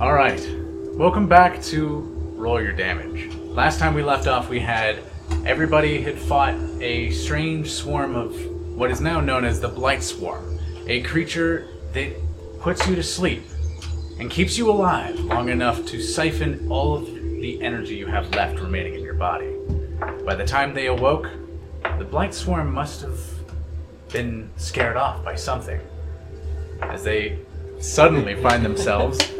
Alright. Welcome back to Roll Your Damage. Last time we left off, we had everybody had fought a strange swarm of what is now known as the Blight Swarm, a creature that puts you to sleep and keeps you alive long enough to siphon all of the energy you have left remaining in your body. By the time they awoke, the Blight Swarm must have been scared off by something as they suddenly find themselves.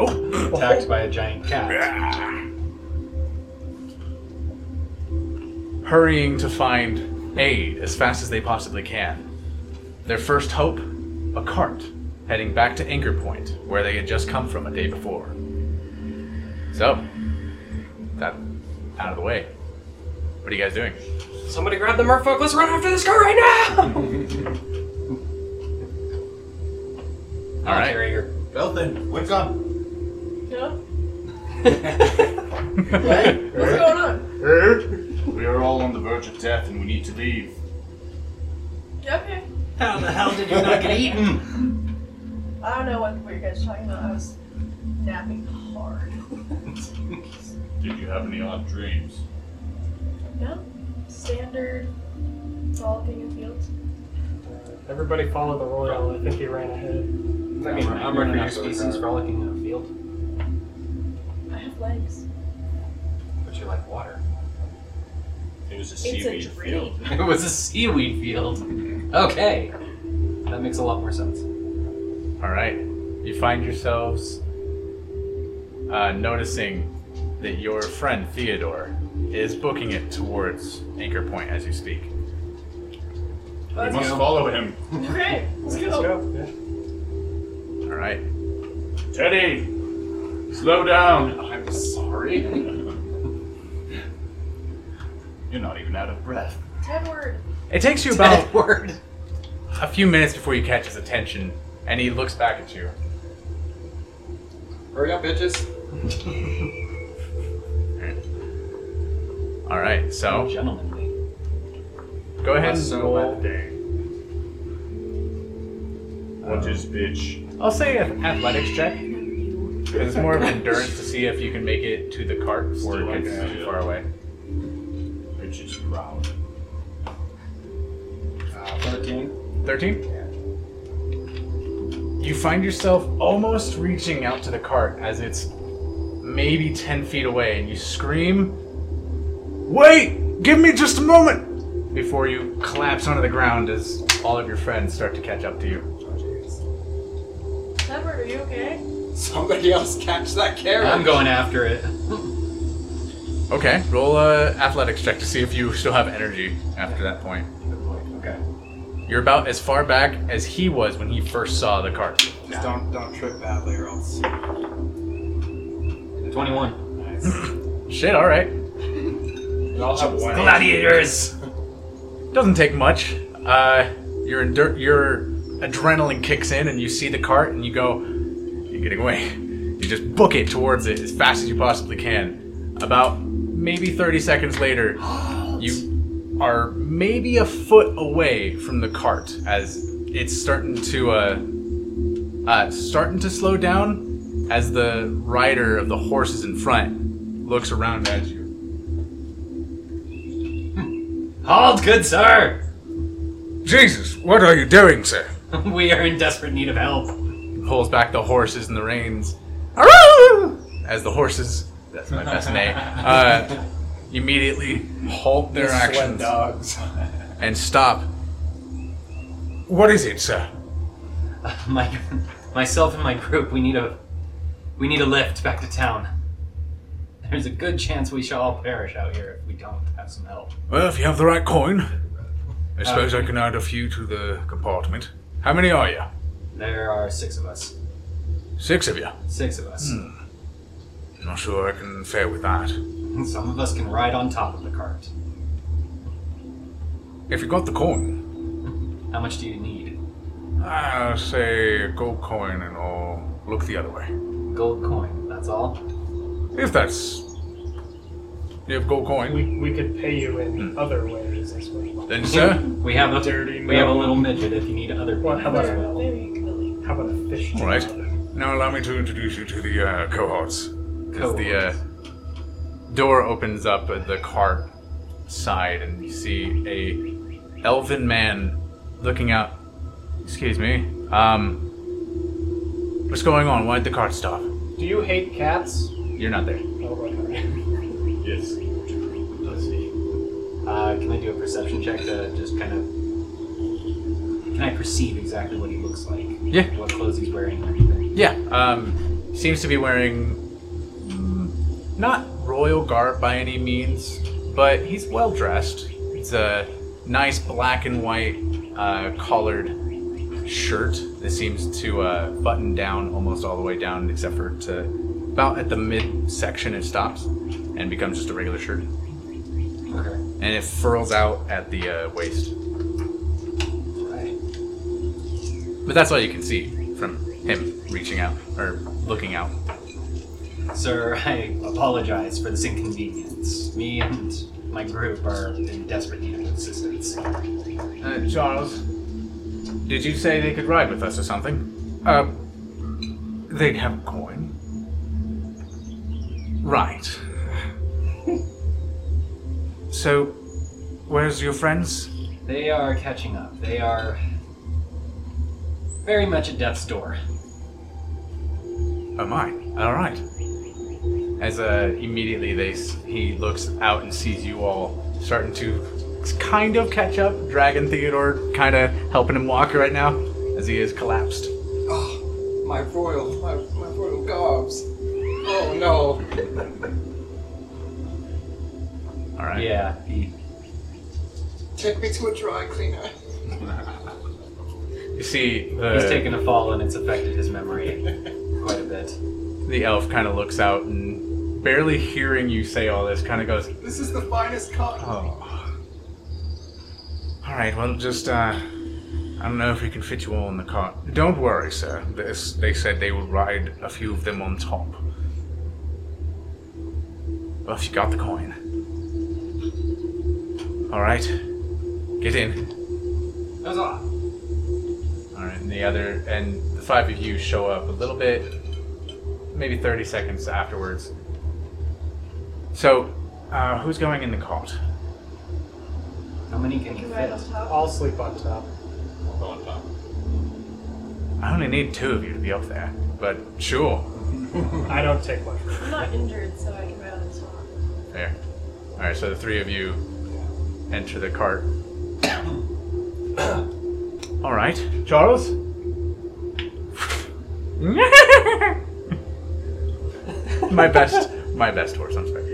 oh, attacked by a giant cat. hurrying to find aid as fast as they possibly can. Their first hope, a cart, heading back to Anchor Point, where they had just come from a day before. So, that out of the way. What are you guys doing? Somebody grab the merfolk. Let's run after this car right now. All I'll right. carry her. Belton, what's up? No? Hey, What's going on? we are all on the verge of death and we need to leave. Yeah, okay. How the hell did you not get eaten? I don't know what, what you guys are talking about. I was napping hard. Did you have any odd dreams? No? Standard frolicking in fields. Everybody follow the royal. I think he ran ahead. I mean, I'm running your species frolicking in a field, I have legs. but you're like water. It was a It's a seaweed dream. field. It was a seaweed field. Okay, that makes a lot more sense. All right. You find yourselves uh, noticing that your friend Theodore is booking it towards Anchor Point as you speak. We Let's must go. follow him. Okay, let's go. Let's go. Yeah. All right. Teddy, slow down. I'm sorry. You're not even out of breath. Tedward. It takes you about Bad word. a few minutes before you catch his attention, and he looks back at you. Hurry up, bitches. All right, so Gentlemanly. go ahead and So roll. Dang. What is bitch? I'll say an athletics check. 'cause It's more of endurance to see if you can make it to the cart before Still it gets okay. too far away. Bitch is proud. Uh, 13. 13? You find yourself almost reaching out to the cart as it's maybe 10 feet away, and you scream, Wait! Give me just a moment! Before you collapse onto the ground as all of your friends start to catch up to you. Tedward, are you okay? Somebody else catch that carrot. I'm going after it. Okay, roll a athletics check to see if you still have energy after that point. Okay. You're about as far back as he was when he first saw the cart. Just don't don't trip badly or else. 21. Shit, all right. We all have one. Gladiators. Doesn't take much. Uh, your endur- your adrenaline kicks in, and you see the cart, and you go, "You're getting away." You just book it towards it as fast as you possibly can. About maybe 30 seconds later, you are maybe a foot away from the cart as it's starting to uh, uh, starting to slow down as the rider of the horses in front looks around at you. Halt, good sir. Jesus, what are you doing, sir? We are in desperate need of help. pulls back the horses and the reins. As the horses, that's my best name, uh, immediately halt their Sweat actions dogs. and stop. What is it, sir? My, myself and my group, we need a, we need a lift back to town. There's a good chance we shall all perish out here if we don't have some help. Well, if you have the right coin, I suppose I can add a few to the compartment. How many are you? There are six of us. Six of you. Six of us. I'm not sure I can fare with that. Some of us can ride on top of the cart. If you got the coin, How much do you need? I'll say a gold coin and I'll look the other way. Gold coin. That's all. If that's. You have gold coin? We, we could pay you in other ways as well. Then, sir? We have a Dirty we have a no. little midget if you need other Well, how people as about- well. Very eagerly. How about a fish? All right. tank? Now allow me to introduce you to the uh, cohorts. As the uh, door opens up at the cart side, and you see a elven man looking out. Excuse me. Um, what's going on? Why'd the cart stop? Do you hate cats? You're not there. Oh, right, right. Yes. Let's see. Uh, can I do a perception check to just kind of? Can I perceive exactly what he looks like? Yeah. What clothes he's wearing and everything. Yeah. Um, seems to be wearing mm, not royal garb by any means, but he's well dressed. It's a nice black and white uh, collared shirt that seems to uh, button down almost all the way down, except for to about at the mid section it stops and becomes just a regular shirt, Okay. and it furls out at the uh, waist. Right. But that's all you can see from him reaching out or looking out. Sir, I apologize for this inconvenience. Me and my group are in desperate need of assistance. Uh, Charles, did you say they could ride with us or something? Um, they'd have a coin. Right. so, where's your friends? They are catching up. They are very much at death's door. Oh, mine. All right. As uh, immediately they s- he looks out and sees you all starting to kind of catch up. Dragon Theodore kind of helping him walk right now as he is collapsed. Oh, my royal, my, my royal gobs. Oh no. All right. Yeah. he- Take me to a dry cleaner. You see, uh, the, He's taken a fall and it's affected his memory quite a bit. The elf kind of looks out and, barely hearing you say all this, kind of goes, This is the finest cotton. Oh. All right, well, just, uh, I don't know if we can fit you all in the cart. Don't worry, sir. This, they said they would ride a few of them on top. Well, if you got the coin. All right, get in. Huzzah! All right, and the other, and the five of you show up a little bit, maybe 30 seconds afterwards. So, uh, who's going in the cart? How many can you Can I fit? on top? I'll sleep on top. I'll go on top. I only need two of you to be up there, but sure. I don't take much. I'm not injured, so I can ride on top. There. All right, so the three of you enter the cart. All right, Charles. my best, my best horse. I'm sorry.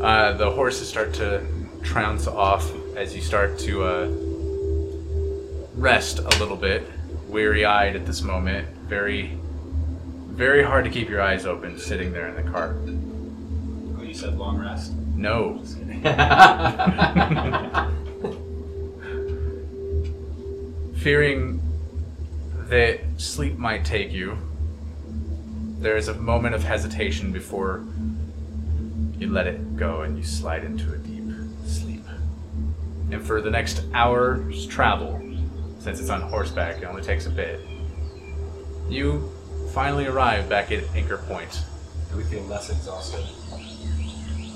Uh, the horses start to trounce off as you start to uh, rest a little bit, weary-eyed at this moment. Very, very hard to keep your eyes open sitting there in the cart. Oh, you said long rest. No, Fearing that sleep might take you, there is a moment of hesitation before you let it go and you slide into a deep sleep. And for the next hour's travel, since it's on horseback, it only takes a bit, you finally arrive back at Anchor Point. Do we feel less exhausted?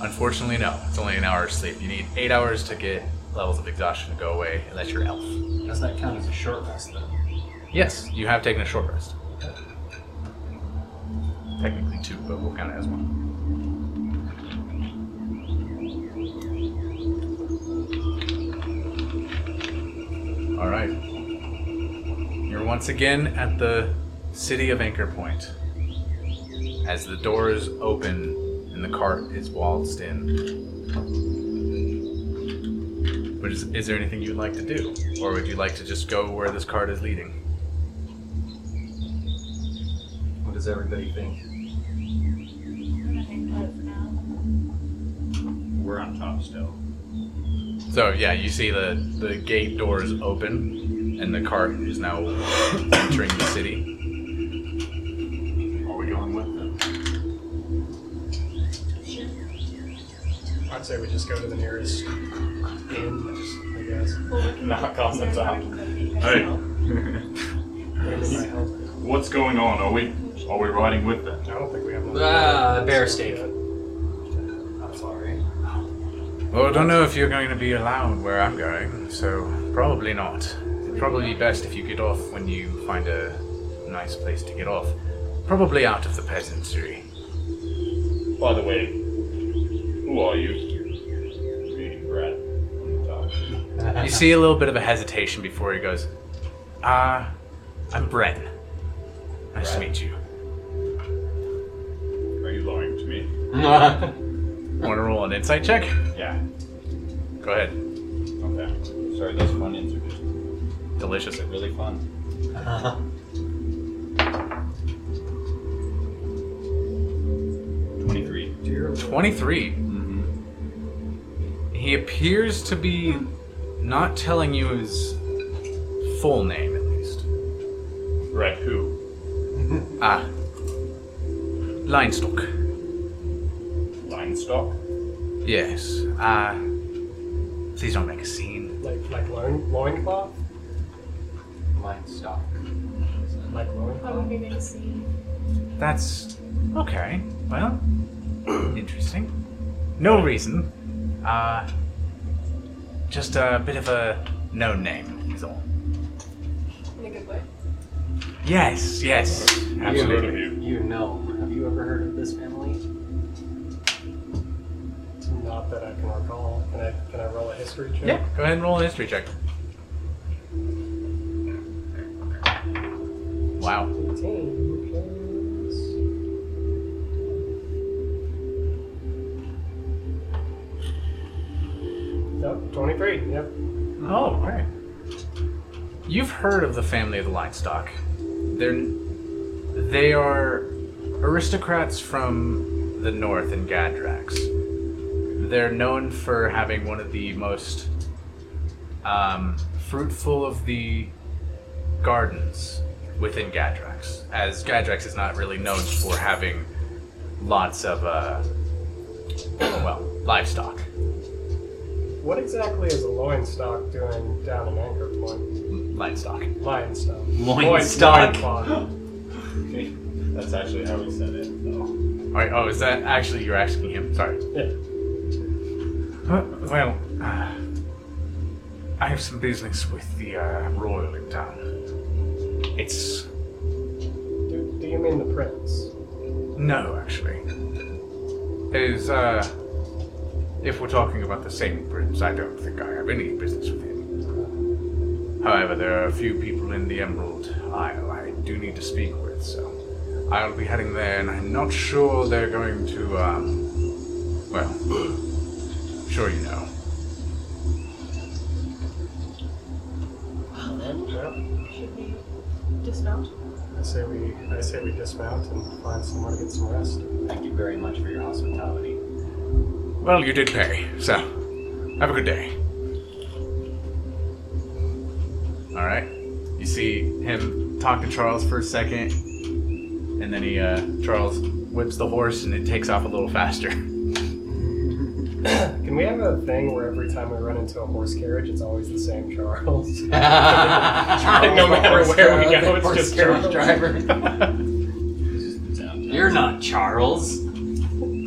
Unfortunately, no. It's only an hour of sleep. You need eight hours to get levels of exhaustion to go away, unless you're elf. Doesn't that count as a short rest, though? Yes, you have taken a short rest. Technically two, but we'll count it as one. All right. You're once again at the city of Anchor Point. As the doors open and the cart is waltzed in. But is, is there anything you'd like to do? Or would you like to just go where this cart is leading? What does everybody think? I'm gonna hang tight for now. We're on top still. So yeah, you see the the gate door is open, and the cart is now entering the city. Are we going with them? I'd say we just go to the nearest inn, I guess. Well, we can Knock on the Sarah top. can go beat Hey. herself. Whatever might help. What's going on? Are we Who should Are we riding with them? I don't think we have another. Ah, bear steak. I'm sorry. Well, I don't know if you're going to be allowed where I'm going, so probably not. It's probably best if you get off when you find a nice place to get off. Probably out of the peasantry. By the way, who are you? Reading Brad on the top. You see a little bit of a hesitation before he goes, Ah, I'm Bren. Nice to meet you. Are you lying to me? Want to roll an insight check? Yeah. Go ahead. Okay. Sorry, that's fun interview. Delicious. It's really fun. Twenty-three. 23. He appears to be not telling you his full name, at least. Brad, who? Ah. Linestock. Linestock? Yes. Ah. please don't make a scene. Like, like loin, loincloth? Mine stock. Like I won't loincloth? be able to see. That's. Okay. Well. interesting. No reason. Uh. Just a bit of a known name is all. In a good way. Yes, yes. Absolutely. Absolutely. you. You know, have you ever heard of this family? Not that I can recall. Can I, can I roll a history check? Yeah, go ahead and roll a history check. Wow. 18 plus- Nope, 23. Yep. Oh, right. You've heard of the family of the Linestock. They're they are aristocrats from the north in Gadrax. They're known for having one of the most um, fruitful of the gardens within Gadrax, as Gadrax is not really known for having lots of uh, well livestock. What exactly is a loinstock doing down in Anchor Point? Livestock. Lion stock. Loinstock. Loincloth. Okay. That's actually how we said it. though. All right. Oh, is that actually you're asking him? Sorry. Yeah. Uh, well, uh, I have some business with the uh, royal in town. It's Do, do you mean the prince? no, actually. It is uh, if we're talking about the same prince, I don't think I have any business with him. However, there are a few people in the Emerald Isle I do need to speak with, so I'll be heading there, and I'm not sure they're going to. Um, well, sure you know. Well then, Well, should we dismount? I say we I say we dismount and find somewhere to get some rest. Thank you very much for your hospitality. Well, you did pay, so have a good day. All right. You see him talk to Charles for a second, and then he uh, Charles whips the horse, and it takes off a little faster. Can we have a thing where every time we run into a horse carriage, it's always the same Charles? Charles, no matter where we go, it's horse just carriage Charles. driver. This is the downtown. You're not Charles.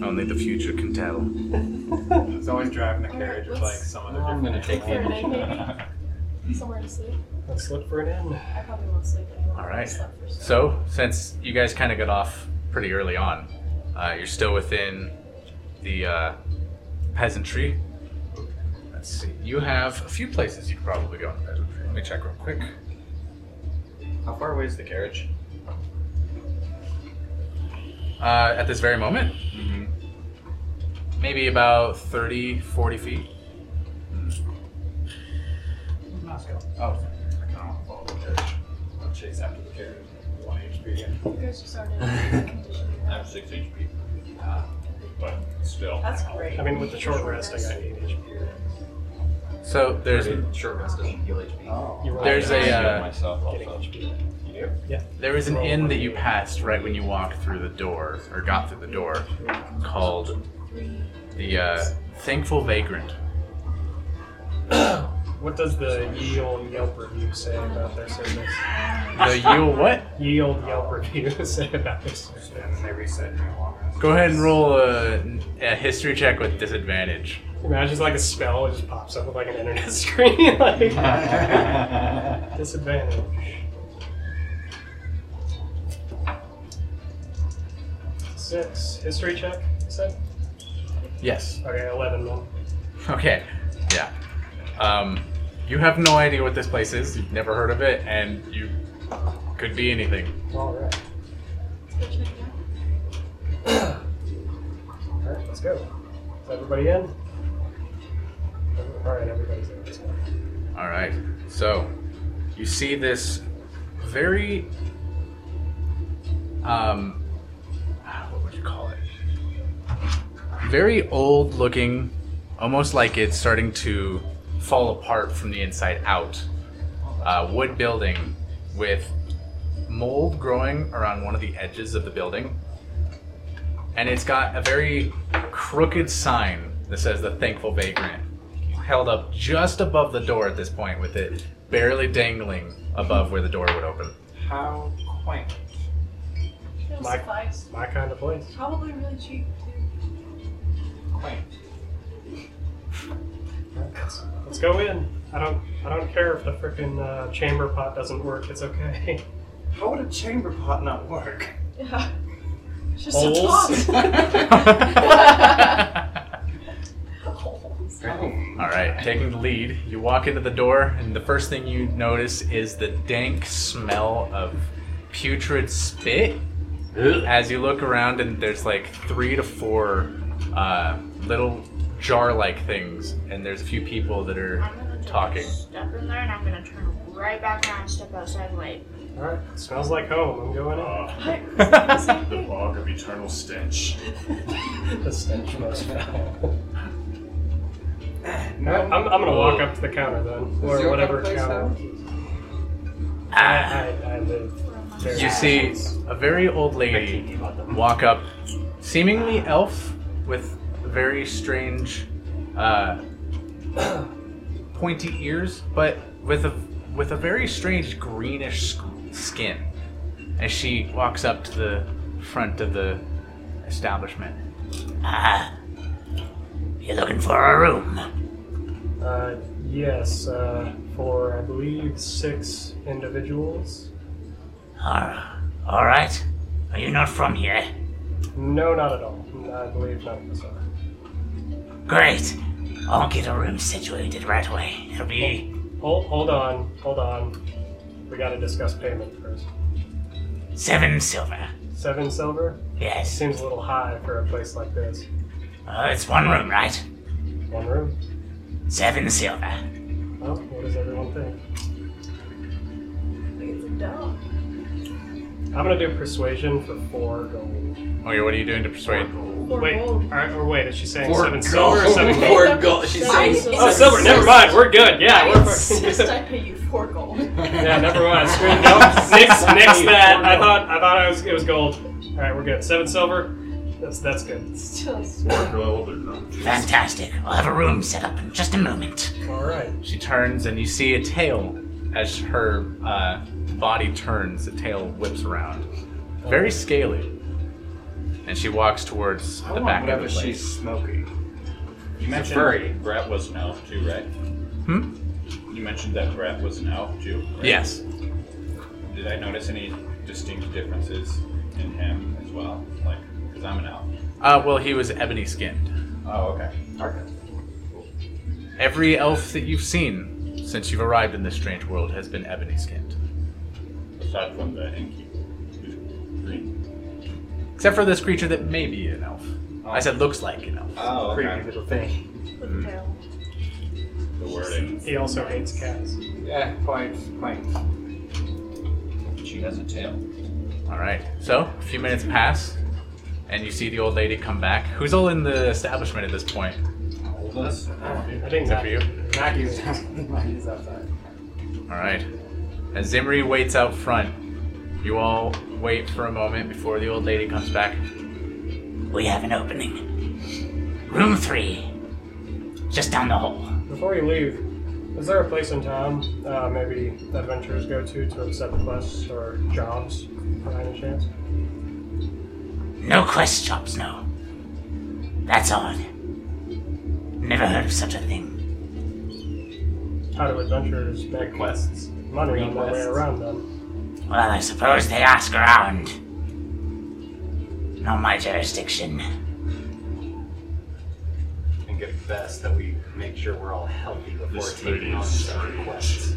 Only the future can tell. He's always driving the carriage with like some other I'm um, gonna take Fair the. enough, maybe? Somewhere to sleep. Let's look for an inn. I probably won't sleep anymore. All right. So since you guys kind of got off pretty early on, uh, you're still within the uh, peasantry. Let's see. You have a few places you could probably go in the peasantry. Let me check real quick. How far away is the carriage? Uh, at this very moment? Maybe about 30, 40 feet. Oh, I kind of want to follow the carriage. I'll chase after the carriage. One HP again. You guys just aren't in a good condition. I have six HP. But still. That's great. I mean, with the short rest, I got 8 HP. So there's Short rest doesn't heal HP. Oh. You roll There's a, that. I uh, heal myself Getting also. HP. You do? there is an inn that you passed right when you walked through the door or got through the door, called the uh, Thankful Vagrant. What does the ye old Yelp review say about their service? The Yule what? Ye old Yelp review say about their service. And then they reset me along. Go ahead and roll a, a history check with disadvantage. Imagine it's like a spell, it just pops up with like an internet screen, like disadvantage. Six history check. You said Yes. okay, eleven then. Okay. Yeah. Um, you have no idea what this place is. You've never heard of it, and you could be anything. All right, all right, let's go. Is everybody in? All right, everybody's in. Let's go. All right. So you see this very um, ah, what would you call it? Very old looking, almost like it's starting to fall apart from the inside out. Uh, wood building with mold growing around one of the edges of the building. And it's got a very crooked sign that says the thankful vagrant held up just above the door at this point with it barely dangling above where the door would open. How quaint. Feels Mike. nice. My kind of place. Probably really cheap too. Quaint. Let's, let's go in. I don't I don't care if the frickin' uh, chamber pot doesn't work. It's okay. How would a chamber pot not work? Yeah. It's just Holes? a pot. Holes. All right, taking the lead, you walk into the door, and the first thing you notice is the dank smell of putrid spit. As you look around, and there's like three to four uh, little jar-like things, and there's a few people that are I'm gonna take talking. a step in there and I'm gonna turn right back around and step outside and wait. All right, smells like home. I'm going in. Ah, Same the thing. bog of eternal stench. The stench must foul. No, I'm, I'm gonna walk up to the counter then, Does or your whatever place counter. I, I, I live. Very You see a very old lady walk up, seemingly elf, with very strange, uh, pointy ears, but with a with a very strange greenish sk- skin. As she walks up to the front of the establishment, Ah, Uh, yes, uh, for I believe six individuals. All right. Are you not from here? No, not at all. I believe none of us are. Great. I'll get a room situated right away. It'll be Hold, hold on, hold on. We gotta discuss payment first. seven silver. Seven silver Yes. seems a little high for a place like this. Uh, it's one room, right? One room. Seven silver. Well, what does everyone think? It's a dog. I'm gonna do persuasion for four gold. okay, Oh, what are you doing to persuade? Or Wait, gold. all right, or wait, is she saying Four seven silver or seven gold? Four gold. She's Nine saying is- Oh, silver. Never mind. We're good. Yeah, I we're insist fucking. I pay you four gold. yeah, never mind. Screw it. Nope. Nix, nix that. I thought I thought I was, it was gold. All right, we're good. Seven silver. That's that's good. Still Or gold or not. Fantastic. I'll have a room set up in just a moment. All right. She turns and you see a tail as her uh, body turns, the tail whips around. Very scaly. And she walks towards I the want back of whatever the she's place. smoking. You mentioned furry. Brat was an elf too, right? Hmm? You mentioned that Brat was an elf too. Right? Yes. Did I notice any distinct differences in him as well? Like, because I'm an elf. Uh, well, he was ebony skinned. Oh, okay. Every elf that you've seen since you've arrived in this strange world has been ebony skinned. Aside from the innkeeper, who's green. Except for this creature that may be an elf. I said looks like an elf. Oh, Creepy little thing. with tail. The wording. He also hates cats. Yeah, quaint, quaint. She has a tail. Alright, so a few minutes pass, and you see the old lady come back, who's all in the establishment at this point. Hold us. I think Except for you. Maggie's Maggie's outside. All right. As Zimri waits out front, you all wait for a moment before the old lady comes back. We have an opening. Room three. Just down the hall. Before you leave, Is there a place in town uh, maybe adventurers go to to accept quests or jobs by any chance? No quest shops, no. That's odd. Never heard of such a thing. How do adventurers make Quests. money on their way Requests. around then? Well, I suppose they ask around. Not my jurisdiction. and get best that we make sure we're all healthy before This taking lady on is such strange. quests.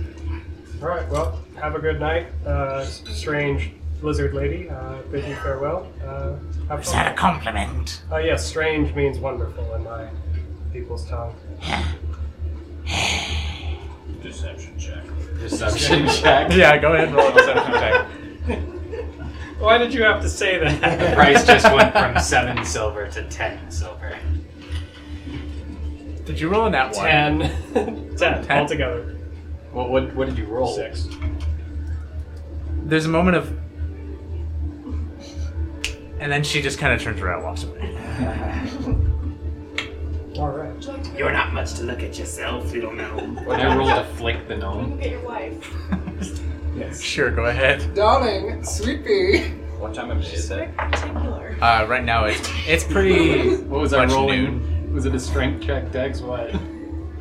All right. Well, have a good night, uh, s- strange lizard lady. Uh, bid you farewell. Uh, have Is that fun. a compliment? Uh, yes, strange means wonderful in my people's tongue. Deception check. Deception check. Yeah, go ahead and roll a deception check. Why did you have to say The that? price just went from seven silver to ten silver. Did you roll a nat one? Ten. Ten. Ten. altogether. What what, what did you roll? Six. There's a moment of. And then she just kind of turns around and walks away. All right. You're not much to look at yourself, little gnome. What did you roll to flick the Go gnome? get your wife. Sure, go ahead. Dawning, sweepie. What time of day is it? Very particular. Uh, right now, it's it's pretty. What was I much rolling? noon. Was it a strength check, Dex? What?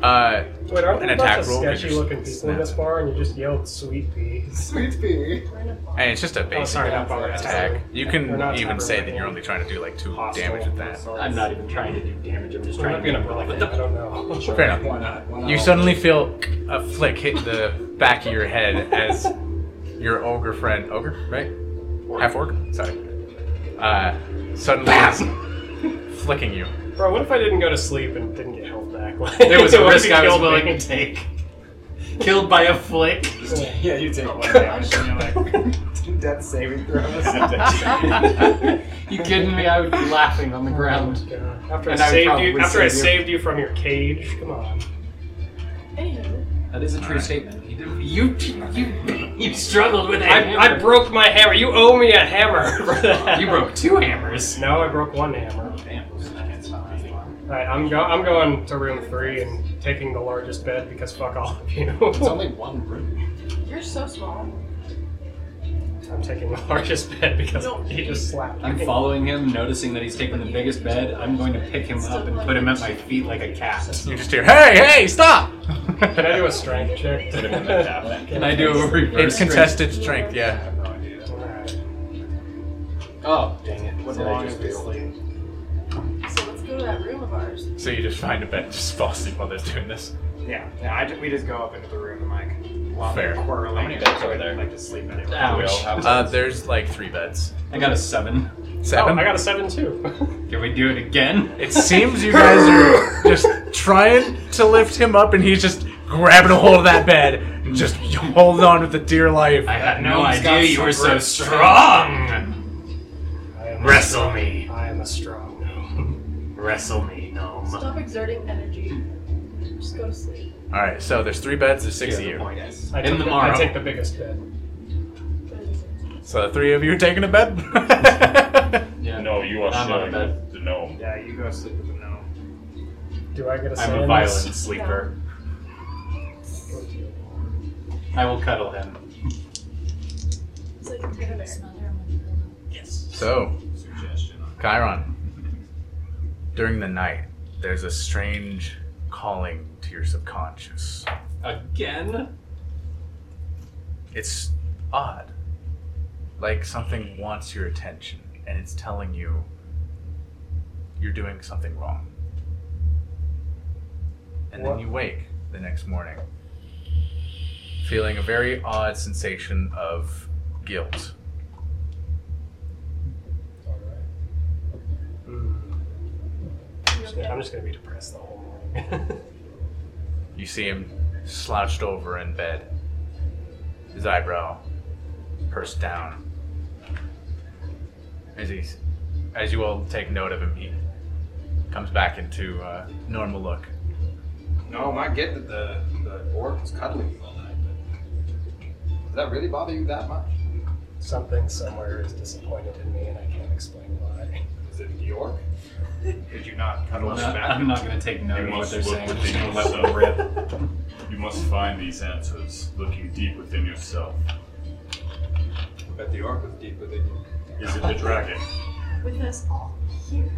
Uh, Wait, aren't An there a bunch attack of roll, sketchy looking just people in this bar and you just yelled sweet pea? Sweet pea. We're in a bar. and it's just a basic Oh, sorry, not bar. attack. You They're can not even say that you're temporary. only trying to do like two Hostile. damage with that. Sorry. I'm not even trying to do damage. I'm just I'm trying not to gonna get roll with it. the I don't know. Sure. Fair enough. Why not? Why not? You suddenly feel a flick hit the back of your head as your ogre friend, ogre, right? Half orc, sorry. Uh, suddenly is flicking you. Bro, what if I didn't go to sleep and didn't get held back? Like, It was a what if risk you I was killed me? willing to take. Killed by a flick. Yeah, you take one damage and you're like, Death saving throws. you kidding me? I would be laughing on the ground. God. After I And I would saved you, probably after I save you. saved you from your cage, come on. Anywho, That is a true statement. You did, you you you struggled with that. I, I hammer. broke my hammer. You owe me a hammer for that. You broke two hammers. No, I broke one hammer. Damn. That's not really fun. All right, I'm go- I'm going to room three and taking the largest bed because fuck all of you. it's only one room. you're so small. I'm taking the largest bed because No. he just slapped I'm me. following him, noticing that he's taking the biggest bed. I'm going to pick him up and put him at my feet like a cat. You just hear, hey, hey, stop! Can I do a strength check? Put him in the tap. Can I do a reverse? it's contested strength, yeah. Alright. Oh, dang it. What did I Long just as do? it's- So let's go to that room of ours. So you just find a bed, just fall asleep while they're doing this. Yeah, yeah I ju- we just go up into the room and like, while they're Fair. quarreling. How many and beds are I'd there? Like to sleep anyway. Ow. Do we all have Uh, there's like three beds. I got a seven. Oh, Seven? I got a seven too. Can we do it again? It seems you guys are just trying to lift him up, and he's just grabbing a hold of that bed and just holding on with the dear life. I had no Gnome's got idea you some were so grip. strong. I am Wrestle me. I am a strong gnome. Wrestle me, gnome. Stop exerting energy. Just go to sleep. All right, so there's three beds, there's six of Yeah, the you. point is- I In take the I take morrow. the biggest bed. So the three of you are taking a bed. Yeah. No, you are I'm on sharing a bed. with the gnome. Yeah, you go sleep with the gnome. Do I get a I'm a seven? violent sleeper. I will cuddle him. It's like a teddy bear. so, Suggestion on Chiron, during the night, there's a strange calling to your subconscious. Again? It's odd. Like something wants your attention, and it's telling you you're doing something wrong. And What? then you wake the next morning feeling a very odd sensation of guilt. You Just- I'm okay? just gonna be depressed the whole morning. You see him slouched over in bed, his eyebrow pursed down. As he's, as you all take note of him, he comes back into uh, normal look. No, I get that the, the orc was cuddling you all night, but does that really bother you that much? Something somewhere is disappointed in me, and I can't explain why. Is it the orc? Did you not I'm cuddle us not, back? I'm not gonna take note You of what must they're look saying. I'm just within gonna let yourself. them rip. You must find these answers, looking deep within yourself. But the orc was deep within you. Is it the dragon? With us all here.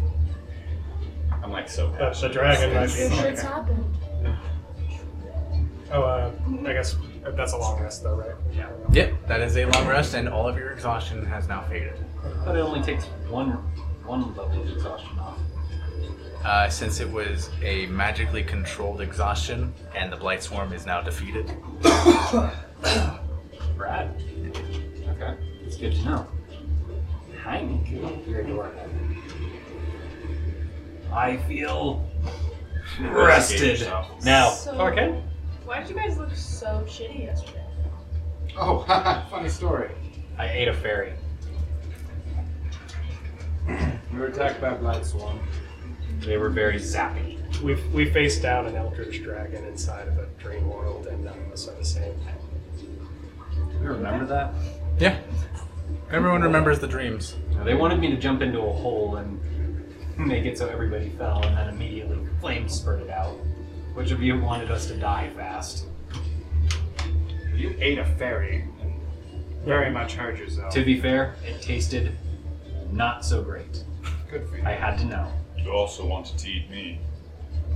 I'm like so happy. But the dragon might be. It's happened. Oh, uh, I guess that's a long rest, though, right? Yeah. Yep, that is a long rest, and all of your exhaustion has now faded. But it only takes one one level of exhaustion off. Uh, since it was a magically controlled exhaustion, and the Blight Swarm is now defeated. Brad. Okay. It's good to know. Hi, Nico. You're adorable. I feel rested yourself. now. So, Okay. Why did you guys look so shitty yesterday? Oh, haha, funny story. I ate a fairy. We were attacked by a blight swarm. They were very zappy. We we faced down an eldritch dragon inside of a dream world, and none of us are the same. You remember that? Yeah. Everyone remembers the dreams. No, they wanted me to jump into a hole and make it so everybody fell, and then immediately flames spurted out. Which of you wanted us to die fast? You ate a fairy and very much hurt yourself. To be fair, it tasted not so great. Good for you. I had to know. You also wanted to eat me.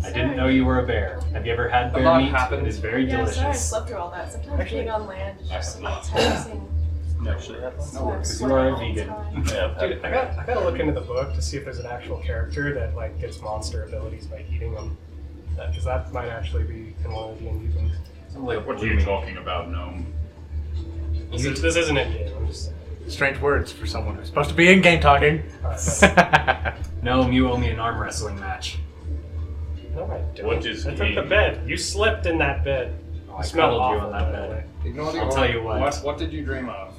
I didn't know you were a bear. Have you ever had bear lot meat? happened. It is very yeah, sorry I delicious. slept through all that. Sometimes Actually, being on land is I just have so not. taxing. No, actually, that's no work. you are a All the vegan. time. Yeah, Dude, I got I gotta look into the book to see if there's an actual character that like gets monster abilities by eating them, because that might actually be in one of the indie things. Something like What are you talking about, gnome? This, is, this isn't in game. I'm just saying. Strange words for someone who's supposed to be in game talking. All right, That's No, you owe me an arm wrestling match. no, I don't. What is I took the he? bed. You slept in that bed. Oh, I I smelled cuddled awful you on that by the bed. way. Ignore the I'll orc. tell you what. what. What did you dream of?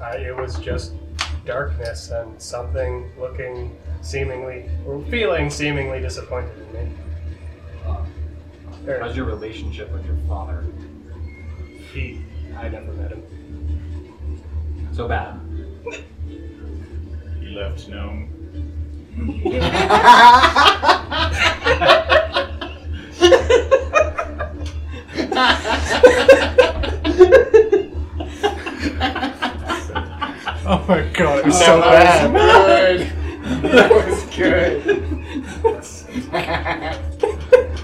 Uh, it was just darkness and something looking seemingly or feeling seemingly disappointed in me. Or How's your relationship with your father? he, I never met him. So bad. He left gnome. Oh my god, it was Oh, that was good. that was good.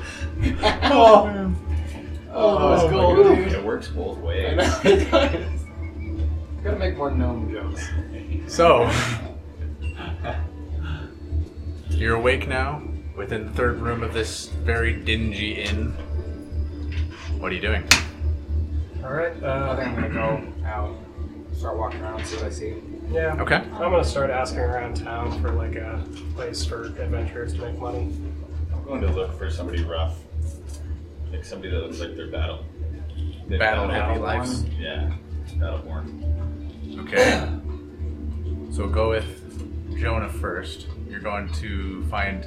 Oh, oh, that was Oh, gold, dude. It works both I ways. Oh. know it does. Gotta make more gnome jokes. So, you're awake now, within the third room of this very dingy inn. What are you doing? All right. I Uh, think I'm gonna go out, start walking around, see what I see. yeah. Okay. I'm gonna start asking around town for like a place for adventurers to make money. I'm going to look for somebody rough. Like somebody that looks like they're battle. They Battle happy lives. Yeah, battleborn. Okay. So go with Jonah first. You're going to find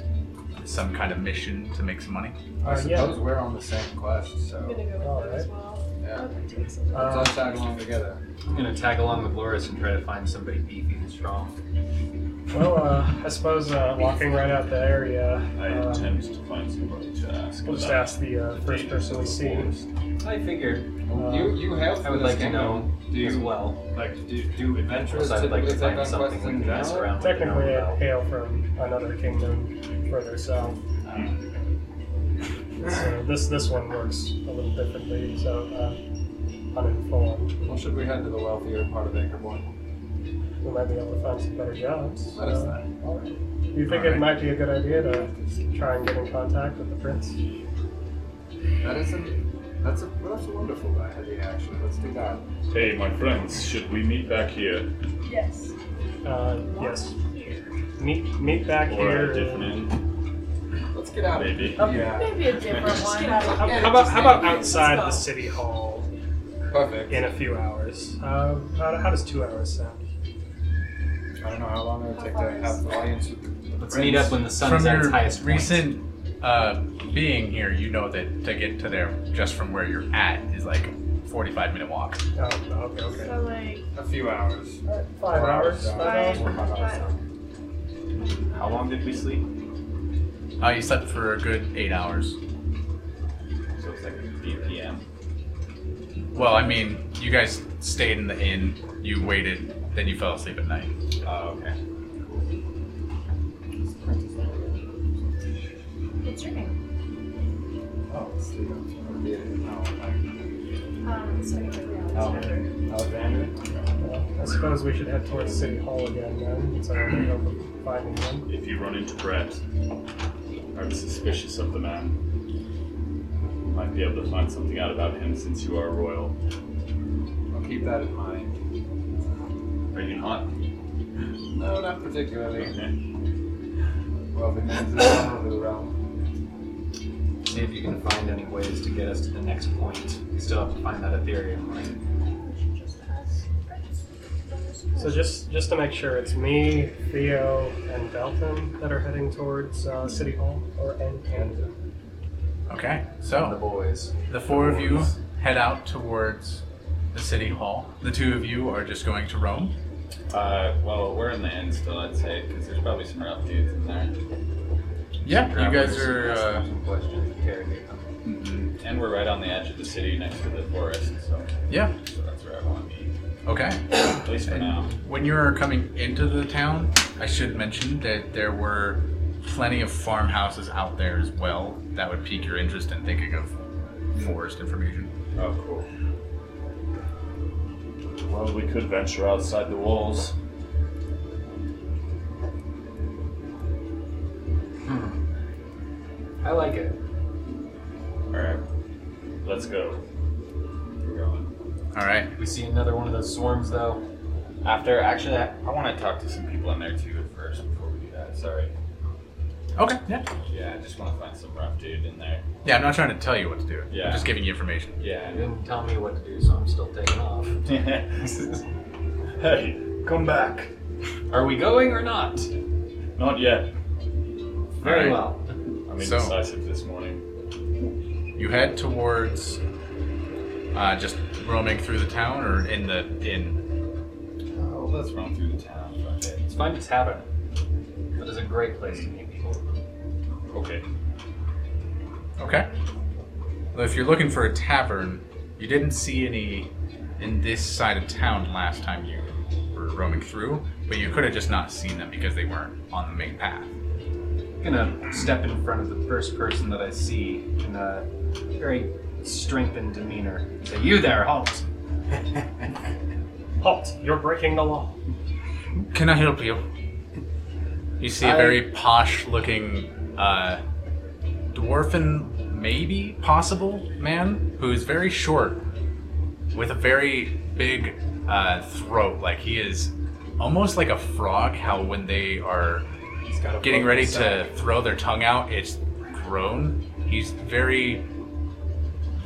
some kind of mission to make some money. I Uh, yeah. suppose we're on the same quest, I'm so gonna go with All them as right. well. yeah. Okay, take some. Let's all Uh, tag along together. I'm gonna tag along with Loris and try to find somebody beefy and strong. well, uh, I suppose uh, walking right out the area, I uh, intend to find somebody to ask. we'll just about ask the uh, the first dangers person of we the see. forest. I figured Uh, you you have I would this like to kingdom. know Do as you well. like do do adventurers Because I would like to typically take find on something quests we in can mess general? around with. and Technically, I know about. hail from another kingdom further south. So this this one works a little differently. So uh, uninformed, Well, should we head to the wealthier part of Anchorborn? we might be able to find some better jobs. Let us Uh, know. All right. do you think it might be a good idea to try and get in contact with the prince? That is a that's a well, that's a wonderful idea actually. Let's do that. Hey, my friends, should we meet back here Yes. Uh, yes. Meet meet back or here. at a different inn? Let's get out. of Maybe. Yeah. Maybe a different Just one. How, Yeah, Okay. how about how about just- outside let's go. the city hall Perfect. in a few hours? Uh, how, how does two hours sound? I don't know how long it would take to have the audience with the Let's meet up when the sun's From at its your highest point. recent uh, being here, you know that to get to there just from where you're at is like a 45 minute walk. Oh, okay, okay. So like a few hours. Five hours. Four Five hours. hours. Five. How long did we sleep? Uh, you slept for a good eight hours. So it's like 8 p.m. Well, I mean, you guys stayed in the inn, you waited, then you fell asleep at night. Oh, okay. What's your name? Oh, it's the, uh, Um, so I think I suppose we should head towards City Hall again then, so we hope finding them. If you run into Brett, I'm suspicious of the man. You might be able to find something out about him since you are royal. I'll keep that in mind. Are you not? No, not particularly. Okay. Well, the man's the son of the realm. See if you can find any ways to get us to the next point. We still have to find that Ethereum, right? So just just to make sure, it's me, Theo, and Belton that are heading towards uh, City Hall or and Canada. Okay, The so boys. the four of you head out towards the city hall. The two of you are just going to roam. Uh, well, we're in the end still, I'd say, because there's probably some rough dudes in there. Yeah, you guys Travelers, are. Uh, ask them some questions, interrogate them. And we're right on the edge of the city next to the forest, so, yeah, so that's where I want to be. okay. At least for now. When you're coming into the town, I should mention that there were plenty of farmhouses out there as well that would pique your interest in thinking of forest information. Oh, cool. Well, we could venture outside the walls. I like it. Alright. Let's go. We're going. All right. We see another one of those swarms, though. After, actually, I, I want to talk to some people in there too at first before we do that. Sorry. Okay. Yeah. Yeah, I just want to find some rough dude in there. Yeah. I'm not trying to tell you what to do. Yeah. I'm just giving you information. You Yeah. didn't tell me what to do, so I'm still taking off. hey, come back. Are we going or not? Not yet. Alright. Very well. I'm So- indecisive this morning. You head towards uh, just roaming through the town or in the in. Oh, let's run through the town. Fuck it. Let's find a tavern. That is a great place to meet people. Okay. Okay. Well, if you're looking for a tavern, you didn't see any in this side of town last time you were roaming through, but you could have just not seen them because they weren't on the main path. I'm gonna step in front of the first person that I see in a very strengthened demeanor. Say, you there, halt! Halt! You're breaking the law. Can I help you? You see a I- very posh-looking uh, dwarfen, maybe possible man who is very short, with a very big uh, throat. Like he is almost like a frog. How when they are He's got a getting vocal ready sound. to throw their tongue out, it's grown. He's very,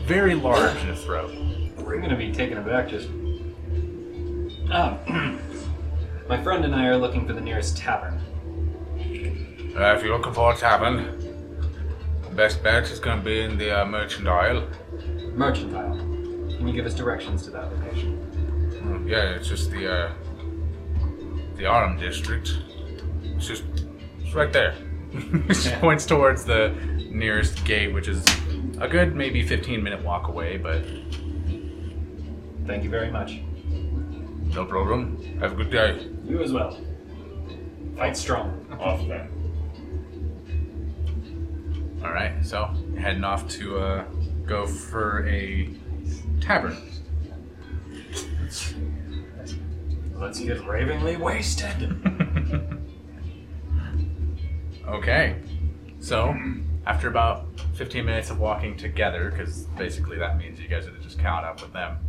very large in his throat. We're gonna be taken aback just. Um, my friend and I are looking for the nearest tavern. Uh, if you're looking for a tavern, best bet is going to be in the uh, merchant aisle. Merchantile. Can you give us directions to that location? Mm, Yeah, it's just the uh, the Aram district. It's just it's right there. she points towards the nearest gate, which is a good maybe 15 minute walk away, but Thank you very much. No problem. Have a good day. You as well. Fight strong. Off then. all right. So heading off to uh, go for a tavern. Let's get ravingly wasted. okay. So after about 15 minutes of walking together, because basically that means you guys are just caught up with them.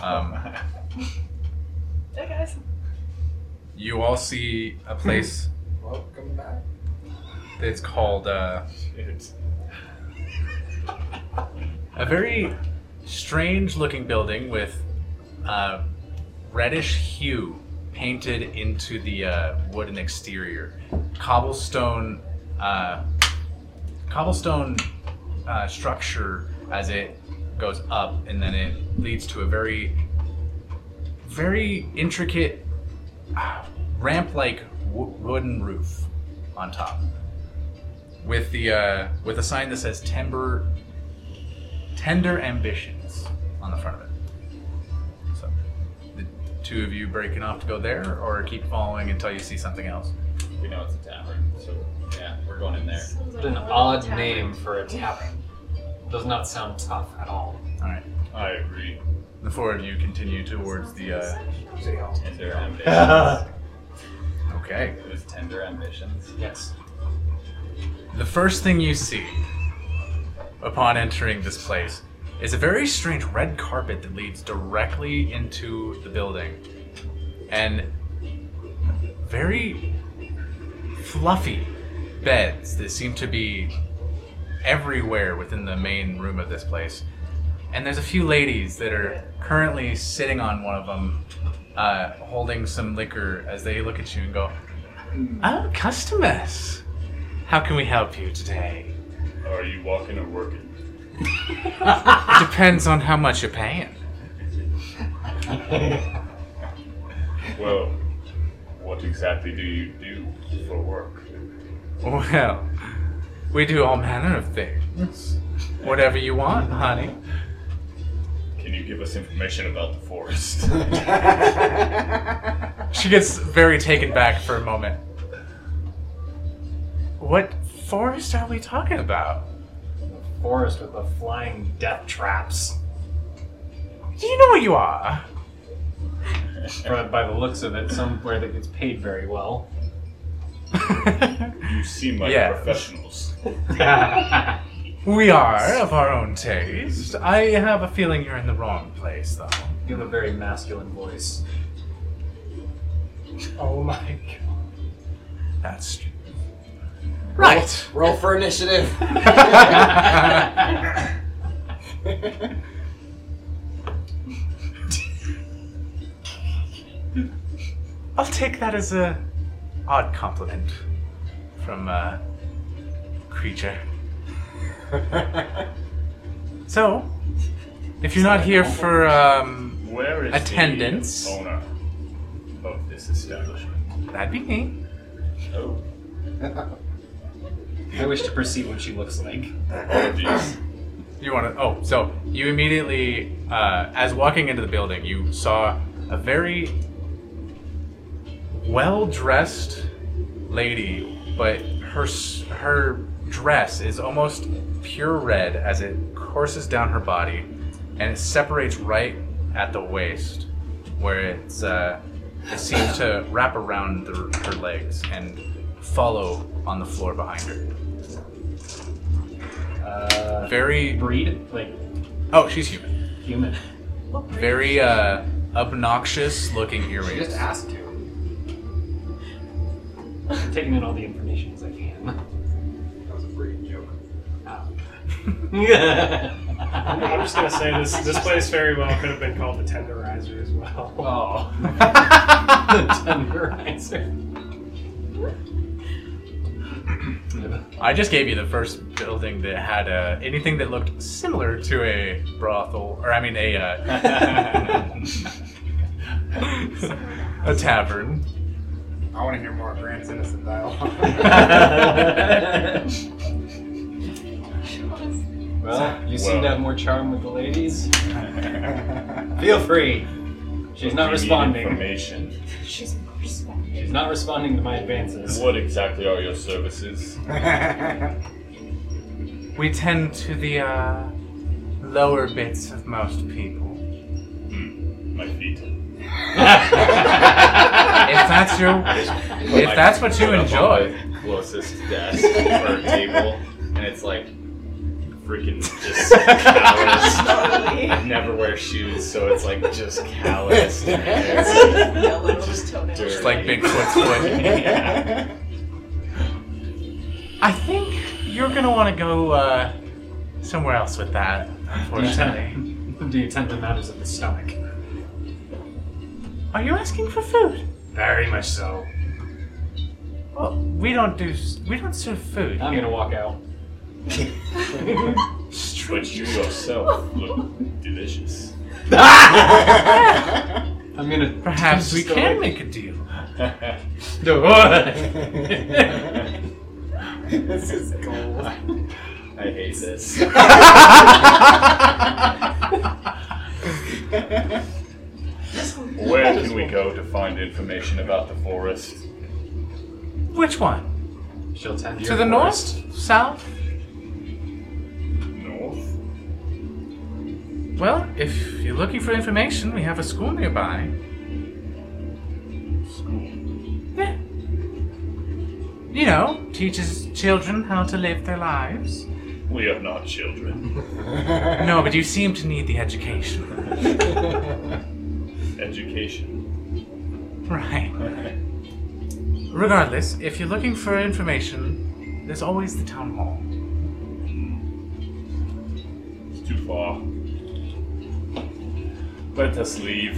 Um, Hey guys. you all see a place Welcome back. that's called. Uh, It's A very strange looking building with uh, reddish hue painted into the uh, wooden exterior. Cobblestone, uh, cobblestone uh, structure as it goes up, and then it leads to a very, very intricate ramp like uh, wo- wooden roof on top, with the uh, with a sign that says "Timber Tender Ambitions" on the front of it. So, the two of you breaking off to go there, or keep following until you see something else. We know it's a tavern, so yeah, we're going in there. Sounds like An a little odd tavern. name for a tavern. Does not sound tough at all. All right, I agree. the four of you continue towards the. Uh, Tender ambitions. okay. it was tender ambitions. Yes. The first thing you see upon entering this place is a very strange red carpet that leads directly into the building and very fluffy beds that seem to be everywhere within the main room of this place. And there's a few ladies that are currently sitting on one of them, uh, holding some liquor as they look at you and go, Oh, customers! How can we help you today? Are you walking or working? It depends on how much you're paying. Well, what exactly do you do for work? Well, we do all manner of things. Whatever you want, honey. Can you give us information about the forest? She gets very taken back for a moment. What forest are we talking about? Forest with the flying death traps. Do you know what you are? But Uh, by the looks of it, somewhere that gets paid very well. you seem like Yeah. professionals. we are of our own taste. I have a feeling you're in the wrong place, though. You have a very masculine voice. Oh my god. That's right. Roll for initiative. I'll take that as a odd compliment from a creature. so, if you're not here for um, Where is Attendance. the owner of this establishment? that'd be me. Oh, I wish to perceive what she looks like. apologies. You want to? Oh, so you immediately, uh, as walking into the building, you saw a very well-dressed lady, but her s- her dress is almost pure red as it courses down her body, and it separates right at the waist, where it's uh, it seems to wrap around the, her legs and follow on the floor behind her. Uh, Very breed? Like, oh, she's human. human. very uh, obnoxious looking She just earrings. asked you. I'm taking in all the information as I can. That was a great joke. Ah. I'm just gonna say this this place very well could have been called the tenderizer as well. oh. Tenderizer. I just gave you the first building that had uh, anything that looked similar to a brothel, or I mean a uh, a tavern. I want to hear more of Grant's innocent dialogue. well, you seem Well. to have more charm with the ladies. Feel free. She's not Do you need responding. Information. She's responding. She's not responding to my advances. What exactly are your services? We tend to the uh, lower bits of most people. Hmm. My feet. If that's your, if that's what you Put up on enjoy. my Closest desk or table, and it's like freaking just callous. I never wear shoes, so it's like just callous. Yellow, just tone it. Just like Bigfoot's foot. yeah. I think you're gonna want to go uh, somewhere else with that, unfortunately. Do you tend to matters of the stomach? Are you asking for food? Very much so. Well, we don't do we don't serve food. Uh, I'm gonna walk out. But you yourself look delicious. I'm gonna. Perhaps we still- can make a deal. this is gold. I hate this. Where can we go to find information about the forest? Which one? She'll tend To your the forest. north? South? North? Well, if you're looking for information, we have a school nearby. School. Yeah. You know, teaches children how to live their lives. We are not children. No, but you seem to need the education. Education. Right. Regardless, if you're looking for information, there's always the town hall. It's too far. Let us leave.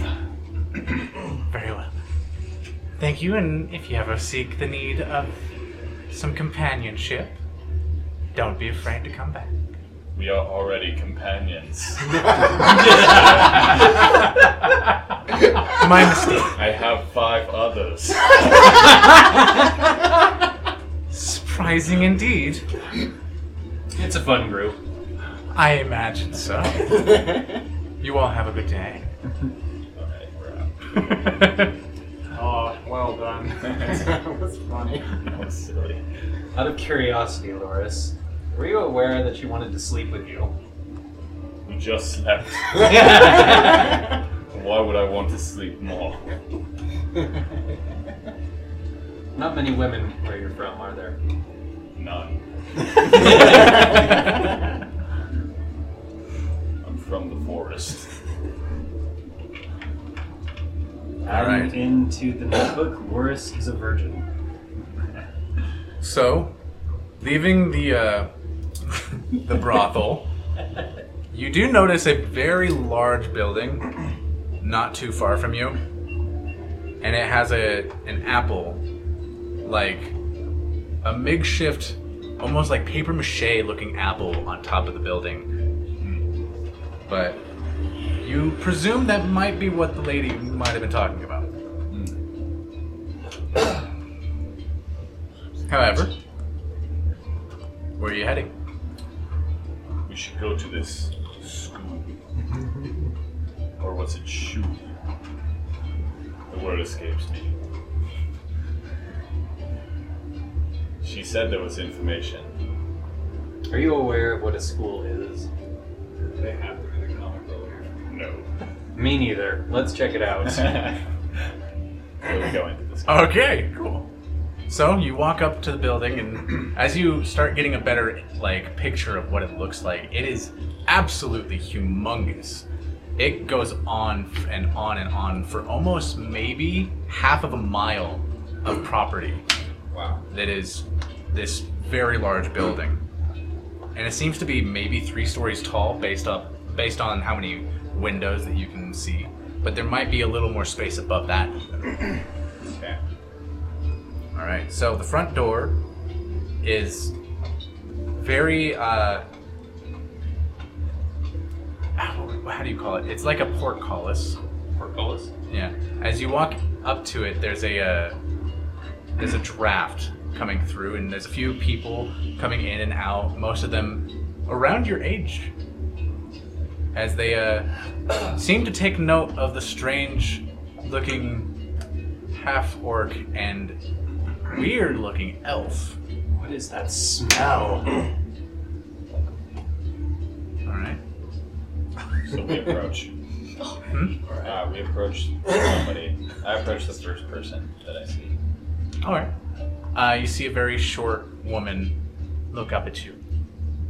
Very well. Thank you, and if you ever seek the need of some companionship, don't be afraid to come back. We are already companions. My mistake. I have five others. Surprising indeed. It's a fun group. I imagine so. you all have a good day. Alright, we're out. Oh, well done. that was funny. that was silly. Out of curiosity, Loris, were you aware that she wanted to sleep with you? We just slept. Why would I want to sleep more? Not many women where you're from, are there? None. I'm from the forest. All right. And into the notebook, Loris is a virgin. So, leaving the uh, the brothel, you do notice a very large building not too far from you, and it has a an apple, like a makeshift, almost like paper mache looking apple on top of the building. But you presume that might be what the lady might have been talking about. However, where are you heading? We should go to this school. or what's it, shoe? The word escapes me. She said there was information. Are you aware of what a school is? they have them in the comic book. No. Me neither. Let's check it out. Where we going to this? Oh. Okay, cool. So you walk up to the building, and as you start getting a better like picture of what it looks like, it is absolutely humongous. It goes on f- and on and on for almost maybe half of a mile of property. Wow. That is this very large building, and it seems to be maybe three stories tall, based up based on how many windows that you can see. But there might be a little more space above that Okay. All right. So the front door is very uh how how do you call it? It's like a portcullis. Portcullis? Yeah. As you walk up to it, there's a uh, there's a draft coming through, and there's a few people coming in and out. Most of them around your age, as they uh, seem to take note of the strange-looking half orc and weird-looking elf. What is that smell? All right. So we approach. Hmm? Uh, we approach somebody. I approach the first person that I see. All right. Uh, you see a very short woman look up at you.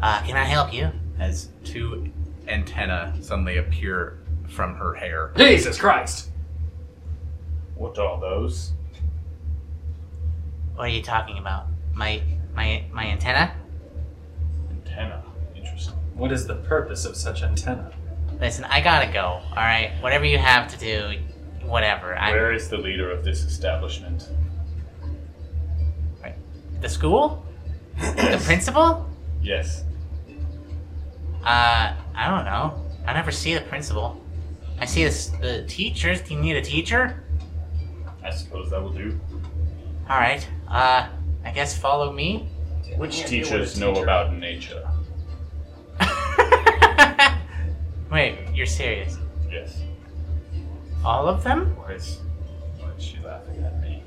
Uh, can I help you? as two antennae suddenly appear from her hair. Jesus Christ! What are those? What are you talking about? My my my antenna? Antenna. Interesting. What is the purpose of such antenna? Listen, I gotta go. All right, whatever you have to do, whatever. I'm Where is the leader of this establishment? the school, the principal. Yes. Uh, I don't know. I never see the principal. I see this, the teachers. Do you need a teacher? I suppose that will do. All right. Uh, I guess follow me. Which Yeah, teachers you know want a teacher. about nature? Wait, you're serious? Yes. All of them? Why is, why is she laughing at me?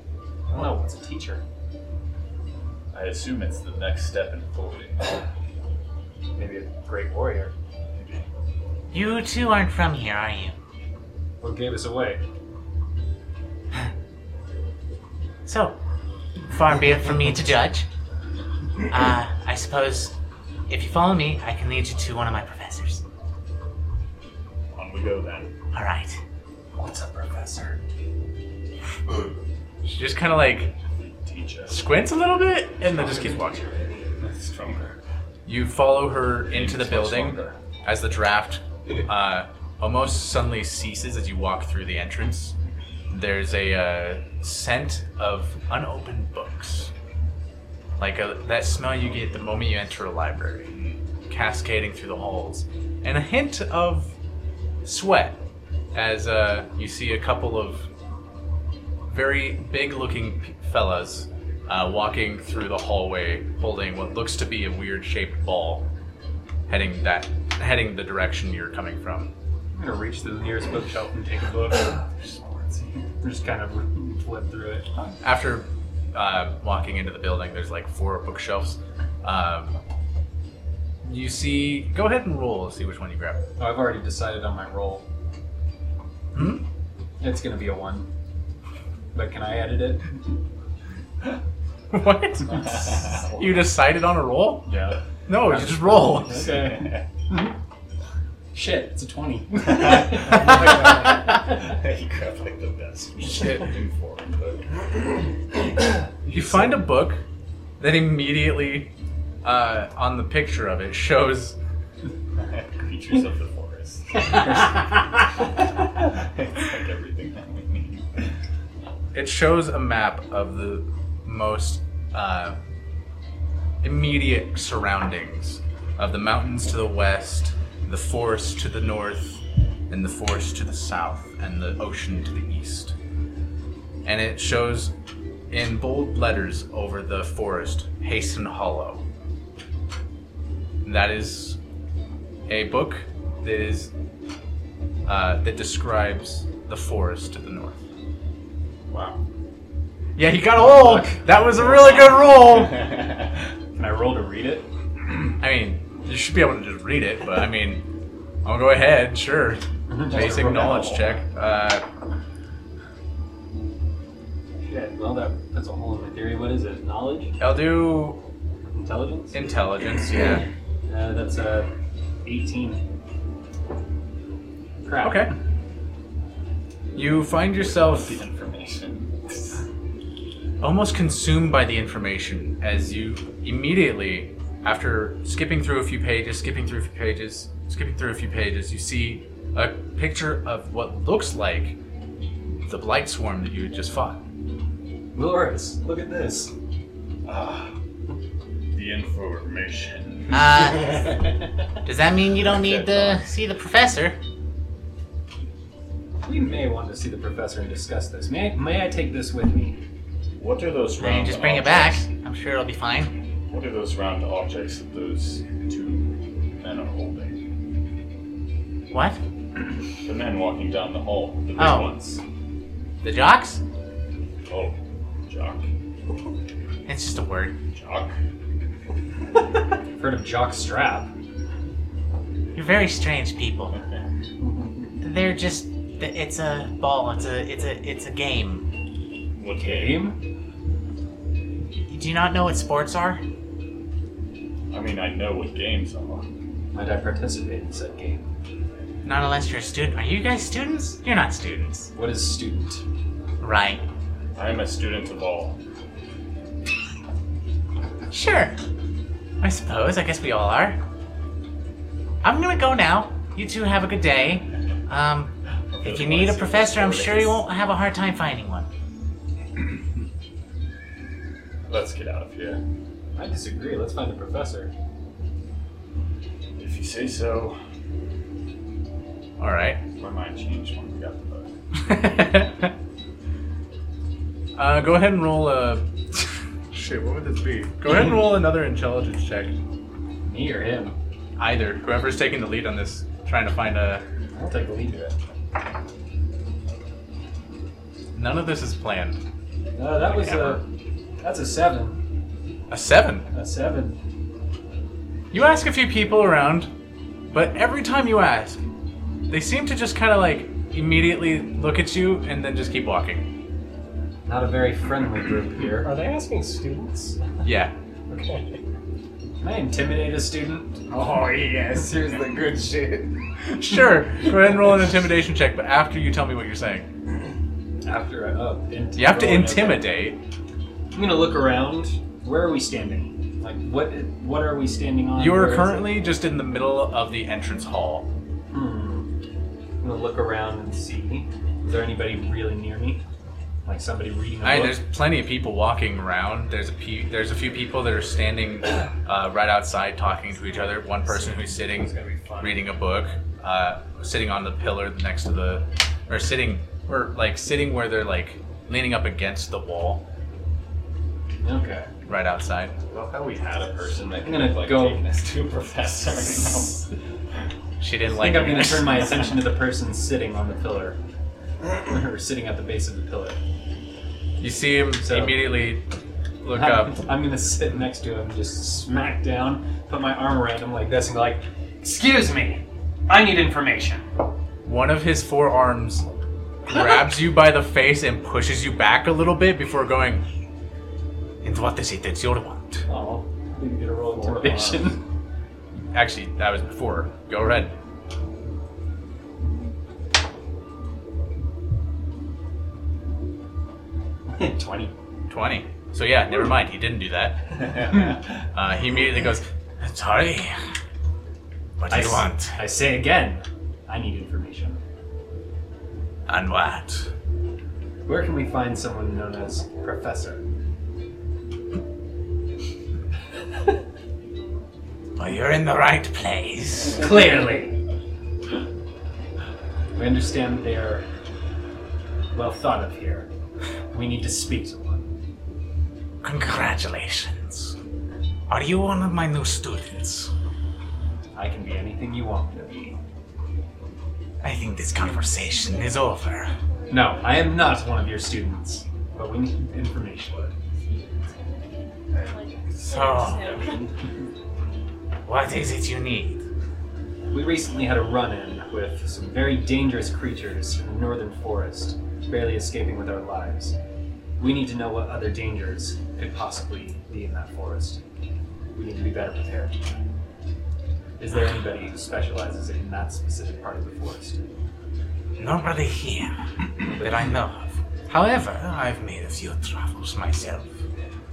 I don't know. What's a teacher? I assume it's the next step in authority. Maybe a great warrior. Maybe. You two aren't from here, are you? What gave us away? So, far be it from me to judge. Uh, I suppose if you follow me, I can lead you to one of my professors. On we go then. All right. What's a professor? She just kind of like Teacher. squints a little bit and then just keeps walking. Stronger. You follow her into the Much building stronger. as the draft uh, almost suddenly ceases as you walk through the entrance. There's a uh, scent of unopened books, like a, that smell you get the moment you enter a library, cascading through the halls, and a hint of sweat as uh, you see a couple of very big-looking p- fellas uh, walking through the hallway, holding what looks to be a weird-shaped ball, heading that heading the direction you're coming from. I'm gonna reach to the nearest bookshelf and take a book. just kind of flip through it. Oh, After uh, walking into the building, there's like four bookshelves. Um, you see, go ahead and roll. and See which one you grab. Oh, I've already decided on my roll. Hmm? It's gonna be a one. But can I edit it? What? you decided on a roll? Yeah. No, you just roll. Okay. Shit, it's a twenty. you grab like the best Shit. do for him, but You find a book that immediately, uh, on the picture of it, shows creatures of the forest. it's like everything that we need. it shows a map of the most uh, immediate surroundings of the mountains to the west, the forest to the north, and the forest to the south, and the ocean to the east. And it shows in bold letters over the forest Hasten Hollow. That is a book that is uh, that describes the forest to the north. Wow. Yeah, he got a roll. That was a really good roll. can I roll to read it? I mean, you should be able to just read it, but I mean, I'll go ahead. Sure. Basic knowledge check. Uh, Shit. Well, that that's a hole in my theory. What is it? Knowledge, I'll do intelligence. intelligence. Yeah. Uh, that's a eighteen. Crap. Okay. You find yourself The information. almost consumed by the information as you immediately, after skipping through a few pages, skipping through a few pages, skipping through a few pages, you see a picture of what looks like the blight swarm that you had just fought. Glorious. Look at this. Ah, the information. Uh, does that mean you don't need to see the professor? We may want to see the professor and discuss this. May I, may I take this with me? What are those I round mean, just bring it back. objects? I'm sure it'll be fine. What are those round objects that those two men are holding? What? The men walking down the hall, the big Oh. ones. The jocks? Oh, Jock. It's just a word. Jock? I've heard of Jock Strap. You're very strange people. They're just. It's a ball. It's a. It's a. It's a game. What Game? Do you not know what sports are? I mean, I know what games are. Might I participate in said game? Not unless you're a student. Are you guys students? You're not students. What is student? Right. I am a student of all. Sure. I suppose. I guess we all are. I'm gonna go now. You two have a good day. Um, if you need a professor, I'm sure you won't have a hard time finding one. Let's get out of here. I disagree. Let's find the professor. If you say so. All right. My mind changed once we got the book. Uh, go ahead and roll a. Shit, what would this be? Go ahead and roll another intelligence check. Me or him? Either. Whoever's taking the lead on this, trying to find a. I'll take the lead to it. None of this is planned. No, Uh, that was a. That's a seven. A seven. A seven. You ask a few people around, but every time you ask, they seem to just kind of like immediately look at you and then just keep walking. Not a very friendly group here. Are they asking students? Yeah. Okay. Can I intimidate a student? Oh yes, here's the good shit. Sure. Go ahead and roll an intimidation check, but after you tell me what you're saying. After I. Oh, int- You have to rolling, okay. intimidate. I'm gonna look around. Where are we standing? Like what? What are we standing on? You Where are is it? currently just in the middle of the entrance hall. Hmm. I'm gonna look around and see. Is there anybody really near me? Like somebody reading a Hey, book? there's plenty of people walking around. There's a pe- there's a few people that are standing uh, right outside talking to each other. One person who's sitting reading a book, uh, sitting on the pillar next to the, or sitting or like sitting where they're like leaning up against the wall Okay. right outside. Love how we had a person that I'm gonna could, like go- taking us to a professor. you She didn't I like. think I'm you. gonna turn my attention to the person sitting on the pillar, or sitting at the base of the pillar. You see him So- immediately look I'm, up. I'm gonna sit next to him, just smack down, put my arm around him like this, and go like, "Excuse me, I need information." One of his forearms grabs you by the face and pushes you back a little bit before going. And what is it that you want? Oh, didn't get a roll of intimidation. Actually, that was before. Go ahead. Twenty. 20. So, yeah, never mind. He didn't do that. know? Uh, he immediately goes, Sorry. What do I you s- want? I say again, I need information. And what? Where can we find someone known as Professor? Well, you're in the right place. Clearly. We understand they are well thought of here. We need to speak to one. Congratulations. Are you one of my new students? I can be anything you want me to be. I think this conversation is over. No, I am not one of your students, but we need information. So, what is it you need? We recently had a run in with some very dangerous creatures in the northern forest, barely escaping with our lives. We need to know what other dangers could possibly be in that forest. We need to be better prepared. Is there anybody who specializes in that specific part of the forest? Nobody here that I know of. However, I've made a few travels myself.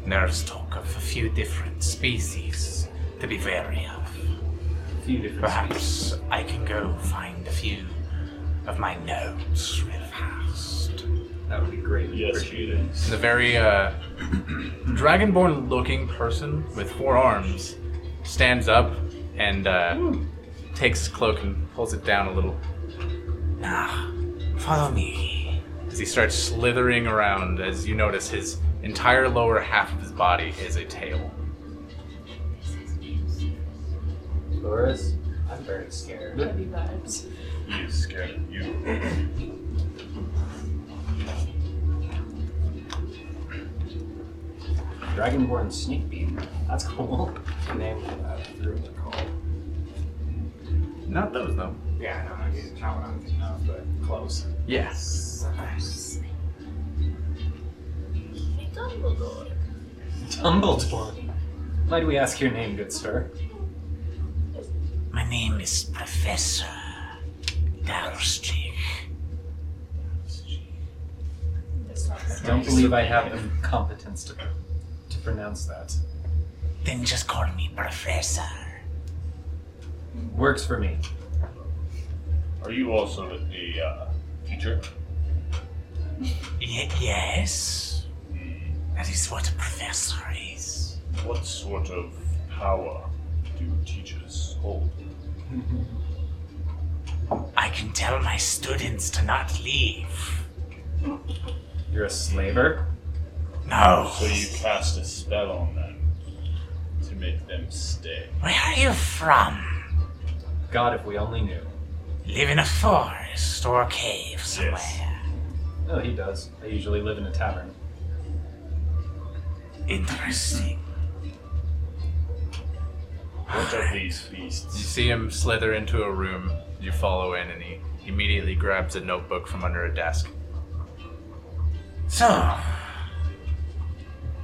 Nerves talk of a few different species to be wary of. A few different species. Perhaps I can go find a few of my notes real fast. That would be great. yes, she did. The very uh, dragonborn looking person with four arms stands up and uh, takes his cloak and pulls it down a little Now, follow me. as he starts slithering around as you notice his entire lower half of his body is a tail. Dolores, I'm very scared. Heavy vibes. You scared of you. Dragonborn Sneak Beam. That's cool. Name uh, for that. Not those though. Yeah, no, no, he's not what I'm thinking of, but close. Yes. Dumbledore. Dumbledore. Why do we ask your name, good sir? My name is Professor Darstrig. It's not that Don't nice. believe I have the competence to, to pronounce that. Then just call me Professor. Works for me. Are you also a uh, teacher? Y- yes? That is what a professor is. What sort of power do teachers hold? I I can tell my students to not leave. You're a slaver? No. So you cast a spell on them to make them stay. Where are you from? God, if we only knew. Live in a forest or a cave somewhere. No, Oh, he does. I usually live in a tavern. Interesting. What of these beasts? You see him slither into a room. You follow in, and he immediately grabs a notebook from under a desk. So,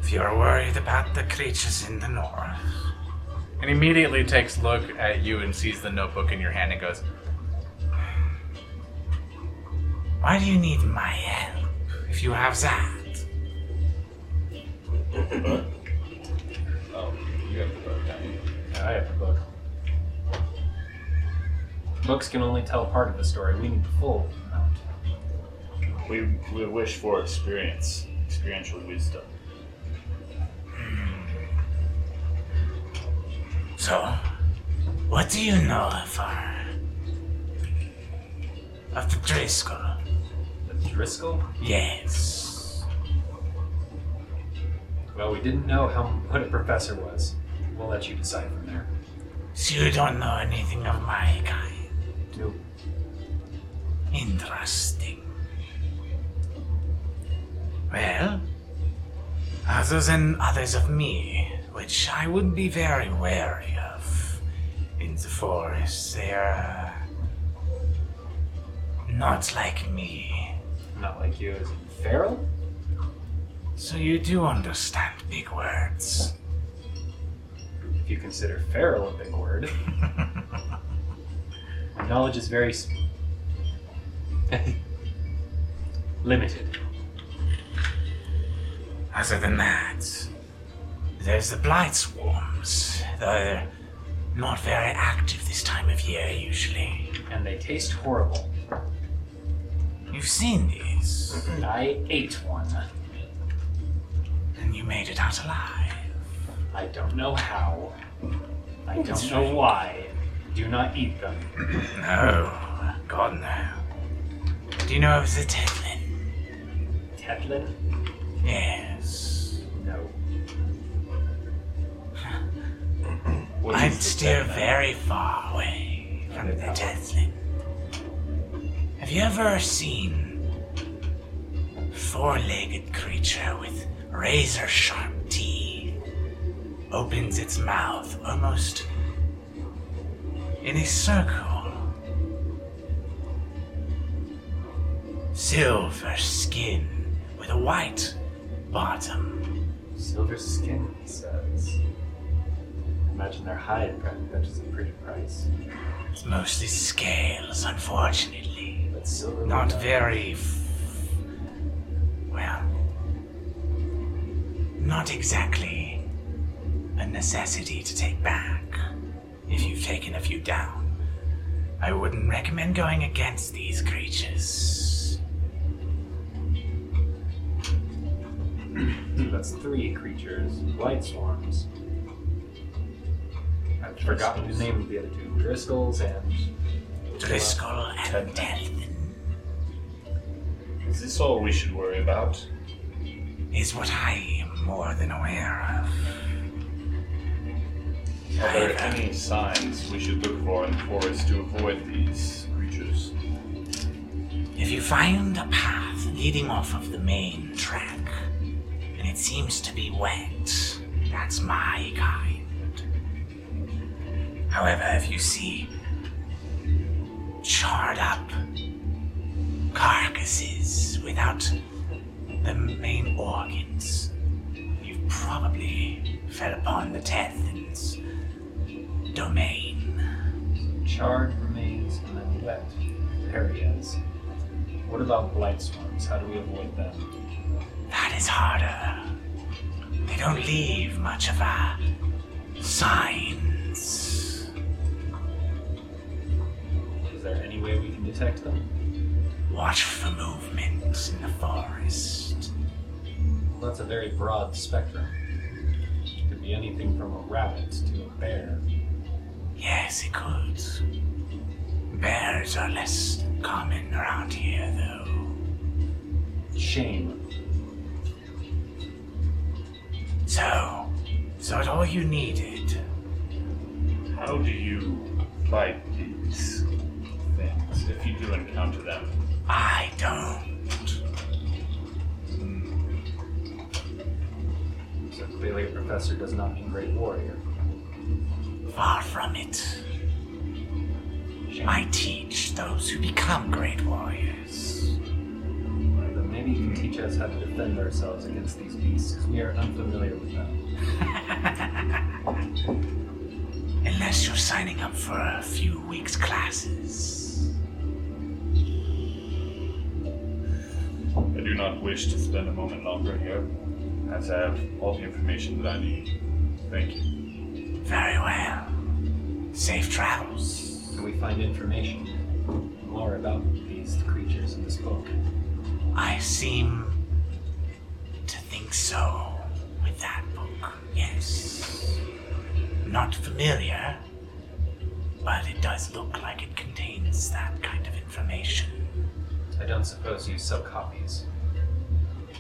if you're worried about the creatures in the north, And immediately takes a look at you and sees the notebook in your hand and goes, why do you need my help if you have that? Oh, you have the book, don't you? Yeah, I have the book. Books can only tell part of the story. We need the full amount. We, we wish for experience, experiential wisdom. So, what do you know of our. of the Driscoll? The Driscoll? Yes. Well, we didn't know how what a professor was. We'll let you decide from there. So you don't know anything of my kind. Nope. Interesting. Well, other than others of me, which I would be very wary of in the forest, they are uh, not like me. Not like you as in feral? So you do understand big words. If you consider feral a big word. My knowledge is very s- limited. Other than that, there's the blight swarms. They're not very active this time of year, usually. And they taste horrible. You've seen these, I ate one. and you made it out alive. I don't know how. I don't know why. Do not eat them. No, God no. Do you know of the Tetlin? Tetlin? Yes. No. What I'd is the steer techno- very far away from the Okay, that one. Tetlin. Have you ever seen a four-legged creature with razor-sharp teeth? Opens its mouth almost in a circle. Silver skin with a white bottom. Silver skin, he says. Imagine they're high at that. That's just a pretty price. It's mostly scales, unfortunately. But silver. Not would- very. F- well. Not exactly a necessity to take back if you've taken a few down. I wouldn't recommend going against these creatures. That's three creatures. Light swarms. I've forgotten the name of the other two. Driscoll's and. Driscoll and Delphin Is this all we should worry about? is what I am more than aware of. Are there any signs we should look for in the forest to avoid these creatures? If you find a path leading off of the main track, and it seems to be wet, that's my kind. However, if you see charred up carcasses without the main organs, you've probably fell upon the Tethan's domain. Charred remains and then wet areas. What about blight swarms? How do we avoid them? That is harder. They don't leave much of a signs. Is there any way we can detect them? Watch for movements in the forest. Well, that's a very broad spectrum. Could be anything from a rabbit to a bear. Yes, it could. Bears are less common around here, though. Shame. So, is that all you needed? How do you fight these things if you do encounter them? I don't. So clearly, a professor does not mean great warrior. Far from it. I teach those who become great warriors. Right, But maybe you can teach us how to defend ourselves against these beasts, because we are unfamiliar with them. Unless you're signing up for a few weeks' classes. I do not wish to spend a moment longer here, as I have all the information that I need. Thank you. Very well. Safe travels. Can we find information more about these creatures in this book? I seem to think so with that book, yes. Not familiar, but it does look like it contains that kind of information. I don't suppose you sell copies.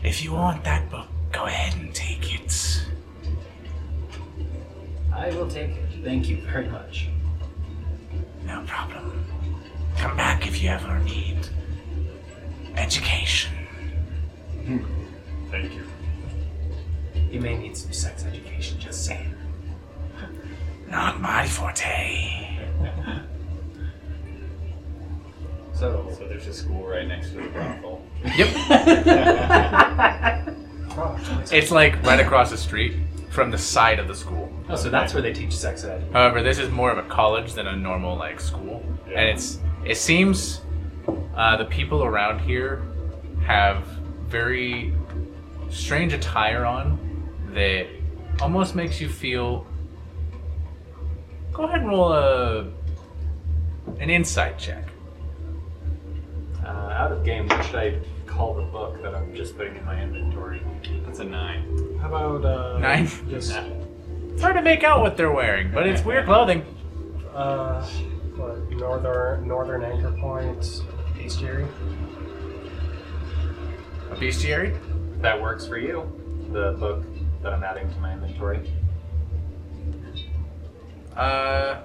If you want that book, go ahead and take it. I will take it. Thank you very much. No problem. Come back if you ever need education. Thank you. You may need some sex education, just saying. Not my forte. So, So there's a school right next to the brothel. It's like right across the street from the side of the school. oh, so that's where they teach sex ed. However, this is more of a college than a normal like school, Yeah. and it's it seems uh, the people around here have very strange attire on that almost makes you feel. Go ahead and roll a an insight check. Uh, out of game, what should I call the book that I'm just putting in my inventory? That's a nine. How about uh, Nine. Just It's hard to make out what they're wearing, but it's weird clothing. uh, what, northern northern anchor point, bestiary. A bestiary. That works for you. The book that I'm adding to my inventory. Uh,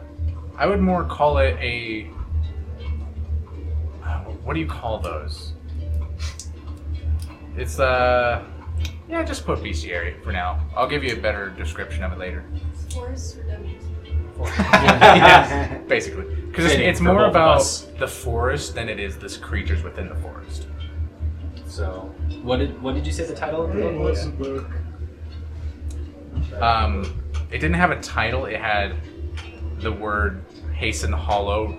I would more call it a. Uh, what do you call those? It's uh, yeah, just put bestiary for now. I'll give you a better description of it later. Force or W's? yeah, basically, because it's, Fitting it's for more both of about us. the forest than it is the creatures within the forest. So, what did what did you say the title of the book was? Um, it didn't have a title. It had the word "Hasten Hollow,"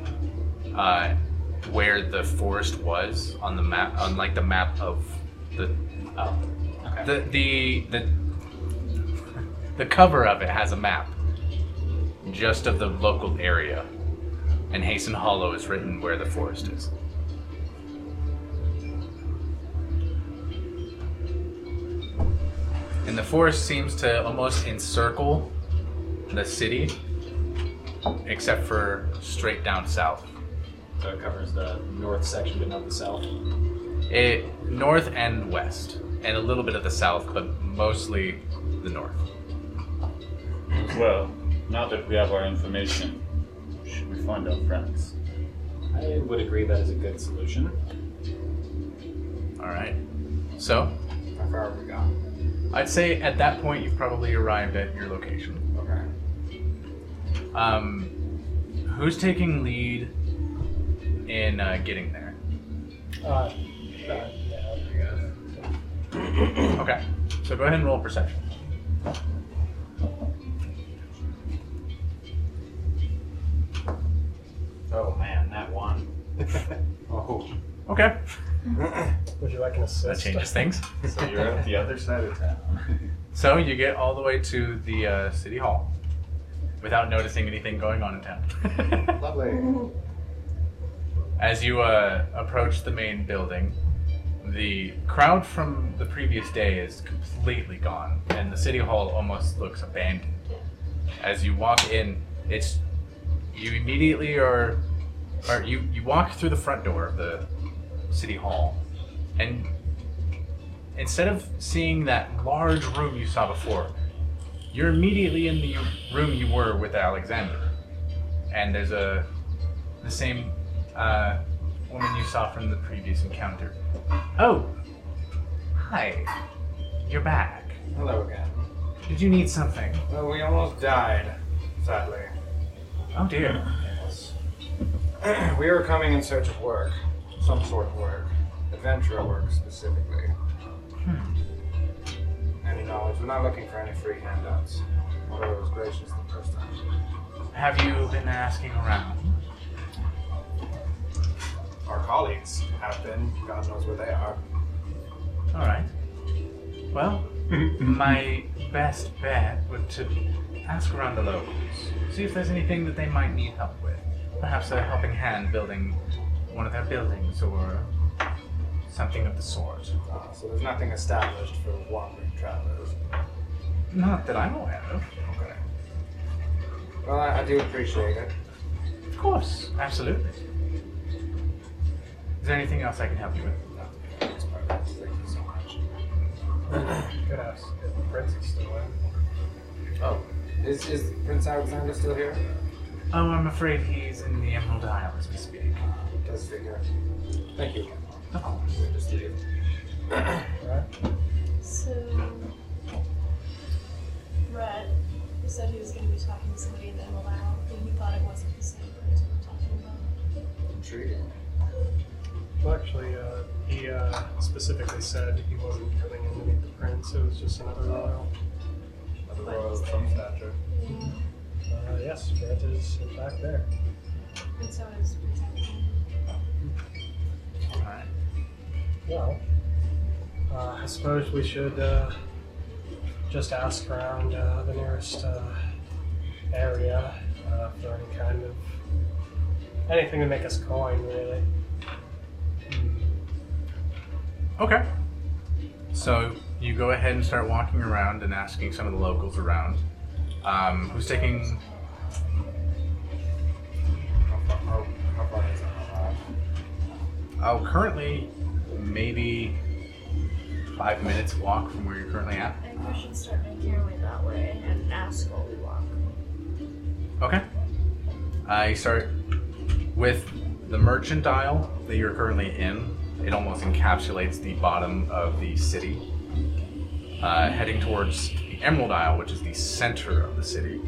uh, where the forest was on the map, on like the map of the uh, Oh, okay. the the the, the cover of it has a map just of the local area, and Hasten Hollow is written where the forest is. And the forest seems to almost encircle the city, except for straight down south. so it covers the north section, but not the south. It north and west, and a little bit of the south, but mostly the north. Well, now that we have our information, should we find our friends? I would agree that is a good solution. All right. So How far have we gone? I'd say at that point you've probably arrived at your location. Okay. Um, who's taking lead in uh, getting there? Uh, Okay. So go ahead and roll perception. Oh man, that one. oh. Okay. would you like an assist? That changes things. So you're at the other side of town. So you get all the way to the uh, city hall without noticing anything going on in town. Lovely. As you uh, approach the main building, the crowd from the previous day is completely gone, and the city hall almost looks abandoned. As you walk in, it's you immediately are All right, you, you walk through the front door of the city hall, and instead of seeing that large room you saw before, you're immediately in the room you were with Alexander. And there's a the same uh, woman you saw from the previous encounter. Oh, hi, you're back. Hello again. Did you need something? Well, we almost died, sadly. Oh dear. Yes. we were coming in search of work, some sort of work, adventurer work specifically. Hmm. Any knowledge? We're not looking for any free handouts. Although it was gracious the first time. Have you been asking around? Our colleagues have been. God knows where they are. All right. Well, my best bet would to ask around the locals, see if there's anything that they might need help with. Perhaps a helping hand building one of their buildings or something of the sort. Uh, so there's nothing established for wandering travelers. Not that I'm aware of. Okay. Well, I, I do appreciate it. Of course, absolutely. Is there anything else I can help you with? No, it's perfect. Thank you so much. Could ask if the prince is still in. Oh, is, is Prince Alexander still here? Oh, I'm afraid he's in the Emerald Isle as we speak. Does figure. Thank you. Of course. We'll just leave. So, Brett, you said he was going to be talking to somebody in the Emerald Isle, but he thought it wasn't the same person we're talking about. Intriguing. Well, actually, uh, he uh, specifically said he wasn't coming in to meet the prince. It was just another royal. Another royal of some stature. Uh, yes, Brent is in fact there. And so is Prince Alexander. All right. Well, uh, I suppose we should uh, just ask around uh, the nearest uh, area uh, for any kind of anything to make us coin, really. Hmm. Okay. So you go ahead and start walking around and asking some of the locals around. Um, who's taking? How far, how, how far is that? Oh, currently, maybe five minutes walk from where you're currently at. I think we should start making our way that way and ask while we walk. Okay. I start with the merchant aisle that you're currently in. It almost encapsulates the bottom of the city. Uh, heading towards the Emerald Isle, which is the center of the city.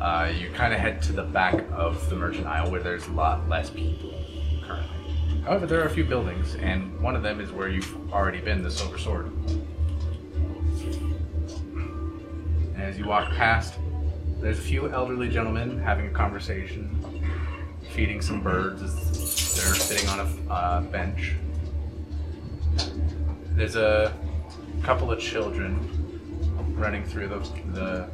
Uh, you kind of head to the back of the merchant aisle where there's a lot less people currently. However, there are a few buildings, and one of them is where you've already been, the Silver Sword. And as you walk past, there's a few elderly gentlemen having a conversation, feeding some birds as they're sitting on a uh, bench. There's a couple of children running through the, the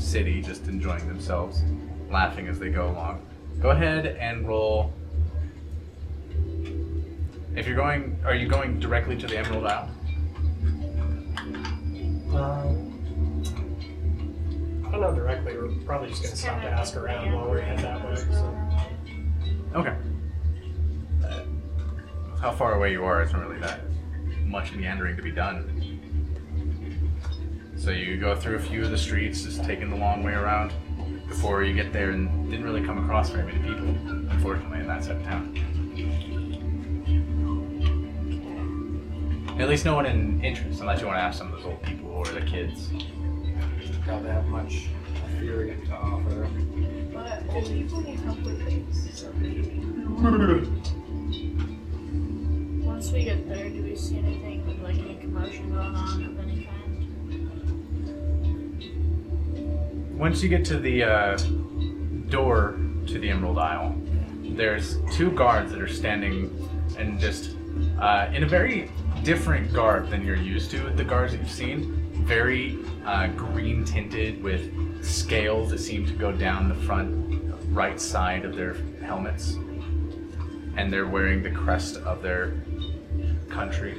city, just enjoying themselves, laughing as they go along. Go ahead and roll. If you're going, are you going directly to the Emerald Isle? Um, I don't know directly. We're probably just going to stop to ask around while we're headed that way. So. Okay. Uh, how far away you are isn't really that much meandering to be done. So you go through a few of the streets, just taking the long way around before you get there, and didn't really come across very many people, unfortunately, in that side of town. At least no one in interest, unless you want to ask some of those old people or the kids. Not that much fury to offer. But old people need help with things. so Once we get there, do we see anything with like any commotion going on of any kind? Once you get to the uh, door to the Emerald Isle, there's two guards that are standing and just uh, in a very different garb than you're used to. The guards that you've seen, very uh, green tinted with scales that seem to go down the front right side of their helmets, and they're wearing the crest of their country.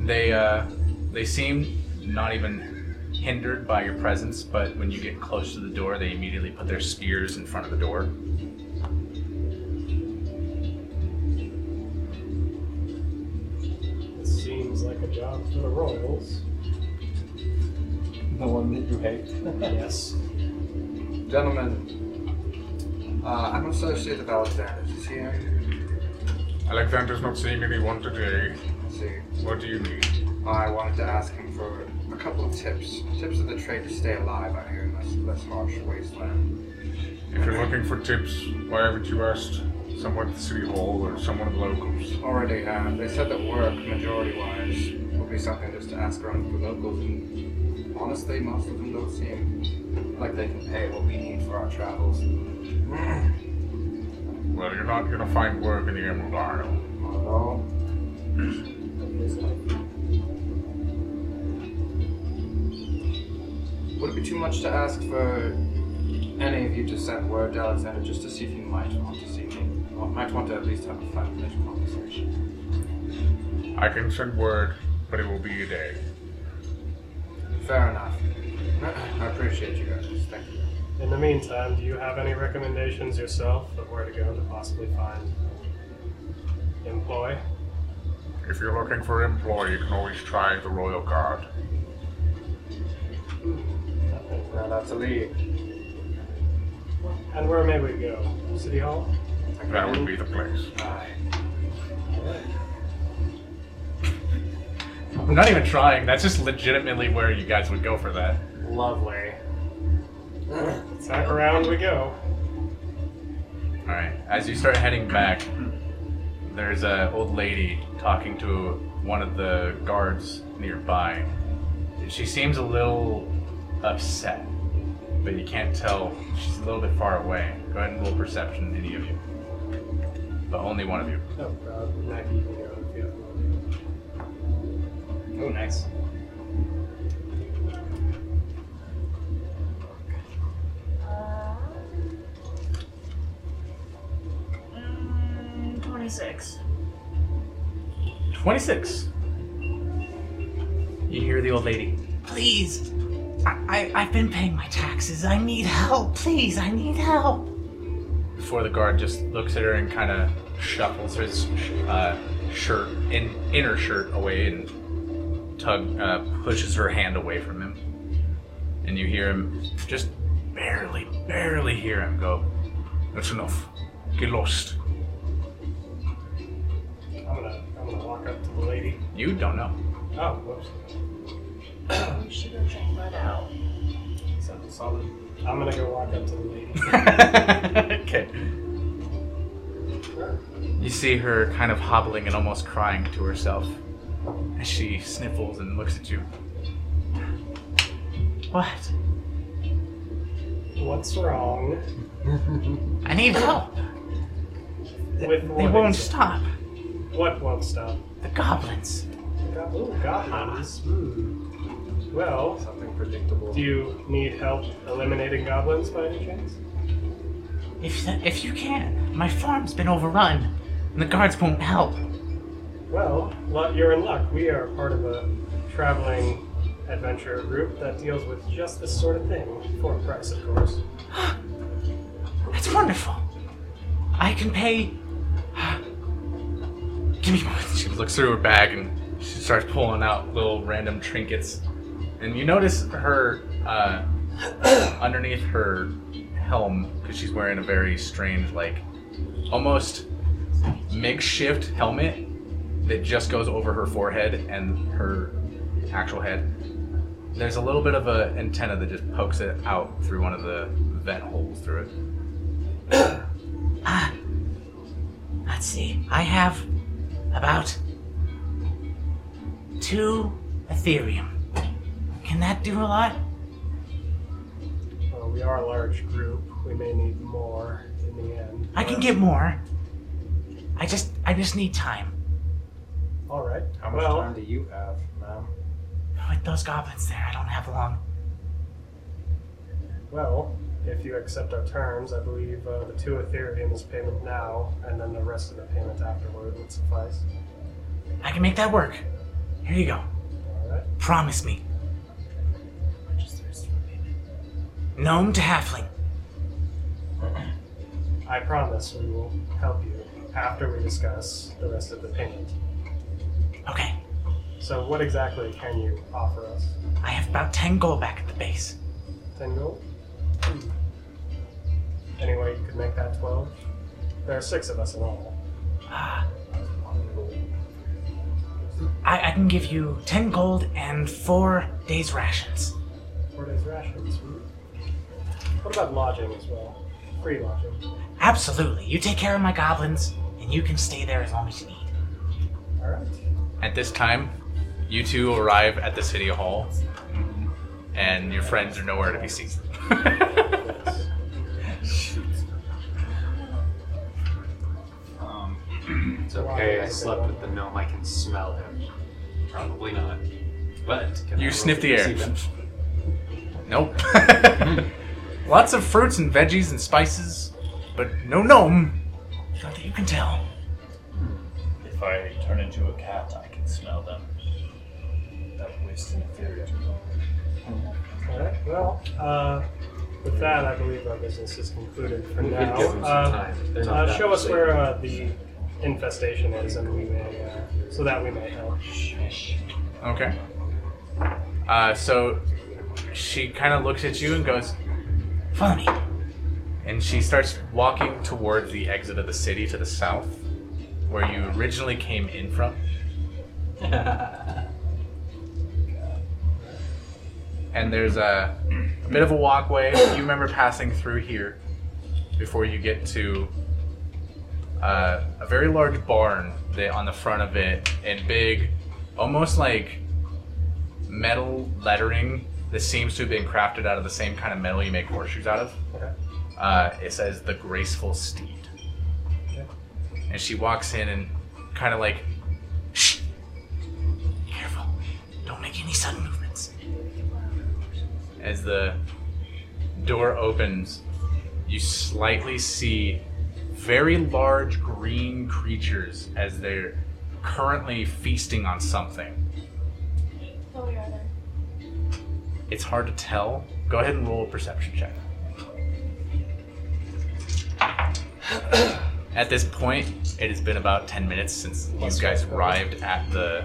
They uh, they seem not even hindered by your presence, but when you get close to the door, they immediately put their spears in front of the door. It seems like a job for the Royals. The one that you hate. Yes. Gentlemen, uh, I'm an associate of Alexander's. Is he here? Alexander's not seeing anyone today. Let's see. What do you need? I wanted to ask him for a couple of tips. Tips of the trade to stay alive out here in this, this harsh wasteland. If you're looking for tips, why haven't you asked someone at the city hall or someone of the locals? Already have. They said that work, majority wise, will be something just to ask around the locals, and honestly, most of them don't seem like they can pay what we need for our travels. Well, you're not gonna find work in the Emerald Isle. Not at all. Would it be too much to ask for any of you to send word to Alexander just to see if he might want to see me? Or might want to at least have a five minute conversation. I can send word, but it will be a day. Fair enough. I appreciate you guys. Thank you. In the meantime, do you have any recommendations yourself of where to go to possibly find employ? If you're looking for employ, you can always try the Royal Guard. Now that's a lead. And where may we go? City Hall? That would be the place. I'm not even trying. That's just legitimately where you guys would go for that. Lovely. Back around we go. All right. As you start heading back, there's a old lady talking to one of the guards nearby. She seems a little upset, but you can't tell. She's a little bit far away. Go ahead and roll perception, any of you, but only one of you. Oh, God. Maggie, you can go if you have Oh, nice. Mm, 26. 26. You hear the old lady. Please. I, I, I've been paying my taxes. I need help. Please, I need help. before the guard just looks at her and kind of shuffles his uh, shirt in inner shirt away and tug uh, pushes her hand away from him and you hear him just barely barely hear him go that's enough get lost I'm gonna, I'm gonna walk up to the lady. you don't know Oh, whoops. we should have checked that out. Sounds solid. I'm gonna go walk up to the lady. okay you see her kind of hobbling and almost crying to herself as she sniffles and looks at you What? What's wrong? I need help. With They what won't is it? stop. What won't stop? The goblins. Got little goblins. Hmm. Well, Something predictable. do you need help eliminating goblins by any chance? If, if you can, my farm's been overrun, and the guards won't help. Well, lu- you're in luck. We are part of a traveling adventure group that deals with just this sort of thing, for a price, of course. That's wonderful. I can pay. uh, Give me one. She looks through her bag and she starts pulling out little random trinkets. And you notice her uh, underneath her helm because she's wearing a very strange, like, almost makeshift helmet that just goes over her forehead and her actual head. There's a little bit of a antenna that just pokes it out through one of the vent holes through it. Let's see. I have about two Ethereum. Can that do a lot? Well, Uh, we are a large group. We may need more in the end. I can but- get more. I just I just need time. All right. How much well, time do you have, ma'am? Oh, With those goblins there, I don't have long. Well, if you accept our terms, I believe uh, the two Ethereum is payment now, and then the rest of the payment afterward would suffice. I can make that work. Here you go. All right. Promise me. Gnome to halfling. I promise we will help you after we discuss the rest of the payment. Okay. So, what exactly can you offer us? I have about 10 gold back at the base. 10 gold? Any way you could make that 12? There are six of us in all. Ah. I, I can give you 10 gold and 4 days' rations. Four days' rations. hmm. What about lodging as well? Free lodging. Absolutely. You take care of my goblins, and you can stay there as long as you need. Alright. At this time, you two arrive at the city hall, and your friends are nowhere to be seen. Um, it's okay. I slept with the gnome. I can smell him. Probably not. But can I You roll sniff to the air. perceive him? Nope. Lots of fruits and veggies and spices, but no gnome. Not that you can tell. If I turn into a cat, I can smell them. That waste an inferior. Alright, well, uh, with that, I believe our business is concluded for We could now. give them some Uh, time. They're not uh, that show us safe. where uh, the infestation is, and we may, uh, so that we may help. Okay. Uh, so she kind of looks at you and goes, Follow me. and she starts walking towards the exit of the city to the south, where you originally came in from. and there's a, a bit of a walkway. You remember passing through here before you get to uh, a very large barn that on the front of it, and big, almost like metal lettering that seems to have been crafted out of the same kind of metal you make horseshoes out of. Okay. Uh, it says the graceful steed. Okay. And she walks in and kind of like, Careful. Don't make any sudden movements. as the door opens, you slightly see very large green creatures as they're currently feasting on something. Oh, we are there. It's hard to tell. Go ahead and roll a perception check. At this point, it has been about 10 minutes since you guys arrived at the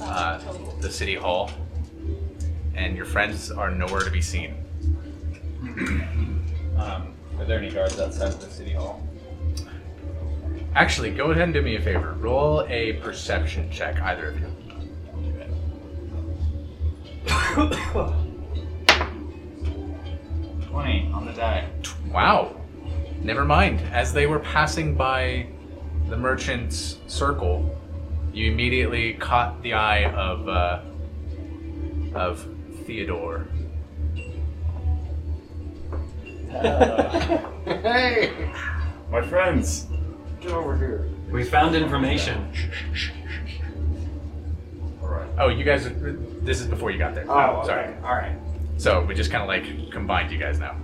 uh, the city hall, and your friends are nowhere to be seen. Um, are there any guards outside of the city hall? Actually, go ahead and do me a favor. Roll a perception check, either of you. Twenty on the die. Wow. Never mind. As they were passing by the merchant's circle, you immediately caught the eye of uh, of Theodore. hey, my friends, get over here. We found information. All right. Oh, you guys. Are, this is before you got there. Oh, sorry. All right. So we just kind of like combined you guys now.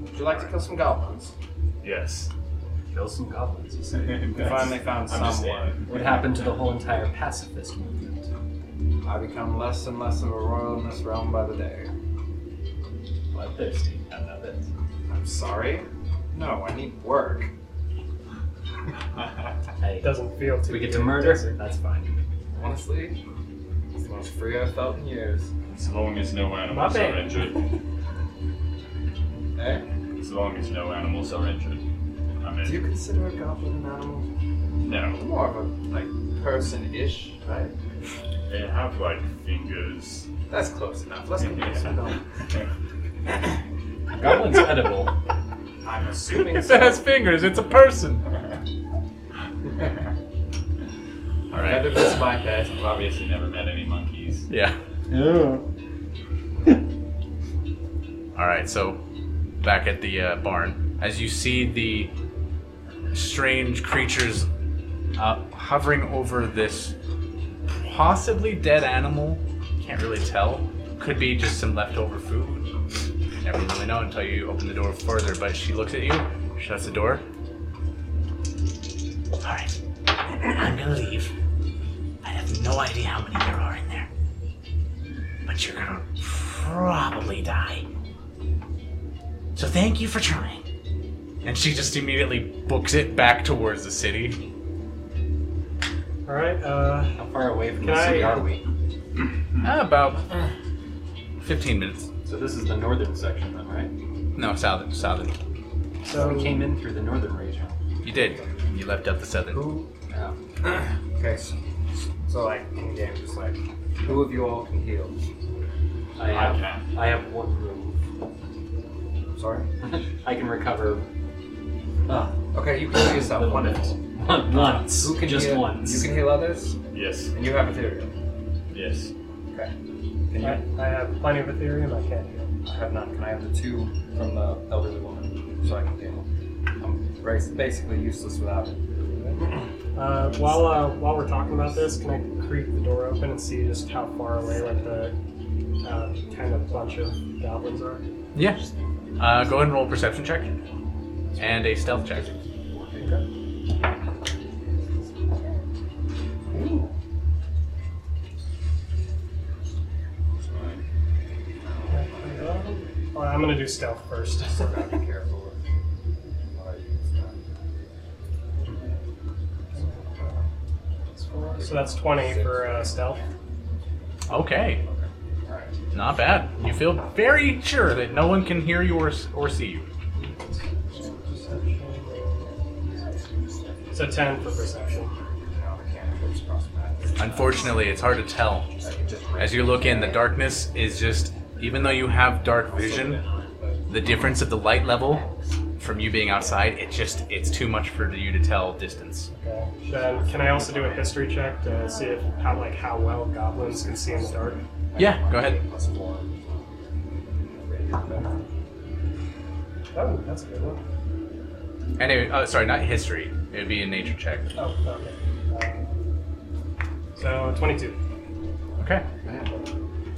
Would you like to kill some goblins? Yes. Kill some goblins, you say. We finally found I'm just someone. What happened to the whole entire pacifist movement? I become less and less of a royal in this realm by the day. Bloodthirsty. I love it. I'm sorry. No, I need work. Hey, It doesn't feel too we get good, to does murder? it? That's fine. Honestly, it's the most free I've felt in years. As long as no animals My are bad. injured. Eh? As long as no animals are injured. I'm Do you in. consider a goblin an animal? No. More of a like person-ish, right? They have like fingers. That's close enough. Let's go get some goblins. Goblin's edible. I'm assuming It so. has fingers. It's a person. All Neither right. does my pet. I've obviously never met any monkeys. Yeah. All right, so back at the uh, barn, as you see the strange creatures uh, hovering over this possibly dead animal, can't really tell. Could be just some leftover food. Never really know until you open the door further. But she looks at you, shuts the door. Alright. I'm gonna leave. I have no idea how many there are in there. But you're gonna probably die. So thank you for trying. And she just immediately books it back towards the city. All right. Uh, How far away from can the city I- are we? Hmm. Ah, About 15 minutes. So this is the northern section, then, right? No, southern. Southern. So we came in through the northern region. You did. You left out the southern. Yeah. Okay, so, so like in game, just like who of you all can heal? I have, I have one move. Sorry. I can recover. Uh, Okay, you can heal yourself. Little Wonderful. One- once. Who can Just heal? once. You can heal others, Yes. and you have ethereal. Yes. Okay. Can you? I, I have plenty of Ethereum. I can't heal. I have none. Can I have the two from the elderly woman so I can heal? I'm race- basically useless without it. Uh, while uh, while we're talking about this, can I creep the door open and see just how far away like the uh, kind of bunch of goblins are? Yeah. Uh, go ahead and roll a perception check and a stealth check. Okay. All right, I'm gonna do stealth first. So gotta be careful with what I use. So that's 20 for uh, stealth. Okay. Alright. Not bad. You feel very sure that no one can hear you or, or see you. So 10 for perception. Now the cantrips cross paths. Unfortunately, it's hard to tell. I can just As you look in, the darkness is just, even though you have dark vision, the difference of the light level from you being outside, it just, it's too much for you to tell distance. Okay. Then can I also do a history check to see if how like how well goblins can see in the dark? Yeah, go ahead. plus four. Oh, that's a good one. Anyway, uh, sorry, not history. It would be a nature check. Oh, okay. Uh, so 22. Okay.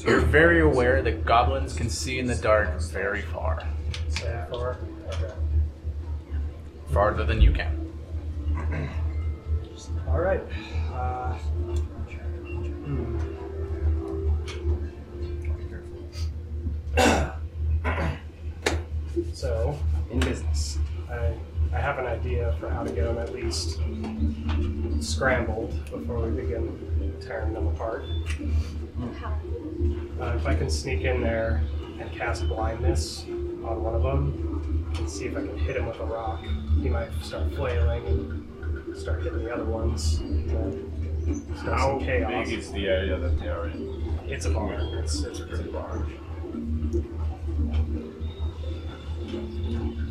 You're very aware that goblins can see in the dark very far, So far. Okay. farther than you can. All right. Uh, hmm. so In business. I, I have an idea for how to get them at least scrambled before we begin tearing them apart. Uh, if I can sneak in there and cast blindness on one of them and see if I can hit him with a rock, he might start flailing and start hitting the other ones. Uh, start How some chaos. big is the area that they are in? It's a barn. It's, it's pretty large.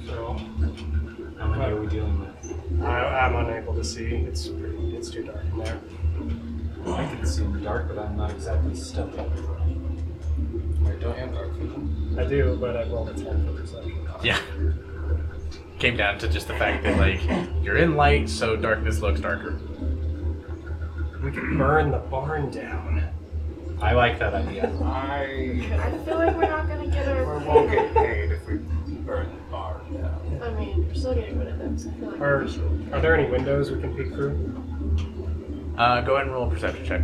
So How many are we dealing with? I, I'm unable to see. It's pretty, it's too dark in there. I can see in the dark, but I'm not exactly stealthy. Wait, don't you have dark vision? I do, but I rolled a 10 for perception. Yeah. Came down to just the fact that, like, you're in light, so darkness looks darker. We could burn the barn down. I like that idea. I I feel like we're not gonna get we our. won't get paid if we burn the bar down. I mean, we're still getting rid of them. So I feel like Are, are there any windows we can peek through? Uh, go ahead and roll a perception check.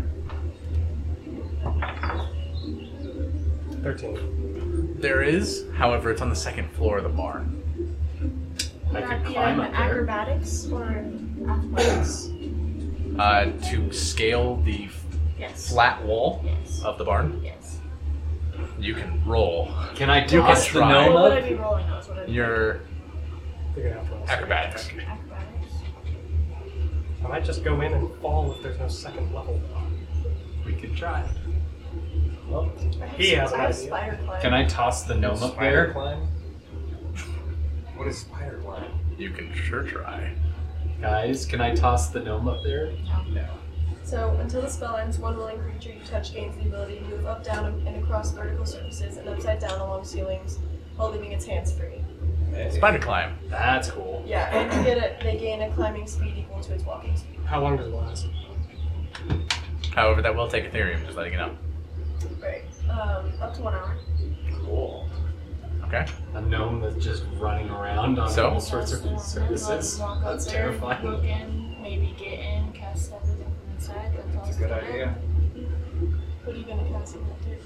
13. There is, however, it's on the second floor of the barn. I would that could be climb an up there. acrobatics or athletics? Uh, to scale the yes. flat wall Yes. of the barn, Yes. you can roll Can I dodge the try. gnome What would I up? be rolling on? Is what I'd be- your They're gonna have to roll. acrobatics. Acrobatics. I might just go in and fall if there's no second level. We could try. Well, I have He sp- has an I have idea. spider climb. Can I toss the gnome up there? climb? What is spider climb? You can sure try. Guys, can I toss the gnome up there? So, until the spell ends, one willing creature you touch gains the ability to move up, down, and across vertical surfaces and upside down along ceilings while leaving its hands free. Spider climb. That's cool. Yeah, and you get a, they gain a climbing speed equal to its walking speed. how long does it last? However, that will take Ethereum, just letting you know. Right. Um, up to one hour. Cool. Okay. A gnome that's just running around on So? all sorts of surfaces. Walk up That's there, Look terrifying. in, maybe get in, cast everything from inside. That's all. That's a good I can do. idea. What do you gonna cast,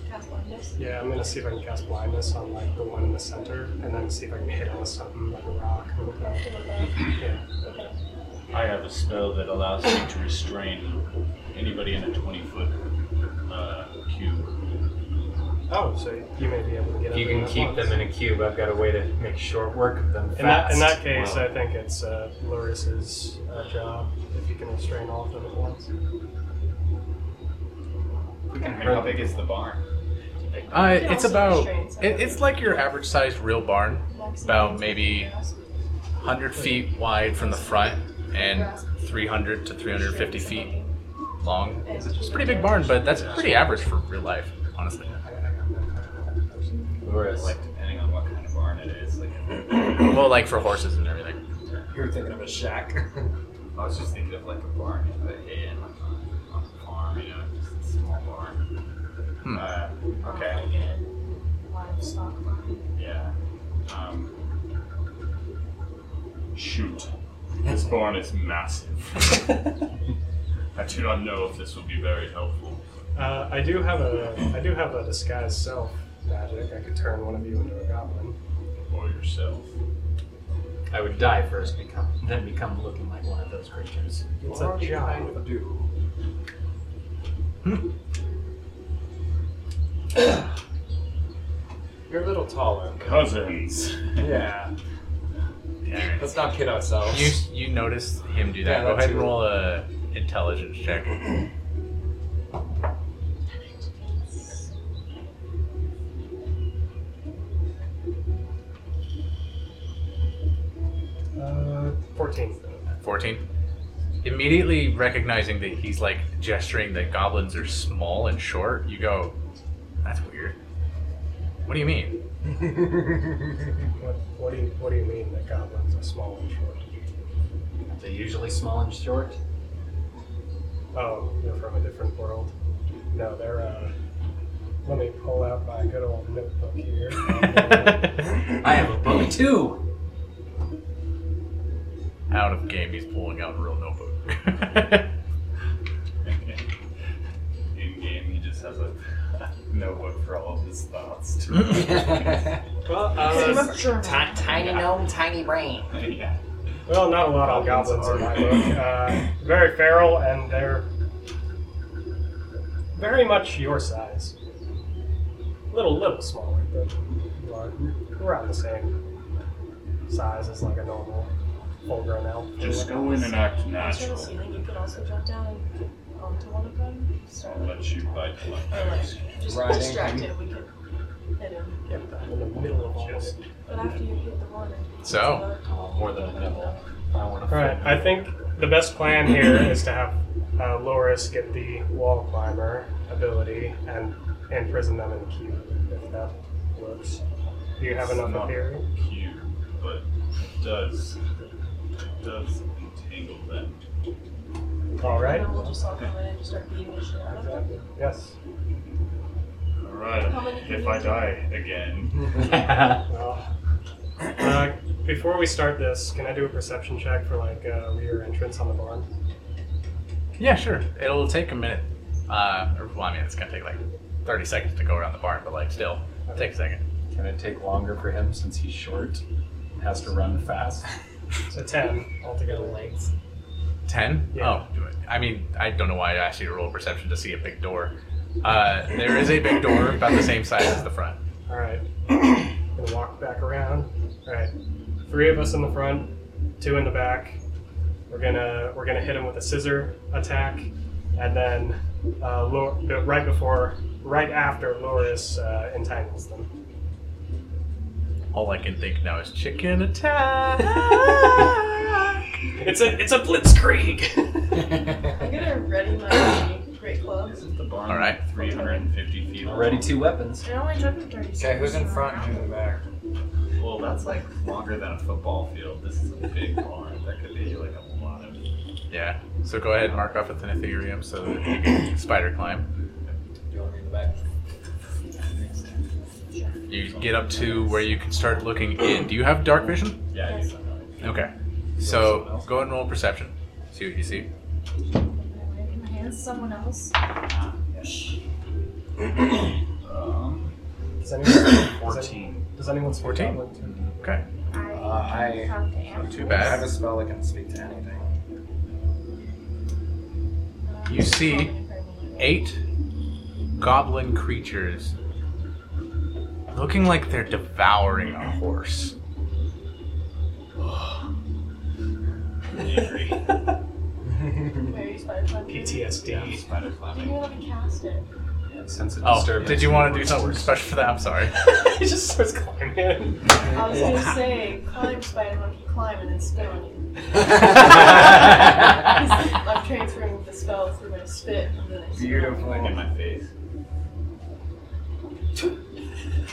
cast blindness? Yeah, I'm gonna see if I can cast blindness on like the one in the center, and then see if I can hit it with something like a rock. Or yeah. I have a spell that allows me to restrain anybody in a 20 foot uh, cube. Oh, so you may be able to get. You everything can at keep once. them in a cube. I've got a way to make short work of them. In that, in that fast. case, Wow. I think it's uh, Luris's uh, job if you can restrain all of them at once. And how big is the barn? Uh, it's about it, it's like your average sized real barn, about maybe 100 feet wide from the front and 300 to 350 feet long. It's a pretty big barn, but that's pretty average for real life, honestly. Whereas, like, depending on what kind of barn it is, like, Well, like for horses and everything. you were thinking of a shack. I was just thinking of like a barn you put in like on, on a farm, you know, just a small barn. Hmm. Uh, okay. Livestock. Yeah. Um, shoot. This barn is massive. I do not know if this will be very helpful. Uh, I do have a I do have a disguise self magic. I could turn one of you into a goblin. Or yourself. I would die first, become then become looking like one of those creatures. It's a job. Do. You're a little taller. Cousins. Yeah. Let's not kid ourselves. You you notice him do that. Yeah, Go that's ahead and it. roll a intelligence check. Uh, Fourteen. 14. Immediately recognizing that he's like gesturing that goblins are small and short, you go, "That's weird." What do you mean? what, what do you What do you mean that goblins are small and short? They're usually small and short. Oh, you're from a different world. No, they're. Uh, let me pull out my good old notebook here. I have a book too. Out of game, he's pulling out a real notebook. In game, he just has a notebook for all of his thoughts. Too. well, uh, tiny gnome, tiny brain. yeah. Well, not a lot of goblins in my book. Uh, very feral, and they're very much your size. Little, little smaller, but like, around the same size as like a normal full-grown elf. Just go in and act Is there a natural. ceiling? You could also jump down and get onto one of them. So, I'll let you bite the or like, leftovers. just Riding distract him. it. We could hit him. Get that in the middle of all this. But after you hit the one, So? More than a nibble. I want All right. I think the best plan here is to have uh, Loris get the wall climber ability and imprison them in the cube, if that works. Do you have It's enough not ethereum? cute, but it does it does entangle them. All right. then we'll just all come in and just start beating the shit out of them. Yes. All right. How many can If you I do? die again, Well, uh, before we start this, can I do a perception check for like uh, rear entrance on the barn? yeah, sure. It'll take a minute. Uh, or, well, I mean, it's gonna take like 30 seconds to go around the barn, but like still, take a second. Can it take longer for him since he's short? and Has to run fast. It's a ten altogether. Legs. 10? Yeah. Oh, I mean, I don't know why I asked you to roll perception to see a big door. Uh, there is a big door about the same size as the front. All right. Gonna walk back around. All right. Three of us in the front, two in the back. We're gonna we're gonna hit him with a scissor attack, and then uh, Lo- but right before, right after Loris uh, entangles them. All I can think now is chicken attack. It's a it's a blitzkrieg. I'm gonna ready my great club. isn't the barn All right. 350 feet long? Already two weapons. It only took me 30 Okay, who's in seconds. front and who's in back? Well, that's like longer than a football field. This is a big barn. That could be like a lot of. Yeah. So go ahead and mark off with an Ethereum so that you can spider climb. Do you want me in the back? You get up to where you can start looking in. Do you have dark vision? Yeah. I guess I'm not. Okay. So go ahead and roll perception. See what you see. Am I in someone else? um, does anyone? does any- 14. Does anyone speak 14? Goblin? Okay. Uh, I, Not too bad. I have a spell that can speak to anything. You see eight goblin creatures looking like they're devouring a horse. Where you spider climb? PTSD. spider You didn't even cast it. Sense of Oh, disturbance. did you want to do something special for that? I'm sorry. It just starts climbing. I was gonna say, climb, spider monkey, climb, and then spit on you. 'Cause I'm transferring the spell through my spit. And then I spit on you. Like in my face.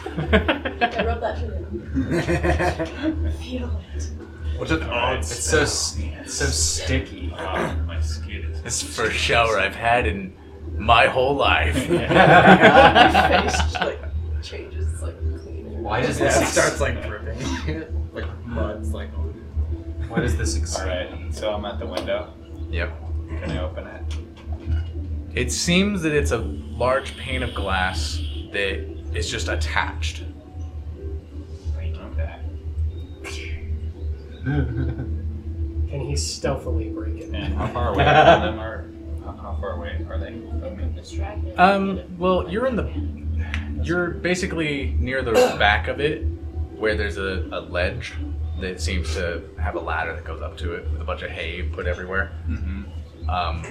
I rubbed that through them. Feel it. What's it? Oh, it's It's so s- it's so sticky. Oh, my skin is. This is the first shower I've had in my whole life. My face just like changes. It's like cleaner. Why does Yeah, this it starts like dripping, like mud's like. Why does this All exist? right, so I'm at the window. yep. Can I open it? It seems that it's a large pane of glass that is just attached. Okay. Can he stealthily break it? And how far away are them? Are how, how far away are they from me? Distracted. Um, well, you're in the. You're basically near the back of it where there's a, a ledge that seems to have a ladder that goes up to it with a bunch of hay put everywhere. Mm-hmm. Um,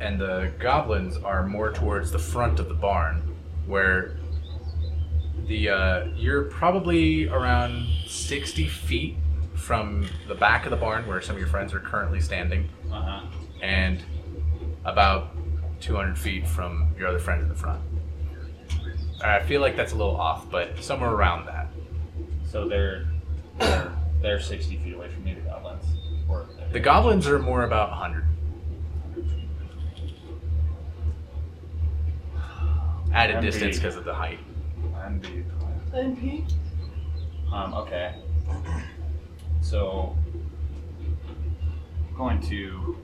and the goblins are more towards the front of the barn, where the uh, you're probably around sixty feet from the back of the barn where some of your friends are currently standing, Uh huh. and about two hundred feet from your other friend in the front. I feel like that's a little off, but somewhere around that. So they're they're, they're 60 feet away from me. The goblins. Or The goblins are more about hundred. At a That'd distance be- because of the height. I'm deep. NP? Um. Okay. So I'm going to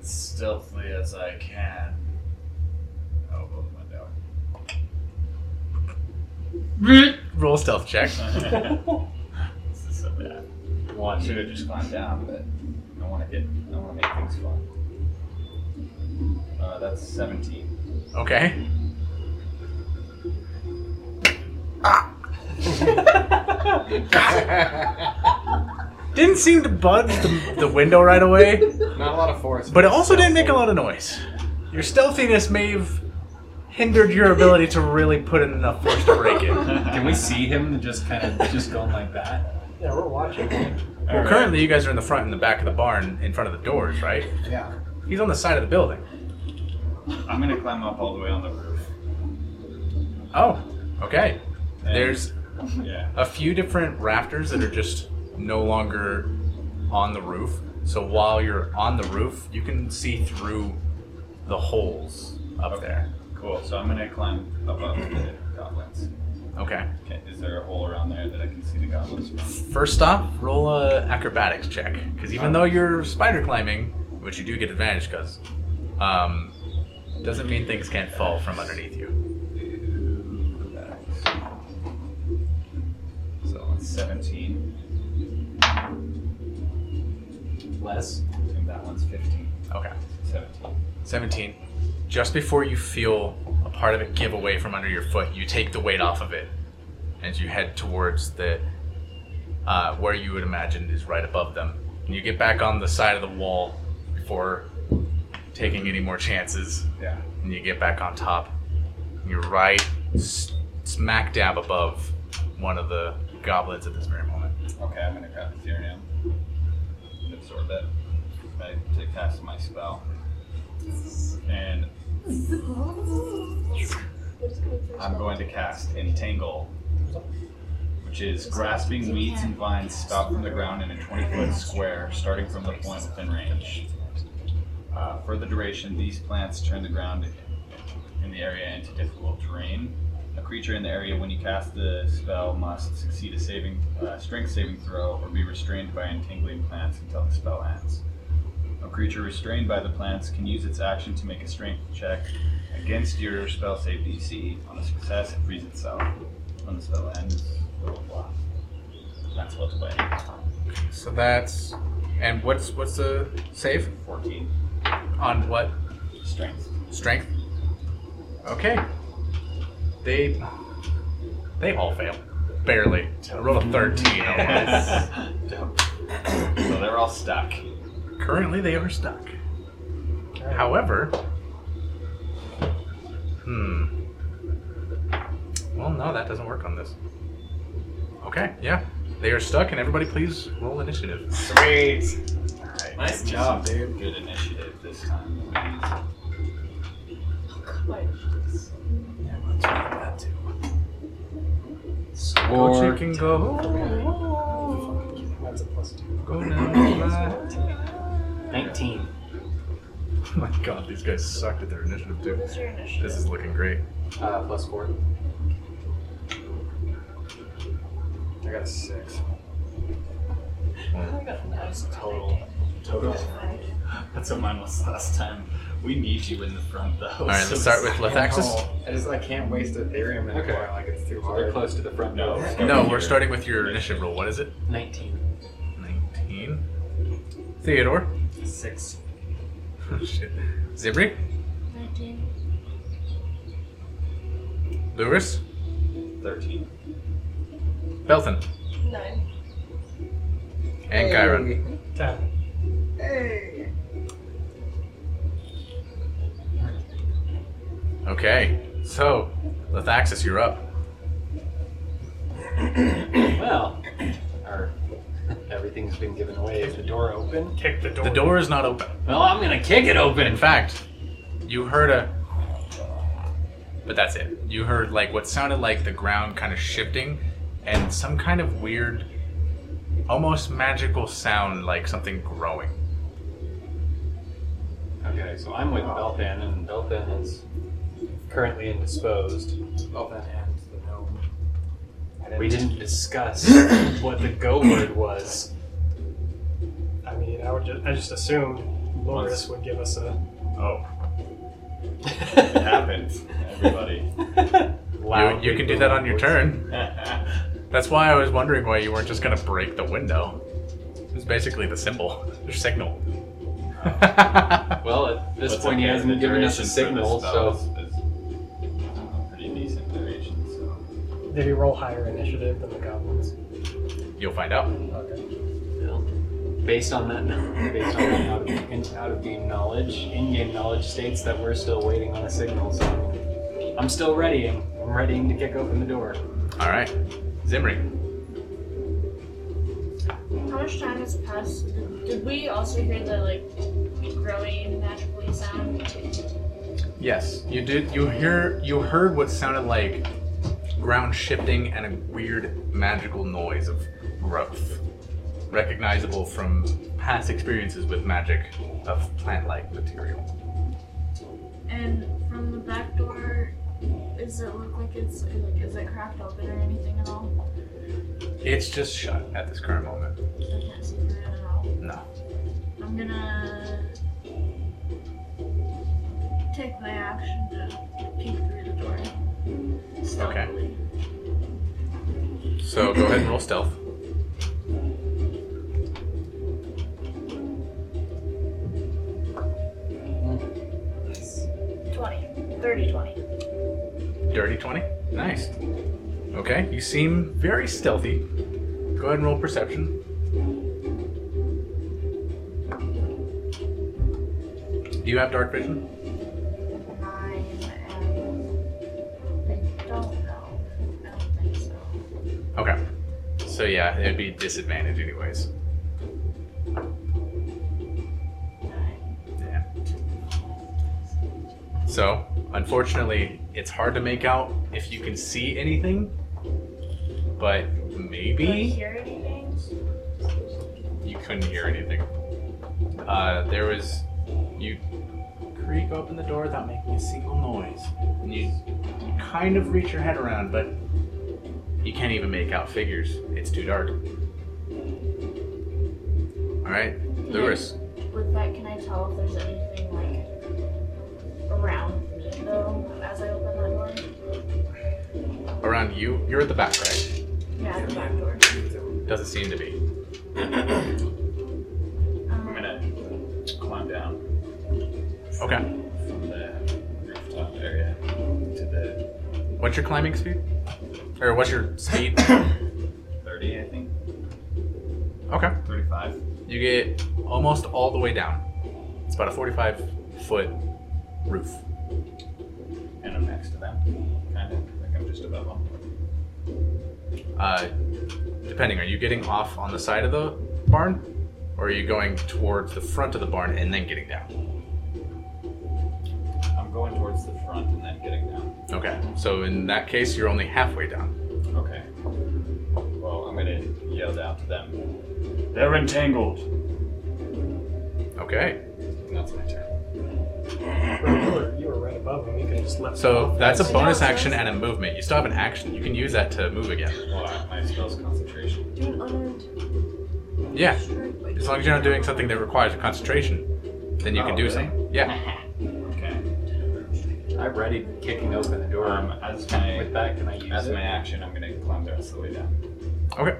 stealthily as I can. Oh, Elbow the window. Roll stealth check. this is so bad. I One. should have just gone down, but I want to get. I want to make things fun. Uh, that's 17. Okay. Didn't seem to budge the, the window right away, Not a lot of force. but it also didn't make a lot of noise. Your stealthiness may have hindered your ability to really put in enough force to break it. Well, Can we see him just kind of just going like that? Yeah, we're watching. Alright. currently you guys are in the front and the back of the barn in front of the doors, right? Yeah. He's on the side of the building. I'm gonna climb up all the way on the roof. Oh, okay. And- There's yeah. a few different rafters that are just no longer on the roof. So while you're on the roof, you can see through the holes up Okay. there. Cool. So I'm gonna climb above the goblins. Okay. Okay. Is there a hole around there that I can see the goblins from? First off, roll a acrobatics check because even though you're spider climbing, which you do get advantage because, um, doesn't mean things can't fall from underneath you. So that's 17, Less. and that one's 15. Okay. 17. 17. Just before you feel a part of it give away from under your foot, you take the weight off of it as you head towards the uh, where you would imagine is right above them. And you get back on the side of the wall before taking any more chances. Yeah. And you get back on top. And you're right s- smack dab above one of the goblins at this very moment. Okay. I'm gonna grab the Ethereum and absorb it. I to cast my spell. And I'm going to cast Entangle, which is grasping weeds and vines stopped from the ground in a 20 foot square, starting from the point within range. Uh, for the duration, these plants turn the ground in the area into difficult terrain. A creature in the area, when you cast the spell, must succeed a saving uh, strength saving throw or be restrained by entangling plants until the spell ends. A creature restrained by the plants can use its action to make a strength check against your spell save DC. On a success, it frees itself. When the spell ends, blah blah blah. That's what's played. So that's and what's what's the save? Fourteen. On what? Strength. Strength. Okay. They they all fail. Barely. I rolled a thirteen. I'm like, so they're all stuck. Currently, they are stuck. However, hmm. Well, no, that doesn't work on this. Okay, yeah, they are stuck, and everybody, please roll initiative. Sweet. Alright, Nice this job, is dude. Good initiative this time. Or can go. That's a plus two. Go now. 19. Oh my god, these guys sucked at their initiative too. What's your initiative? This is looking great. Uh, plus 4. I got a six. Total. Total. That's what mine was last time. We need you in the front though. All right, let's start with left axis. Oh, I just I can't waste Ethereum anymore. Like it's too So hard. they're close to the front No. door. No, we're starting with your initiative roll. What is it? 19. 19. Theodore. 6. Oh, shit. Zibri. 19. Lewis. Thirteen. Belton. Nine. And Gyron. Ten. Hey. Okay, so left axis, you're up. Well, our, everything's been given away. Is the door open? Kick the door. The door is not open. Well, I'm gonna kick it In open. fact, you heard a. But that's it. You heard like what sounded like the ground kind of shifting, and some kind of weird, almost magical sound, like something growing. Okay, so I'm with Belthan, and Belthan is currently indisposed. Belthan and the gnome. I We didn't discuss what the go word was. I mean, I would just, I just assumed Loris would give us a. Oh, it happens, everybody. Loud you, you can do people that on your voice. turn. That's why I was wondering why you weren't just gonna break the window. It's basically the symbol, your signal. Well, at this What's point, he okay, the hasn't given us duration a for signal, this spell so is- is pretty decent duration. So Did he roll higher initiative than the goblins? You'll find out. based on that, based on that out of, in- out of game knowledge, in game knowledge states that we're still waiting on a signal. So I'm still readying. I'm readying to kick open the door. All right, Zimri. How much time has passed? Did, did we also hear the like growing magically sound? Yes, you did. You hear? You heard what sounded like ground shifting and a weird magical noise of growth, recognizable from past experiences with magic of plant-like material. And from the back door, does it look like it's like is it cracked open or anything at all? It's just shut at this current moment. I can't see through it at all. No. I'm gonna take my action to peek through the door. Stealthily. So go ahead and roll stealth. Okay. 20. 30 20. Dirty twenty. Nice. Okay, you seem very stealthy. Go ahead and roll perception. Do you have dark vision? Nine and I don't know. I don't think so. Okay. So yeah, it'd be disadvantage anyways. Nine. Yeah. So unfortunately, it's hard to make out if you can see anything. But Do I maybe hear anything? you couldn't hear anything. Uh, there was you creak open the door without making a single noise, and you kind of reach your head around, but you can't even make out figures. It's too dark. All right, Lewis. with that, can I tell if there's anything like around me though as I open that door? Around you, you're at the back, right? Yeah, at the back door. Doesn't seem to be. I'm gonna climb down Okay. from the rooftop area to the What's your climbing speed? Or what's your speed? 30, I think. Okay. 35. You get almost all the way down. It's about a 45 foot roof. And I'm next to them. Kind of. Like I'm just above them. Uh, depending, are you getting off on the side of the barn? Or are you going towards the front of the barn and then getting down? I'm going towards the front and then getting down. Okay. So in that case, you're only halfway down. Okay. Well, I'm gonna yell out to them. They're entangled. Okay. And that's my turn. you, were, you were right above him. You could have just left. So him. that's a bonus action and a movement. You still have an action. You can use that to move again. Well, I- my spell's concentration. Do an unarmed Yeah. strike. As long as you're not doing something that requires a concentration, then you Oh, can do really? something. Yeah. Okay. I'm ready kicking open the door. Um, as my With that, can I use as it? my action, I'm gonna climb the rest of the way down. Okay.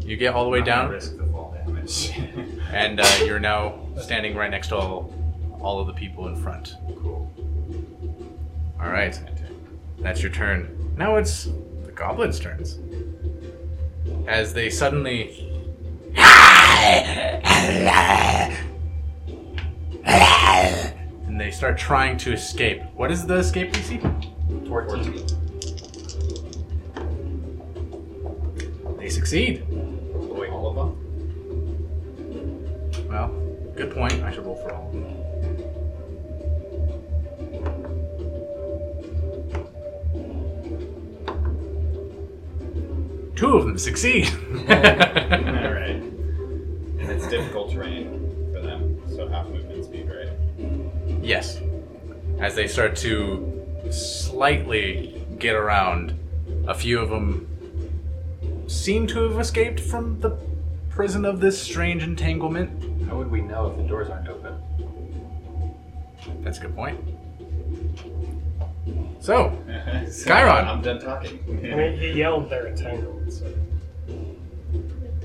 You get all the way I'm gonna down, Risk the fall damage. and uh, you're now standing right next to all, all of the people in front. cool. All right. That's your turn. Now it's the goblins' turns. As they suddenly. And they start trying to escape. What is the escape DC? 14. They succeed. Wait, all of them? Well, good point. I should roll for all of them. Two of them succeed. All right. And it's difficult terrain for them, so half movement speed, right? Yes. As they start to slightly get around, a few of them seem to have escaped from the prison of this strange entanglement. How would we know if the doors aren't open? That's a good point. So, So, Chiron. I'm done I talking. mean, he yelled, "They're entangled." So. They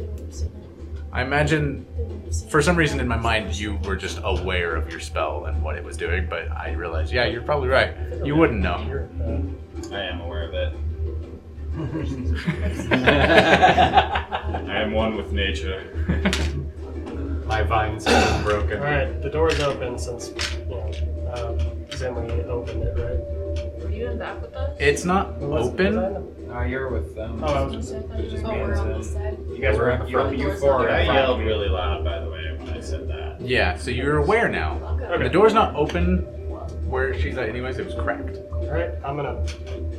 wouldn't have seen it. I imagine They wouldn't have seen for it. some reason in my mind you were just aware of your spell and what it was doing, but I realized, yeah, you're probably right. You wouldn't know. You're, uh, I am aware of it. I am one with nature. My vines are all broken. right, the door's open since you know, um, Zimri opened it, right? Were you in back with us? It's not Who was- was I open. in the- No, you're with them. Oh, I was So I thought you Just were- me oh, we're and on Tim. this side. You guys were you, you four are I in front of yelled me. really loud, by the way, when I said that. Yeah, so you're aware now. Okay. The door's not open where she's at anyways, it was cracked. All right, I'm gonna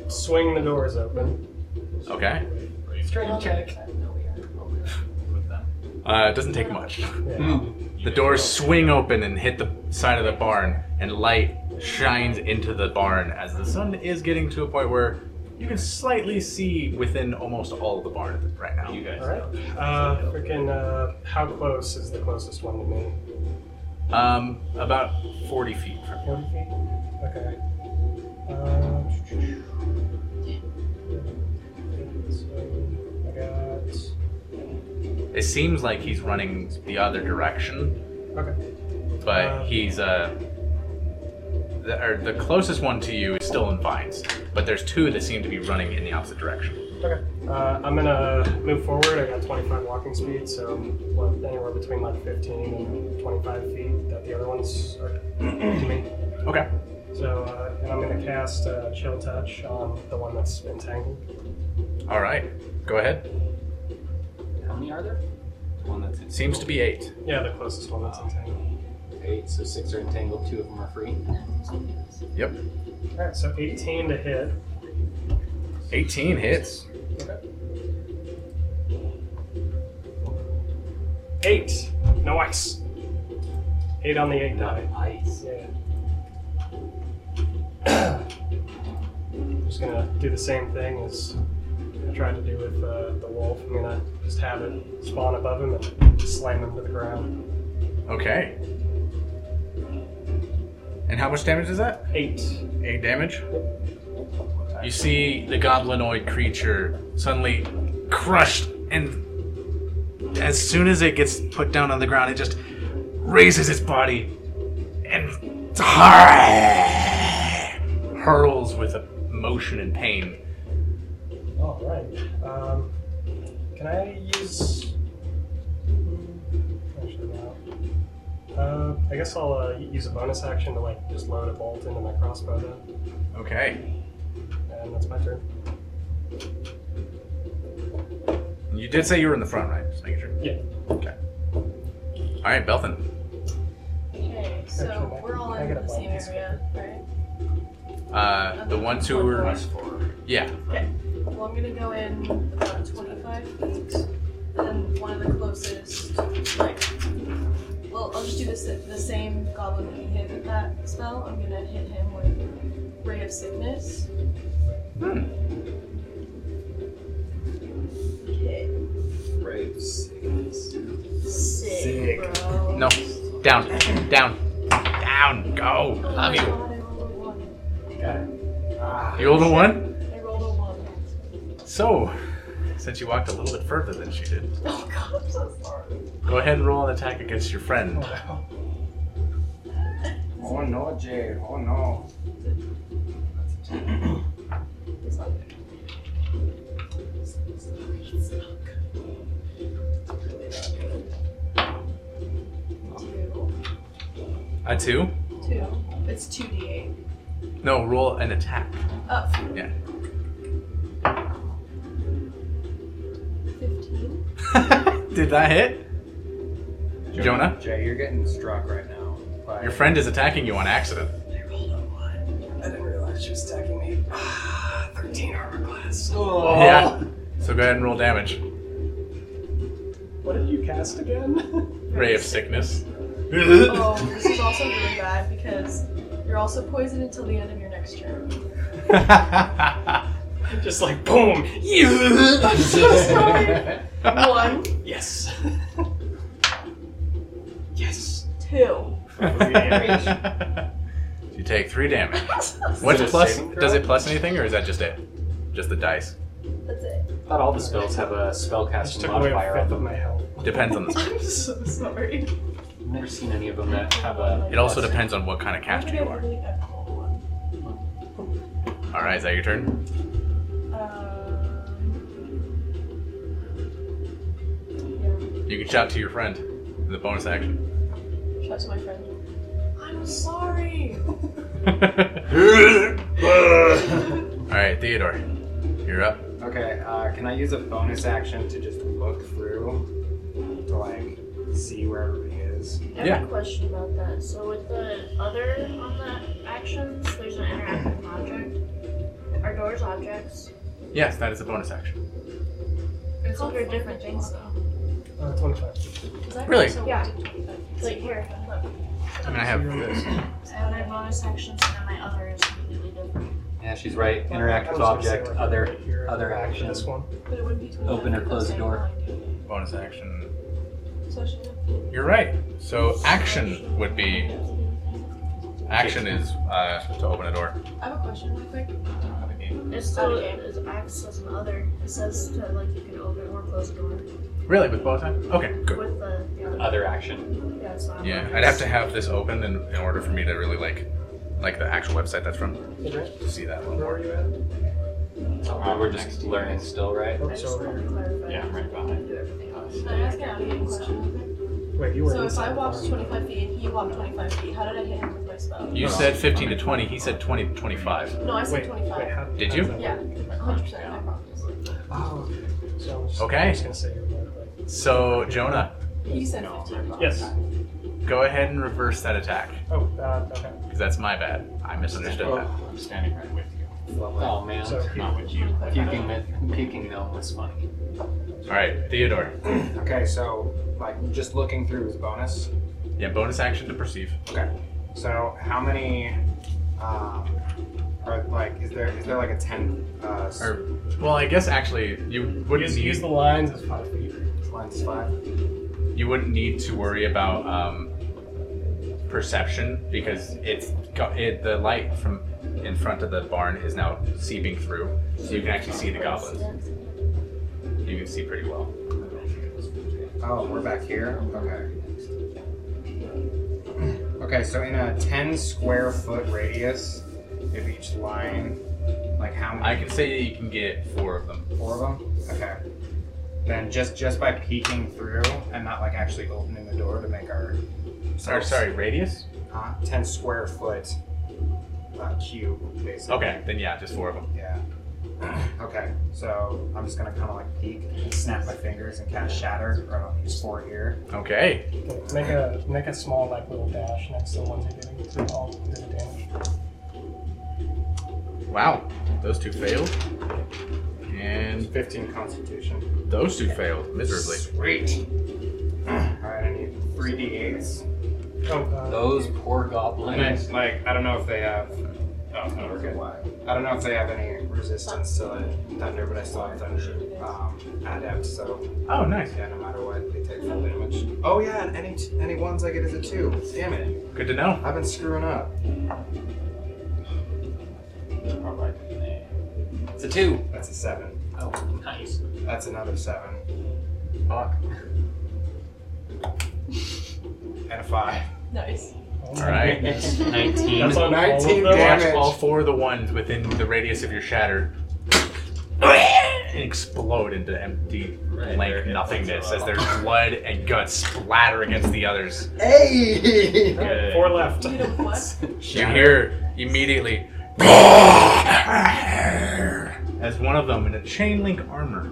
swing the doors open. Okay. Strength check. With them. Uh, it doesn't take much. Hmm. Yeah. The doors swing open and hit the side of the barn, and light shines into the barn as the sun is getting to a point where you can slightly see within almost all of the barn right now. You guys. All right. Uh, freaking. Uh, how close is the closest one to me? Um, about 40 feet from here. Forty feet. Okay. Uh, so I got. It seems like he's running the other direction, Okay. but Uh, he's uh, the, or the closest one to you is still in vines, but there's two that seem to be running in the opposite direction. Okay. Uh, I'm gonna move forward. I got 25 walking speed, so well, anywhere between like 15 and 25 feet that the other ones are to me. Okay. So, uh, and I'm gonna cast uh, Chill Touch on the one that's entangled. All right. Go ahead. How many are there? The one that's Seems to be eight. Yeah, the closest one that's entangled. Eight, so six are entangled, two of them are free. Yep. All right, so 18 to hit. 18 hits. Eight. No ice. Eight on the eight die. Ice. Yeah. just gonna do the same thing as I tried to do with uh, the wolf. I'm gonna just have it spawn above him and slam him to the ground. Okay. And how much damage is that? Eight. Eight damage? You see the goblinoid creature suddenly crushed, and as soon as it gets put down on the ground, it just raises its body and hurls with emotion and pain. All right. Um, can I use? hmm, Actually, no. Uh, I guess I'll uh, use a bonus action to like just load a bolt into my crossbow then, Okay. and that's my turn. You did say you were in the front, right? Just making sure. Yeah. Okay. All right, Belton. Okay, so we're all in the same area, right? Uh, the ones who were. Yeah. Well, I'm gonna go in about 25 feet, and then one of the closest, like, well, I'll just do this the same goblin that we hit with that spell. I'm gonna hit him with Ray of Sickness. Hmm. Okay, Brave sickness. sick, bro. No. Down. Down. Down. Go. Love you. You rolled a one? I rolled a one. So, since you walked a little bit further than she did, Oh god, I'm so sorry. go ahead and roll an attack against your friend. Oh no, Jay. Oh no. It's not good. It's not good. It's really not good. A two? Two. Two. It's 2d8. No, roll an attack. Up. Yeah. 15. Did that hit? Jonah? Jay, you're getting struck right now. by- Your friend is attacking you on accident. I didn't realize she was attacking me. Ah, 13 armor class. Oh. Yeah. So go ahead and roll damage. What did you cast again? Ray of sickness. oh, this is also really bad because you're also poisoned until the end of your next turn. Just like boom. I'm so sorry. One, Yes. yes. two. you take three damage. That's What's it a plus? saving throw? Does it plus anything, or is that just it? Just the dice. it. I thought all the spells have a spellcasting Took away a modifier on fifth of them. my health. Depends on the. spell. I'm so sorry. I've never seen any of them that have a. It also depends on what kind of caster you are. All right, is that your turn? Uh, Um, You can shout to your friend. in The bonus action. yeah, shout to my friend. I'm sorry. All right, Theodore, you're up. Okay, uh, can I use a bonus action to just look through to like see where everybody is? I have Yeah. a question about that. So with the other on the actions, there's an interactive object. Are doors objects? Yes, that is a bonus action. It's called for different things though. Uh, Twenty-five. Does that Really? So Yeah. It's Like here. I mean, I have this. So I have my bonus actions and then my other is completely different. Yeah, she's right. I Interactive was gonna say, object, like, other right here, other action. This one. But it would be between Open them, or close the so door. Bonus action. So should You're right. So action would be. Action is uh, to open a door. I have a question real quick. It's still it's access and other. It says to like you can open or close the door Really, with both time? Okay, good. with the, the other. Other action. Yeah, it's not Yeah, on I'd have to have this open in, in order for me to really like, like the actual website that's from. Hey, Brent, to See that a little Where more. are you at? Uh, we're just learning still, right? Oh, I it's just over wanted here. to clarify. Yeah, I'm right behind. Do everything else. Can I ask an alien question? Wait, you were. So if I inside. walked 25 feet and he walked 25 feet, how did I hit him with my spell? You said 15 to 20. He said 20 to 25. No, I said Wait, wait, 25. how, Did how you? does that Yeah, work? 100%. I promise. Oh, okay. So I'm just, Okay. I'm just gonna say you're right, like, So Jonah, You said 15. Yes. go ahead and reverse that attack Oh, uh, okay. because that's my bad. I misunderstood that. Oh. I'm standing right with you. Oh man. So here- Not with you. Puking, mi- puking milk was funny. All right, Theodore. Okay, so like just looking through is bonus. Yeah, bonus action to perceive. Okay. So how many um, are like is there is there like a ten uh s- Or, well, I guess actually you wouldn't use, need, use the lines as five feet. lines five? you wouldn't need to worry about um, perception because it's got it, the light from in front of the barn is now seeping through, so you can actually see the goblins. You can see pretty well. Oh, we're back here? Okay. Okay, so in a 10 square foot radius of each line, like how many? I can say you can get four of them. Four of them? Okay. Then just just by peeking through and not like actually opening the door to make our. Sorry, sorry, radius? Huh? 10 square foot uh, cube, basically. Okay, then yeah, just four of them. Yeah. Okay, so I'm just gonna kind of like peek and snap my fingers and cast Shatter right on these four here. Okay. Make a make a small like little dash next to the ones you're getting to all do the damage. Wow, those two failed. And 15 Constitution. those two failed miserably. Sweet. Alright, I need 3d8s. Oh, uh, Those poor And then, goblins. like, I don't know if they have. Oh, no, we're good. I don't know if they have any resistance to like, thunder, but I still have thunder um, adept, so. Oh, nice. Yeah, no matter what, they take full damage. Oh, yeah, and any, any ones I get is a 2. Damn it. Good to know. I've been screwing up. Alright. It's a two. That's a 7. Oh, nice. That's another seven. Fuck. And a five. Nice. All right. That's 19. That's on all 19 of them. damage. Watch all four of the ones within the radius of your shatter explode into empty Right, blank they're- nothingness they're- as their blood and guts splatter against the others. Hey! Good. Four left. You know what? You hear immediately as one of them in a chain link armor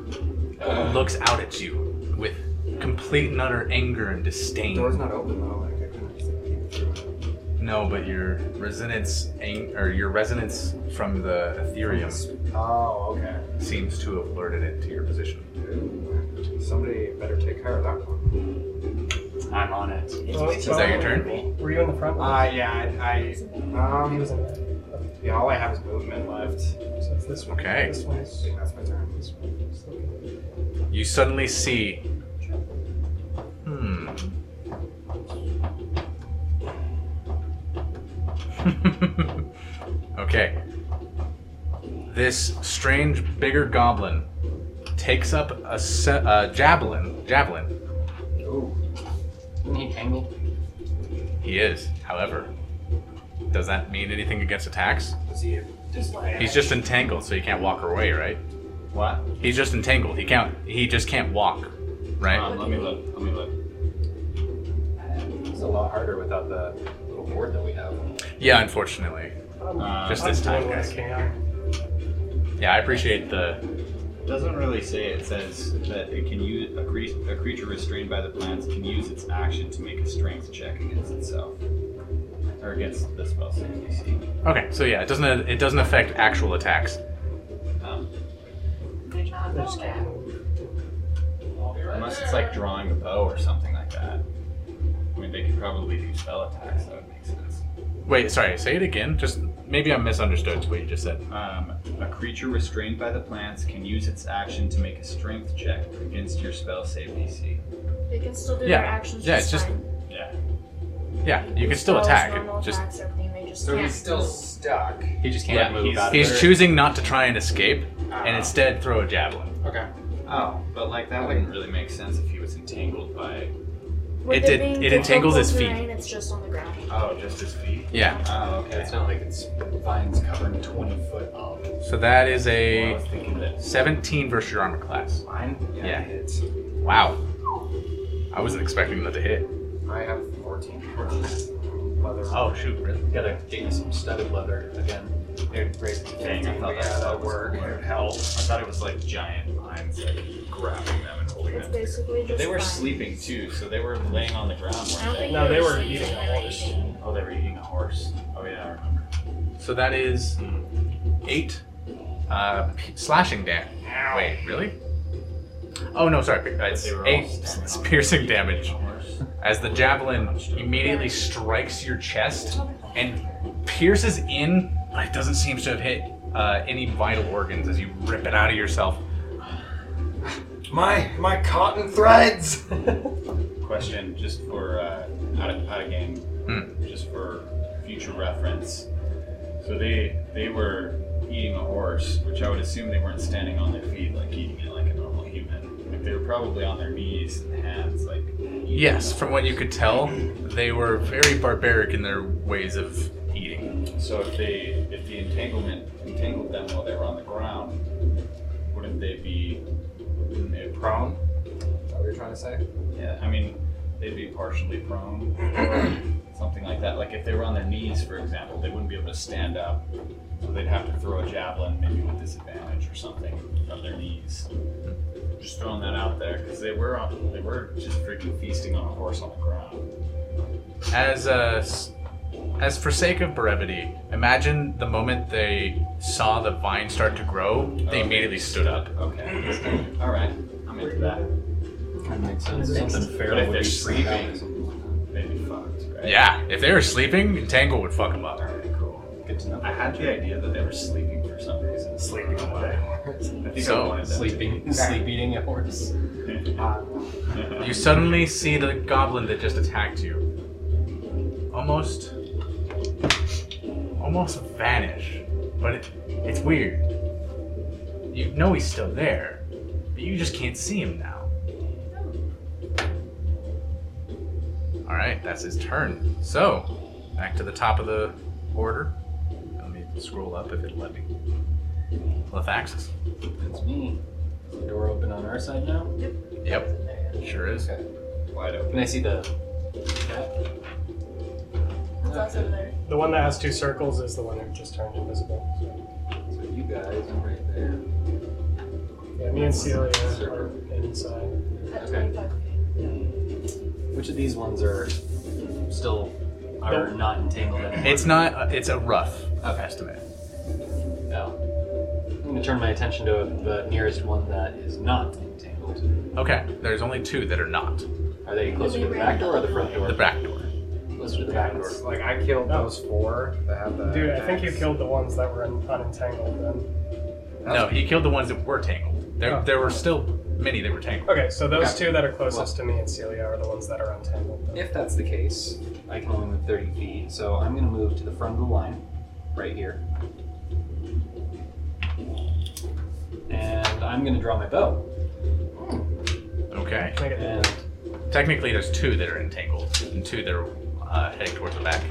looks out at you with complete and utter anger and disdain. Door's not open though, like I couldn't just peek through. No, but your resonance ang- or your resonance from the Ethereum Oh, okay. seems to have alerted it to your position. Ooh. Somebody better take care of that one. I'm on it. Is that your turn? Were you in the front one? Uh, yeah, I, I he was um, in there. yeah, all I have is movement left. So it's this one. Okay. This one is. I think that's my turn. This one is looking- You suddenly see. Hmm. okay. This strange, bigger goblin takes up a, se- a javelin. Javelin. Ooh. Didn't he hang me? He is, however. Does that mean anything against attacks? Was he just like He's just entangled, so he can't walk away, right? What? He's just entangled. He can't. He just can't walk, right? Um, let me look. Let me look. It's a lot harder without the little board that we have. yeah, unfortunately. Uh, Just I'm this time, doing what I guys. can. Yeah, I appreciate the. It doesn't really say. It says that it can use a, cre- a creature restrained by the plants can use its action to make a strength check against itself or against the spell save DC. Okay, so yeah, it doesn't. It doesn't affect actual attacks. Um, Good job, There's- Nolan. unless it's like drawing a bow or something like that. I mean, they could probably do spell attacks. That would make sense. Wait, sorry. Say it again. Just maybe I misunderstood what you just said. Um, a creature restrained by the plants can use its action to make a strength check against your spell save DC. They can still do Yeah. their actions. Yeah, it's just- fine. Yeah. Yeah, you can still Spells, attack. normal It Just attacks, everything. They just So can't he's still move. stuck. He just can't Yeah, move he's- out of he's it. choosing not to try and escape, and Uh-huh. instead throw a javelin. Okay. Oh, but like that wouldn't really make sense if he was entangled by. With It did- being it entangles his difficult feet. terrain, It's just on the ground. Oh, just his feet. Yeah. Oh, okay. It's not like it's vines covering 20 foot up. So that is Well, I a was thinking that 17 versus your armor class. Mine? Yeah, Yeah. hits. Wow. I wasn't expecting that to hit. I have 14. Leather. Oh shoot! Really? Gotta get you some studded leather again. It raises to Dang, 15. I thought but yeah, that that would work. work. Hell, I thought it was like giant vines like grabbing them and holding It's them. basically But just. they were fine. sleeping too, so they were laying on the ground. I don't Weren't think they? No, they were sleeping, eating they were eating. Oh, they were eating a horse. Oh yeah, I remember. So that is eight uh, p- slashing damage. Wait, really? Oh no, sorry. uh, It's They were all eight standing s- on piercing their feet, damage eating a horse. as the javelin immediately strikes your chest and pierces in, but it doesn't seem to have hit uh, any vital organs as you rip it out of yourself. My my cotton threads. Question, just for uh, out of, out of game, Hmm. just for future reference. So they they were eating a horse, which I would assume they weren't standing on their feet like eating it like a normal human. Like they were probably on their knees and hands, like Yes, from what you could tell, they were very barbaric in their ways of eating. So if they if the entanglement entangled them while they were on the ground, wouldn't they be wouldn't they be prone? Is that what you're trying to say? Yeah, I mean they'd be partially prone or something like that. Like if they were on their knees, for example, they wouldn't be able to stand up. So they'd have to throw a javelin, maybe with disadvantage or something, from their knees. Just throwing that out there because they were on, they were just freaking feasting on a horse on the ground. As uh, s- as for sake of brevity, imagine the moment they saw the vine start to grow, Oh, they immediately stood up. Okay. All right, I'm into that. Kind of makes sense. Something fair But if would they're be sleeping, they'd be fucked, right? Yeah, if they were sleeping, Entangle would fuck them up. Good to know. I had the idea that they were sleeping for some reason. Sleeping away. I think I So wanted that. sleeping, sleep eating a horse. You suddenly see the goblin that just attacked you. Almost. Almost vanish. But it, it's weird. You know he's still there, but you just can't see him now. Alright, that's his turn. So, back to the top of the order. Let me scroll up if it'll let me. Lethaxis. That's me. Is the door open on our side now? Yep, sure is. Wide open. Can I see the cat? It's also there. The one that has two circles is the one that just turned invisible. So, So you guys are right there. yeah, me and Celia are inside. At Okay. 25 Which of these ones are still are not entangled anymore? It's not, uh, it's a rough estimate. No. I'm going to turn my attention to the nearest one that is not entangled. Okay, there's only two that are not. Are they closer to the back door or the front door? The back door. Closer to the back door. It's like I killed those four that had the. Dude, I think you attacks. killed the ones that were un- unentangled then. No, he killed the ones that were tangled. There, Oh. there were still many that were tangled. Okay, so those two that are closest to me and Celia are the ones that are untangled. Then. If that's the case, I can only move 30 feet, so I'm going to move to the front of the line, right here. And I'm going to draw my bow. Okay. Can I get And Technically, there's two that are entangled and two that are uh, heading towards the back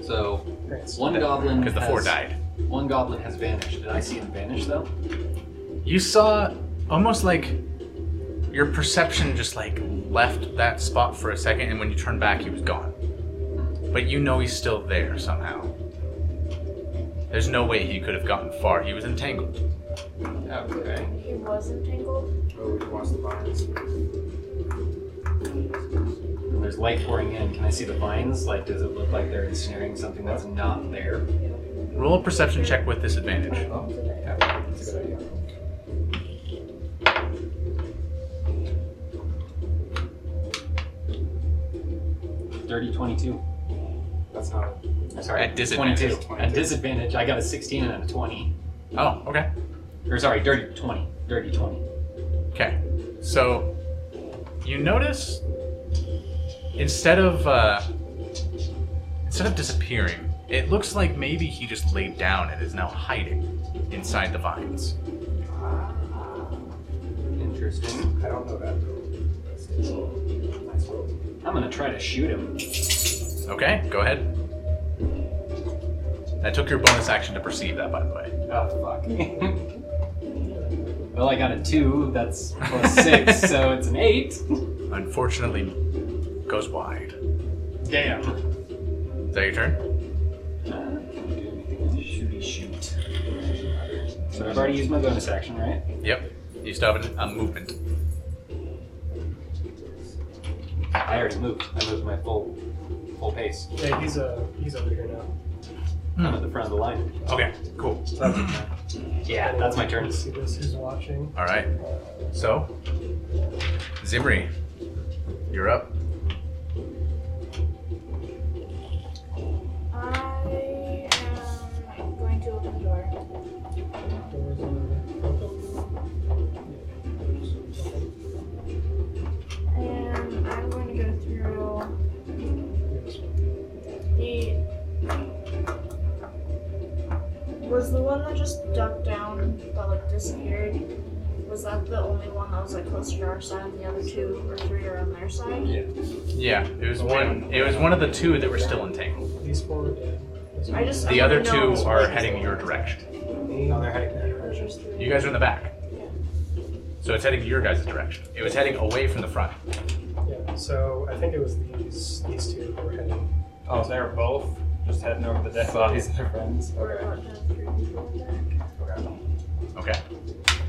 so Thanks. one goblin. because the four has- died. One goblin has vanished. Did I see him vanish though? You saw almost like your perception just like left that spot for a second, and when you turned back, he was gone. But you know he's still there somehow. There's no way he could have gotten far. He was entangled. Okay. He wasn't tangled. Oh, you watched the vines. And there's light pouring in. Can I see the vines? Like, does it look like they're ensnaring something that's not there? Roll a perception check with disadvantage. Oh, yeah, that's a good idea. Dirty 22. That's not. I'm sorry. At disadvantage. 22. At disadvantage, I got a 16 and a 20. Oh, okay. Or sorry, dirty 20. Dirty 20. Okay. So you notice instead of uh, instead of disappearing, it looks like maybe he just laid down and is now hiding inside the vines. Interesting. I don't know that though. That's cool. Nice roll. I'm gonna try to shoot him. Okay, go ahead. I took your bonus action to perceive that, by the way. Oh fuck. well, I got a two. That's plus six, so it's an eight. Unfortunately, goes wide. Damn. Is that your turn? Shooty Uh, shoot. So I've already used my bonus action, right? Yep. You still have a movement. I already moved. I moved my full full pace. Yeah, he's uh, he's over here now. I'm at the front of the line. Okay, cool. So that's okay. Yeah, that's my turn. See this? Who's watching? All right. So, Zimri, you're up. I am going to open the door. Doors on. And I'm going to go through that just ducked down that like disappeared, was that the only one that was like closer to our side, and the other two or three are on their side? Yeah. Yeah, it was one. It was one of the two that were still entangled. These four were dead. I just- The I other don't know. two are heading your direction. No, they're heading that direction. You guys are in the back, so it's heading your guys' direction. It was heading away from the front. Yeah, so I think it was these these two who were heading. Oh, they're both just heading over the dead bodies of their friends. uh, Okay. Okay.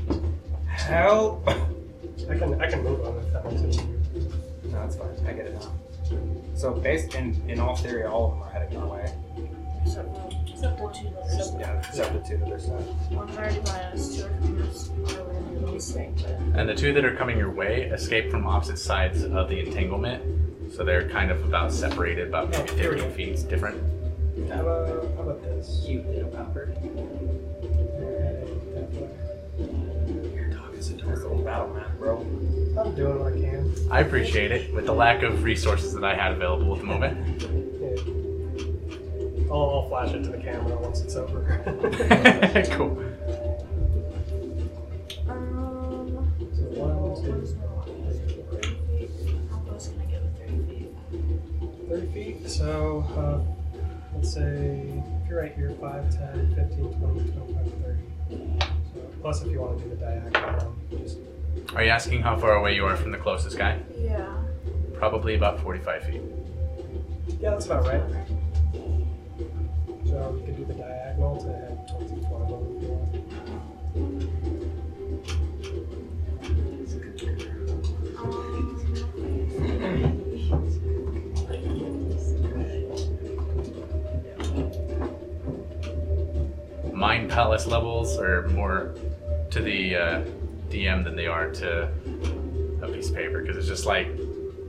Help! I can I can move on with that one too. No, that's fine. I get it now. So based in in all theory, all of them are heading our way. Except the- except the two that are- Yeah, except the two that are stuck. One's already by uh, us, two are coming us, one are landing on the snake, but um, And the two that are coming your way escape from opposite sides of the entanglement, so they're kind of about separated, about maybe 15 feet different. How about how about this? Cute little popper. Your dog is adorable. Battle map, bro. I'm doing what I can. I appreciate it with the lack of resources that I had available at the moment. Yeah. I'll, I'll flash it to the camera once it's over. cool. Um. what is my walk? Thirty feet? How close can I get with thirty feet? Thirty feet. So uh, let's say if you're right here, 5, 10, 15, 20, 25, 30. So, plus, if you want to do the diagonal, um, just Are you asking how far away you are from the closest guy? Yeah. Probably about 45 feet. yeah, that's about right. So you can do the diagonal to head towards each one of them if you want. Mind Palace levels are more to the uh, DM than they are to a piece of paper because it's just like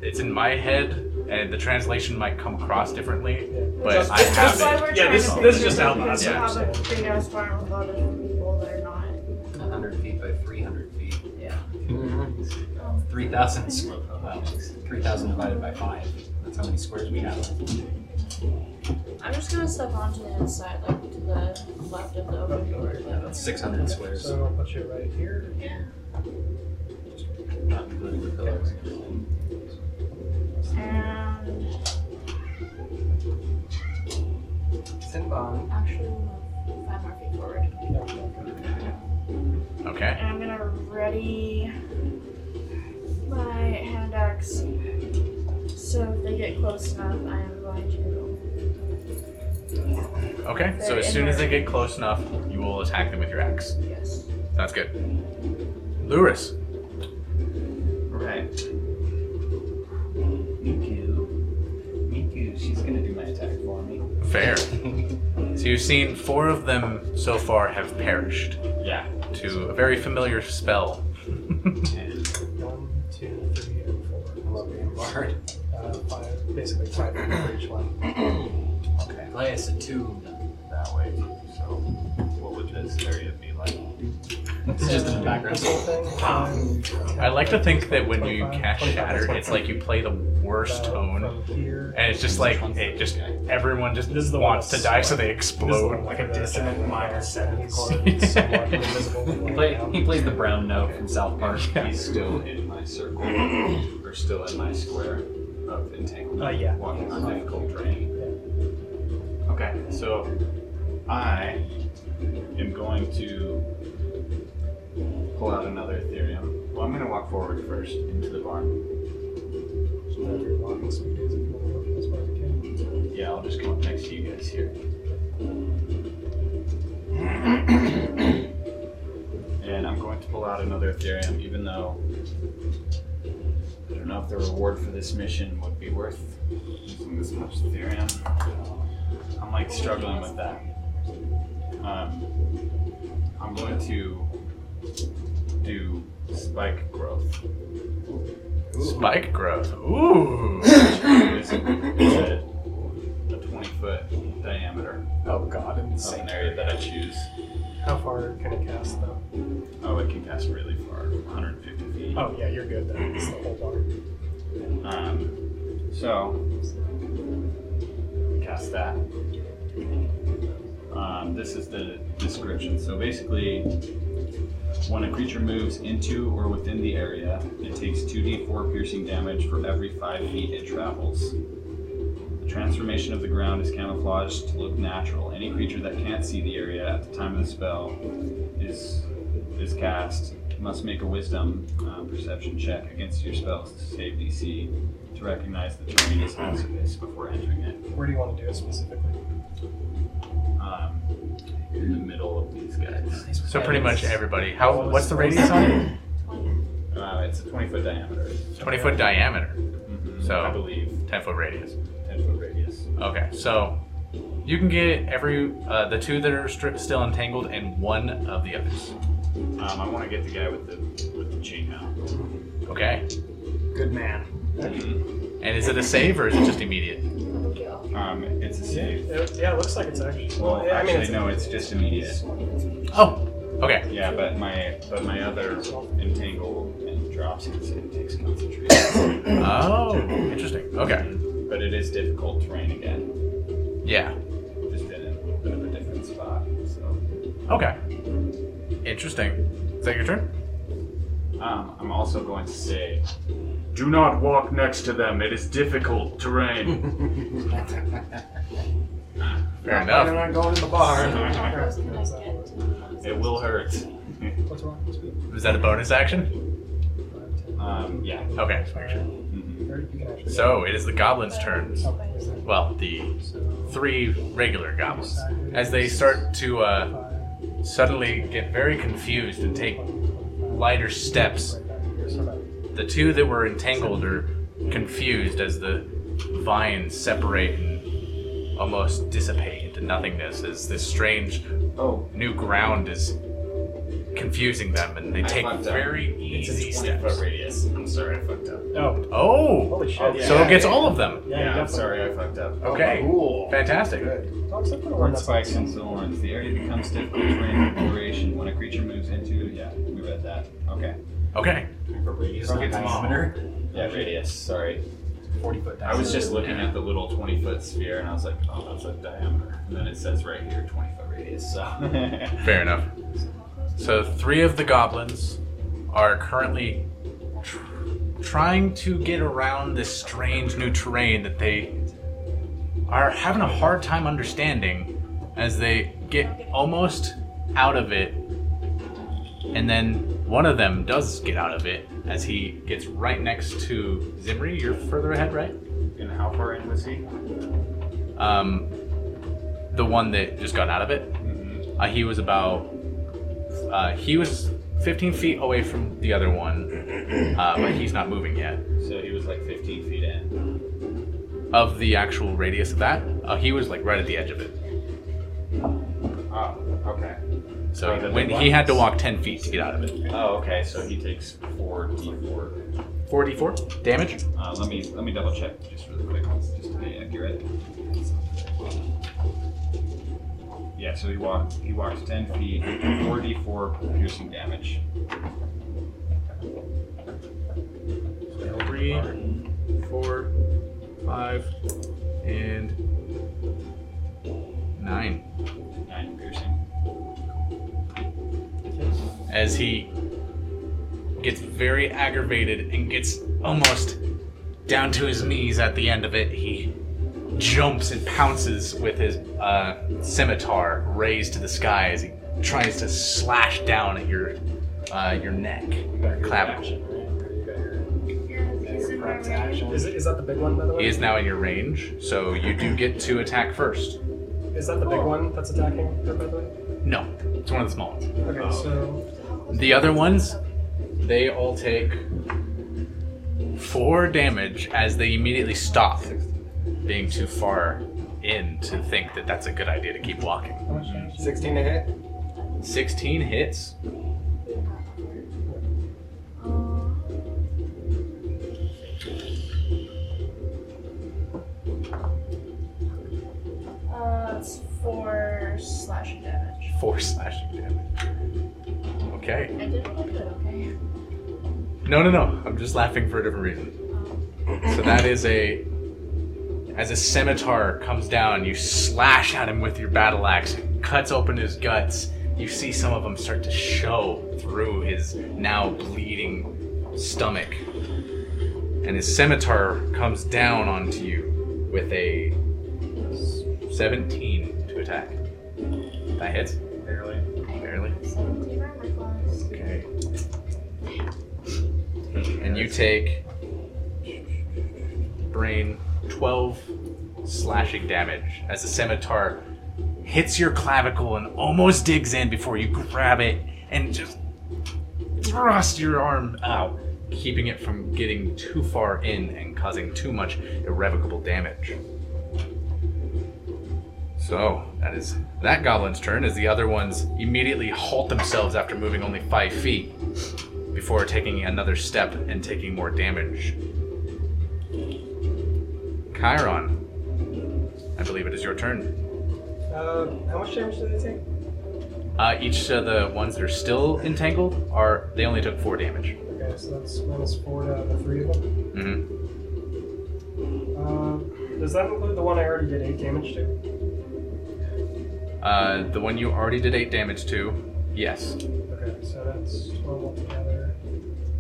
it's in my head and the translation might come across differently, but Just- I have that's why it. we're trying to figure out because you have a big ass farm with a lot of different people that are not. 100 feet by 300 feet. Yeah. 3,000 square well, 3,000 divided by 5. That's how many squares we have. I'm just gonna step onto the inside, like to the left of the open door. That's 600 squares. So I'll put you right here. Yeah. Not including the pillars. And Sinbon. actually move five more feet forward. Okay. And I'm gonna ready my hand axe. So if they get close enough, I am going to. Okay, so as soon as they get close enough, you will attack them with your axe. Yes. Sounds good. Luris. Right. Miku. Miku, she's gonna do my attack for me. Fair. so you've seen four of them so far have perished Yeah. to a very familiar spell. One, two, three, and four. Love being barred. Uh, five, basically five for each one. Okay. Play us a tune. That way. So, what would this area be like? It's just in the background. um, I like to think that when you cast Shatter, it's like you play the Uh, worst tone, and it's just like it just everyone just wants to die, so they explode. Like a dissonant minor seventh chord. He, play, he plays the brown Oh, note from South Park. He's still in my circle, or still in my square of entanglement. Uh, yeah. Walking on difficult terrain. Okay, so I am going to pull out another Ethereum. Well, I'm going to walk forward first into the barn. So whatever your walking speed is, if you want to work as far as you can. Yeah, I'll just come up next to you guys here. and I'm going to pull out another Ethereum, even though I don't know if the reward for this mission would be worth using this much Ethereum. I'm like struggling with that. Um, I'm going to do spike growth. Spike growth. Ooh. It's a, a 20 foot diameter Oh god, of an area that I choose. How far can it cast though? Oh, it can cast really far, 150 feet. Oh yeah, you're good then. It's the whole bar. Oh. Um, so cast that. Um, this is the description. So basically, when a creature moves into or within the area, it takes 2d4 piercing damage for every 5 feet it travels. The transformation of the ground is camouflaged to look natural. Any creature that can't see the area at the time of the spell is is cast must make a wisdom um, perception check against your spell's save DC to recognize the terrain as hazardous before entering it. Where do you want to do it specifically? Um, in the middle of these guys. So pretty much everybody. How? What's the radius on it? Uh, it's a 20 foot diameter. 20 foot diameter. So I believe 10 foot radius. 10 foot radius. Okay, so you can get every uh, the two that are stri- still entangled and one of the others. Um, I want to get the guy with the with the chainmail. Okay. Good man. And is it a save or is it just immediate? Um, it's a save. It, yeah, it looks like it's actually. Well, yeah, actually, I mean, it's, no, it's just immediate. Oh. Okay. Yeah, but my but my other entangle and drops it, so it takes concentration. Oh, interesting. Okay. But it is difficult terrain again. Yeah. Just in a little bit of a different spot. So Okay. Interesting. Is that your turn? um, I'm also going to say, do not walk next to them. It is difficult terrain. Fair enough. enough. going to the bar. Close can I get? It will hurt. What's wrong? Is that a bonus action? Um, yeah. Mm-hmm. Okay. just make sure. So it is the goblins' turns. Well, the three regular goblins, as they start to uh, suddenly get very confused and take lighter steps. The two that were entangled are confused as the vines separate and almost dissipate into nothingness as this strange Oh. new ground is confusing them and they I take fucked up. very It's a easy 20 foot steps. radius. I'm sorry, I fucked up. Oh. Oh! Holy shit. so it gets all of them. Yeah, I'm sorry, I fucked up. Okay. Fantastic. Oh, except for the one Word that's spikes and thorns. The area becomes difficult terrain for duration when a creature moves into. Yeah, we read that. Okay. Okay. For radius, not diameter? Yeah, radius. Sorry. 40 foot I was just diameter. looking at the little 20 foot sphere and I was like, oh, that's a diameter. And then it says right here 20 foot radius. So. Fair enough. So three of the goblins are currently tr- trying to get around this strange new terrain that they are having a hard time understanding as they get almost out of it. And then one of them does get out of it as he gets right next to Zimri. You're further ahead, right? And how far in was he? Um, the one that just got out of it. Mm-hmm. Uh, he was about. Uh, he was 15 feet away from the other one, uh, but he's not moving yet. So he was like 15 feet in. Of the actual radius of that, uh, he was like right at the edge of it. Oh, okay. So Oh, the when big he had to ones. walk 10 feet to get out of it. Oh, okay. So he takes 4d4 4d4 damage. Uh, let me let me double check just really quick, just to be accurate. Yeah, so he walked. He walks ten feet, four d four piercing damage. Three, four, five, and nine. Nine piercing. as he gets very aggravated and gets almost down to his knees at the end of it. He jumps and pounces with his uh, scimitar raised to the sky as he tries to slash down at your uh, your neck, clavicle. Is, it, is that the big one, by the way? He is now in your range, so you do get to attack first. Is that the big one that's attacking her, by the way? No, it's one of the small ones. Okay, so. The other ones, they all take four damage as they immediately stop, being too far in to think that that's a good idea to keep walking. 16 to hit. 16 hits. Uh, it's four slashing damage. Four slashing damage. Okay. I did what I could, okay? No, no, no. I'm just laughing for a different reason. So that is a. As a scimitar comes down, you slash at him with your battle axe and cuts open his guts, you see some of them start to show through his now bleeding stomach. And his scimitar comes down onto you with a 17 to attack. That hits? Barely. Barely. Okay. And you take brain 12 slashing damage as the scimitar hits your clavicle and almost digs in before you grab it and just thrust your arm out, keeping it from getting too far in and causing too much irrevocable damage. So that is that goblin's turn. As the other ones immediately halt themselves after moving only five feet, before taking another step and taking more damage. Chiron, I believe it is your turn. Uh, how much damage did I take? Uh, each of the ones that are still entangled are they only took four damage. Okay, so that's minus four to the three of them. Mm-hmm. Uh, does that include the one I already did eight damage to? Uh, the one you already did eight damage to. Yes. Okay, so that's twelve altogether.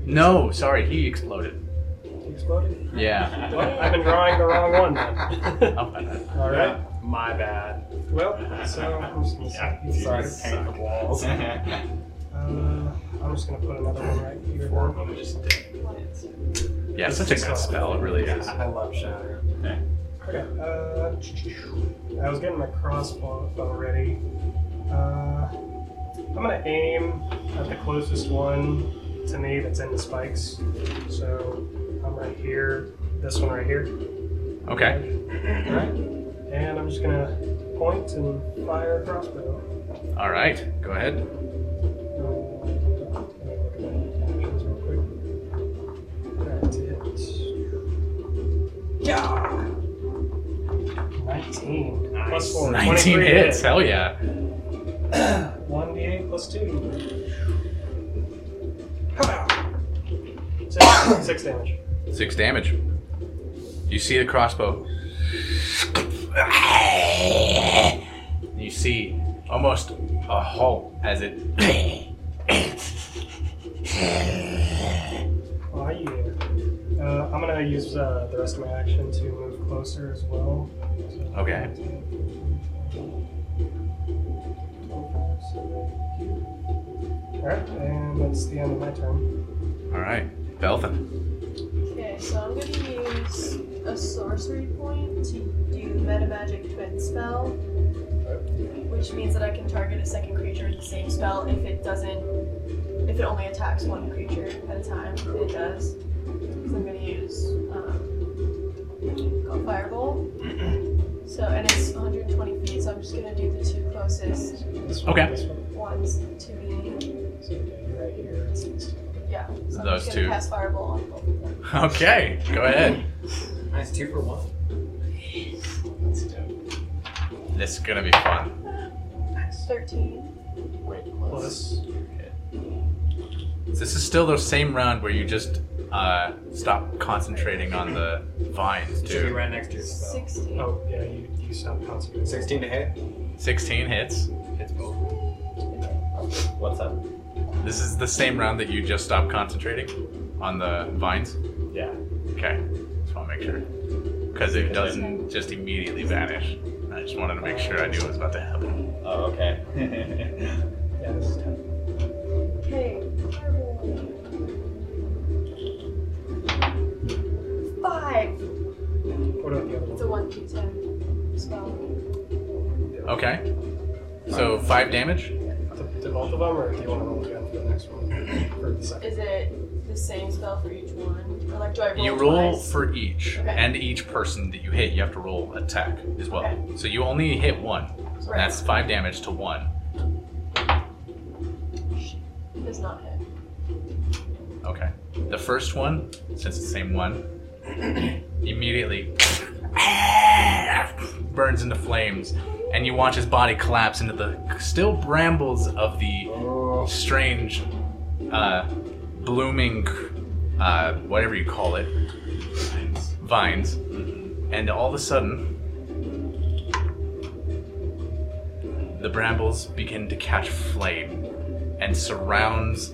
No, sorry, he exploded. He exploded. Yeah. What? I've been drawing the wrong one. Then. Oh, my bad. All right. My bad. Well, so I'm just gonna sorry. Paint the walls. Uh, I'm just gonna put another one right here. Four of them just did. Yeah, such a good spell. It really is. I love Shatter. Okay. Uh, I was getting my crossbow ready. Uh, I'm gonna aim at the closest one to me that's in the spikes. So I'm right here. This one right here. Okay. And I'm just gonna point and fire a crossbow. All right. Go ahead. That's it. Yeah. 19. Plus 4. 19 23 hits. Hell yeah. 1d8 plus 2. Six, six damage. Six damage. You see the crossbow. You see almost a halt as it. Oh, yeah. Uh, I'm gonna use uh, the rest of my action to move closer as well. So- Okay. Alright, and that's the end of my turn. All right, Belthan. Okay, so I'm gonna use a sorcery point to do meta magic twin spell, which means that I can target a second creature with the same spell if it doesn't, if it only attacks one creature at a time. and It does. So I'm gonna use um, called fireball. So and it's 120 feet, so I'm just gonna do the two closest This one, Okay. This one. ones to me. So you're right here. It's- it's- Yeah. So I'm Those just gonna two. cast fireball on both of them. Okay, go ahead. Nice two for one. This is gonna be fun. 13. Plus. This is still the same round where you just uh, stop concentrating on the vines Should be too. right next to your spell. 16. Oh, yeah, you, you sound concentrated. 16 to hit. 16 hits. Hits both. What's up? This is the same round that you just stopped concentrating on the vines. Yeah. Okay, just want to make sure. Because it doesn't just immediately vanish. I just wanted to make sure I knew it was about to happen. Oh, okay. Yeah, this is ten. Okay. Five. What about the other one? It's a one two ten spell. Okay. So five damage. To, to both of them, or do you want to roll again for the next one? For the second? Is it the same spell for each one? Or like do I roll? You roll twice? for each, Okay. and each person that you hit, you have to roll attack as well. Okay. So you only hit one. So Right. That's five damage to one. does not hit. Okay. The first one, since it's the same one, immediately burns into flames, and you watch his body collapse into the still brambles of Oh. the strange, uh, blooming, uh, whatever you call it, vines. And all of a sudden, the brambles begin to catch flame and surrounds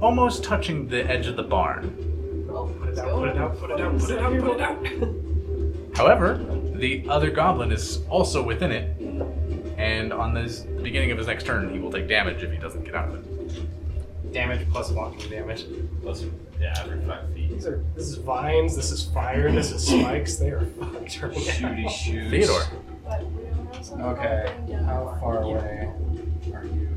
almost touching the edge of the barn. Put it out, put it out, put it out, put it out, put it out. However, the other goblin is also within it, and on this, the beginning of his next turn, he will take damage if he doesn't get out of it. Damage plus walking damage. Plus, yeah, every five feet. These are this is vines, this is fire, this is spikes. They are fucked. Shooty shoot. Theodore. Okay, how far away are you?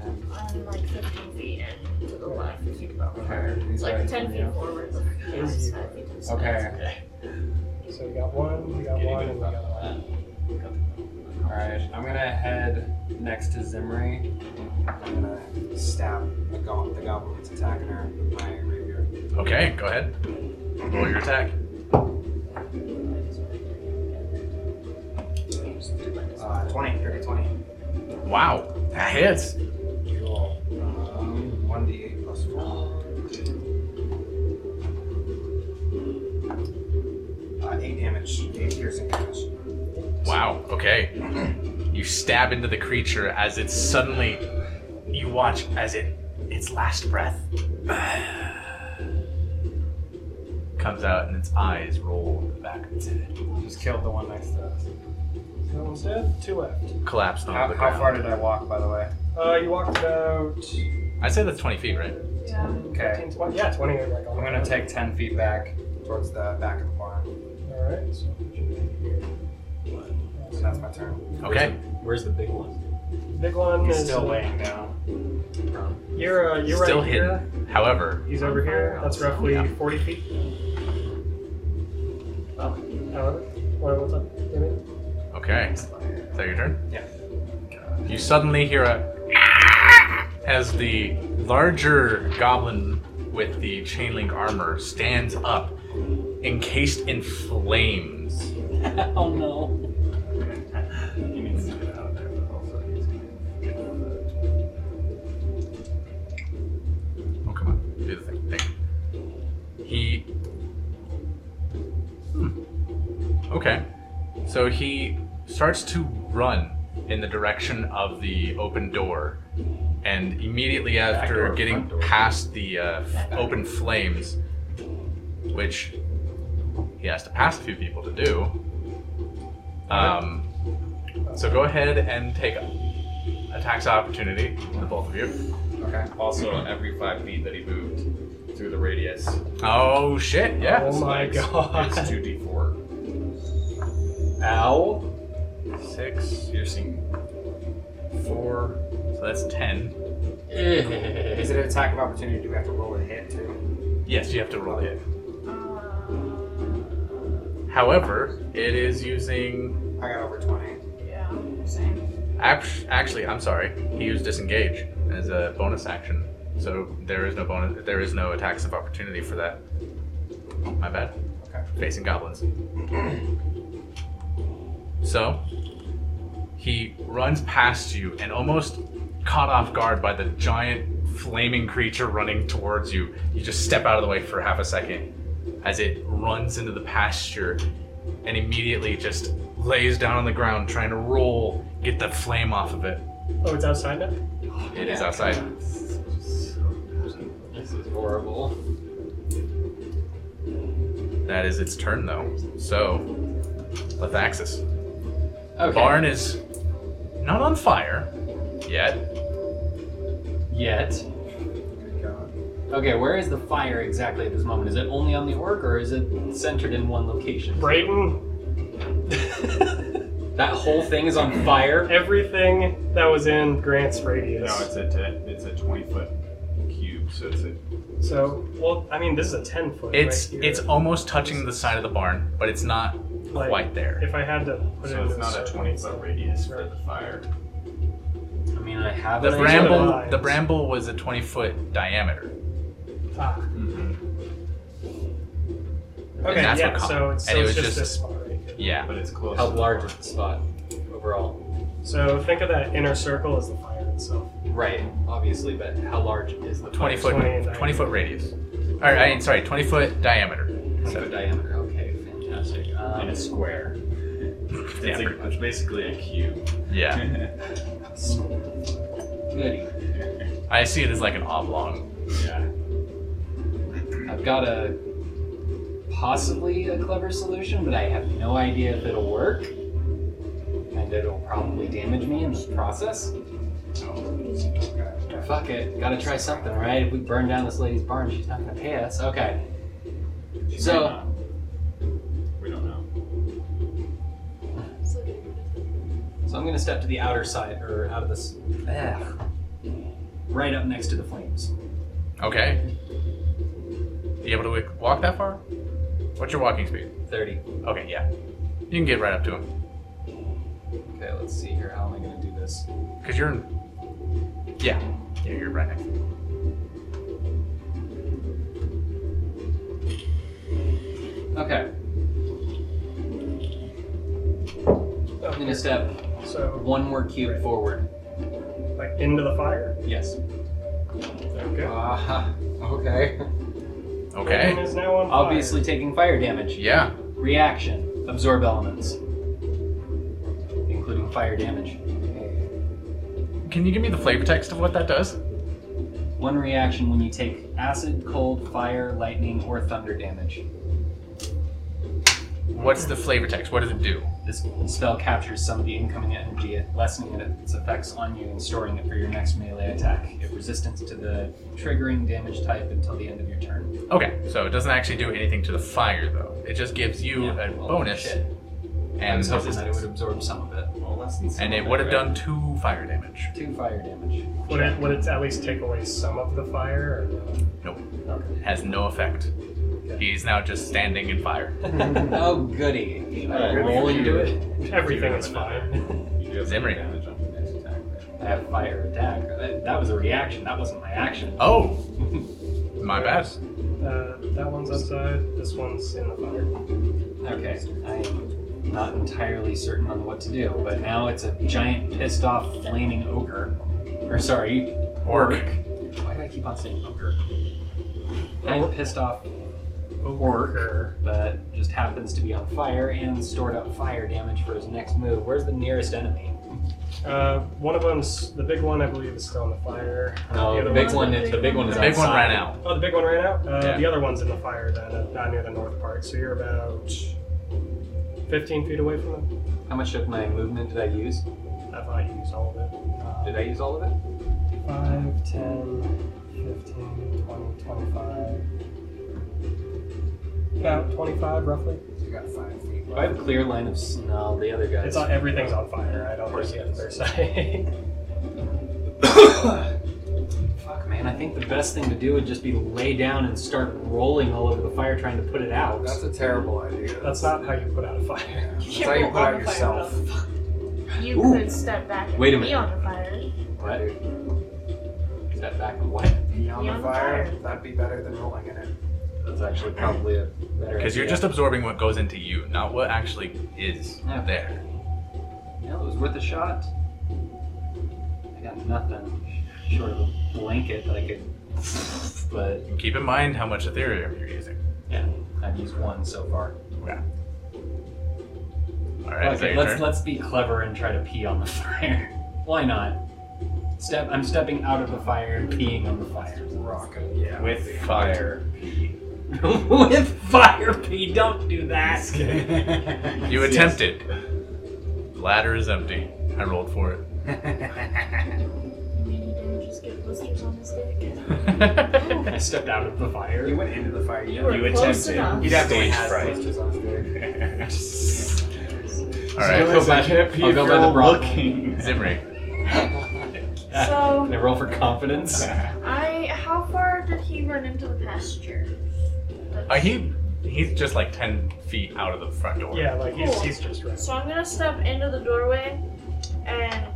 I'm um, like 15 feet and to the left. Okay, It's these like guys 10 are feet you. forward. but yeah, it's five feet to the side. Okay. So we got one, we got one, and we got one. Alright, I'm gonna head next to Zimri. I'm gonna stab the, go- the goblin that's attacking her with my rapier. Okay, go ahead. Roll your attack. Uh, 20, dirty 20. Wow, that hits. Cool. Um, 1d8 plus 4. Uh, 8 damage. 8 piercing damage. Wow, okay. You stab into the creature as it suddenly. You watch as it. Its last breath. comes out and its eyes roll in the back of its head. Just killed the one next to us. That one's dead. Two left. Collapsed on How, the how ground. far did I walk, by the way? Uh, you walked about. I'd say that's 20 feet, right? Yeah. Okay. 15, 20, yeah, 20. Like I'm gonna take 10 feet back towards the back of the barn. Alright, so. And that's my turn. Okay. Where's the big one? Big one He's is. still uh, laying down. You're, uh, you're Still right hidden. here. However, He's over here. That's roughly Yeah. 40 feet. Oh. However, what, what's up? Give me- okay. Is that your turn? Yeah. You suddenly hear a. As the larger goblin with the chain link armor stands up, encased in flames. oh no. He needs to get out of there, but also he's gonna get out of the Oh, come on. Do the thing. Thank you. He. Hmm. Okay. So he starts to run in the direction of the open door. And immediately after door, getting front door. past the uh, f- open flames, which he has to pass a few people to do. Um, so go ahead and take attacks of opportunity, the both of you. Okay. Also, every five feet that he moved through the radius, Oh shit! Yeah. Oh my Spikes. god. it's two d four Ow. Six, piercing. four, so that's ten. Is it an attack of opportunity? Do we have to roll a hit too? Yes, you have to roll it. Uh, However, it is using. I got over 20. yeah, same. act- Actually, I'm sorry. He used disengage as a bonus action, so there is no bonus. There is no attacks of opportunity for that. My bad. Okay. Facing goblins. So he runs past you and almost caught off guard by the giant flaming creature running towards you. You just step out of the way for half a second as it runs into the pasture and immediately just lays down on the ground trying to roll, get the flame off of it. Oh, it's outside now? It is outside. This is horrible. That is its turn though. So, Lethaxis. Okay. Barn is not on fire yet. Yet. Okay, where is the fire exactly at this moment? Is it only on the orc, or is it centered in one location? Brayden, that whole thing is on fire. everything that was in Grant's radius. No, it's a t- it's a twenty foot cube, so it's a So, well, I mean, this is a 10 foot. It's right here. it's almost touching the side of the barn, but it's not Like, quite there. If I had to put it so in it's not a twenty foot radius for Right. the fire. I mean, I have The an idea. bramble, lines. the bramble was a 20 foot diameter. Ah, okay, and that's yeah, what caught- so it's, so and it it's was just, just- this spot right here. Yeah. But it's close. How to the large barn. is the spot overall? So think of that inner circle as the fire itself. Right, obviously, but how large is the 20 fire? foot, 20 in 20, foot radius. Or, I mean, sorry, 20 foot diameter. 20 foot diameter. Okay, fantastic. Um, in a square. It's, like- it's basically a cube. Yeah. I see it as like an oblong. Yeah. I've got a possibly a clever solution, but I have no idea if it'll work. And it'll probably damage me in the process. But Fuck it. Gotta try something, right? If we burn down this lady's barn, she's not gonna pay us. Okay. She might So not. we don't know. so I'm gonna step to the outer side or out of this ugh. right up next to the flames. Okay. You able to wi- walk that far? What's your walking speed? 30. Okay, yeah. You can get right up to him. Okay, let's see here. How am I gonna do this? Because you're in. Yeah. Yeah, you're right next to him. Okay. I'm gonna step So, one more cube forward. like into the fire? Yes. Okay. Ah, okay. Okay. Everyone is now on fire. Obviously taking fire damage. Yeah. Reaction. Absorb elements. Including fire damage. Can you give me the flavor text of what that does? One reaction when you take acid, cold, fire, lightning, or thunder damage. What's the flavor text? What does it do? This spell captures some of the incoming energy, lessening its effects on you and storing it for your next melee attack. It resistance to the triggering damage type until the end of your turn. Okay, so it doesn't actually do anything to the fire though. It just gives you a well, bonus shit. I and was hoping that it would resistance. absorb some of it. Well, less than And some it of would have right? done two fire damage. Two fire damage. Would it, would it at least take away some of the fire? Or no? Nope. Has no effect. He's now just standing in fire. oh goody! Should I roll into it. Everything is another- fine. You do have Zimri. damage on your next attack. right? I have fire attack. That- That was a reaction. That wasn't my action. Oh! My bad. Uh, that one's outside. This one's in the fire. Okay. I'm not entirely certain on what to do, but now it's a giant pissed off flaming ogre. Or sorry, orc. Why do I keep on saying ogre? I'm pissed off orc that just happens to be on fire and stored up fire damage for his next move. Where's the nearest enemy? Uh, one of them's the big one. I believe is still in the fire. No, the other the big one's- one. is- The big one is The big one outside. ran out. Oh, the big one ran out. Uh, Yeah. The other one's in the fire, then, uh, not near the north part. So you're about 15 feet away from them. How much of my movement did I use? I thought you used all of it. Did I use all of it? 5, 10, 15, 20, 25. About 25, roughly. You got five feet. Do I have a clear line of s- no, the other guys. It's on, everything's on fire. I don't think you have their side. Fuck, man. I think the best thing to do would just be to lay down and start rolling all over the fire trying to put it out. That's a terrible idea. That's not how you put out a fire. That's how you put out yourself. You Ooh. could step back and Wait a be minute. on the fire. what? Step back and what? Be on Be the fire. That'd be better than rolling in it. That's actually probably a better Because you're idea. just absorbing what goes into you, not what actually is Yeah. there. Yeah, it was worth a shot. I got nothing short of a blanket that I could. But And keep in mind how much Ethereum you're using. yeah, I've used one so far. Yeah. Alright, is that okay, your let's turn? let's be clever and try to pee on the fire. Why not? Step. I'm stepping out of the fire and peeing on the fire. Rock. Yeah. With fire. With fire pee. Don't do that. You attempted. Ladder is empty. I rolled for it. Maybe didn't just get blisters on his dick. I stepped out of the fire. You went into the fire. You, were you close enough. you'd have to Stage have fright. blisters on your dick. Alright, Realize I can't pee I'll if go you're by the all broth. looking. Zimri. Can So I roll for confidence? I, how far did he run into the pasture? Uh, he he's just like ten feet out of the front door. Yeah, like he's, he's just right. So I'm gonna step into the doorway, and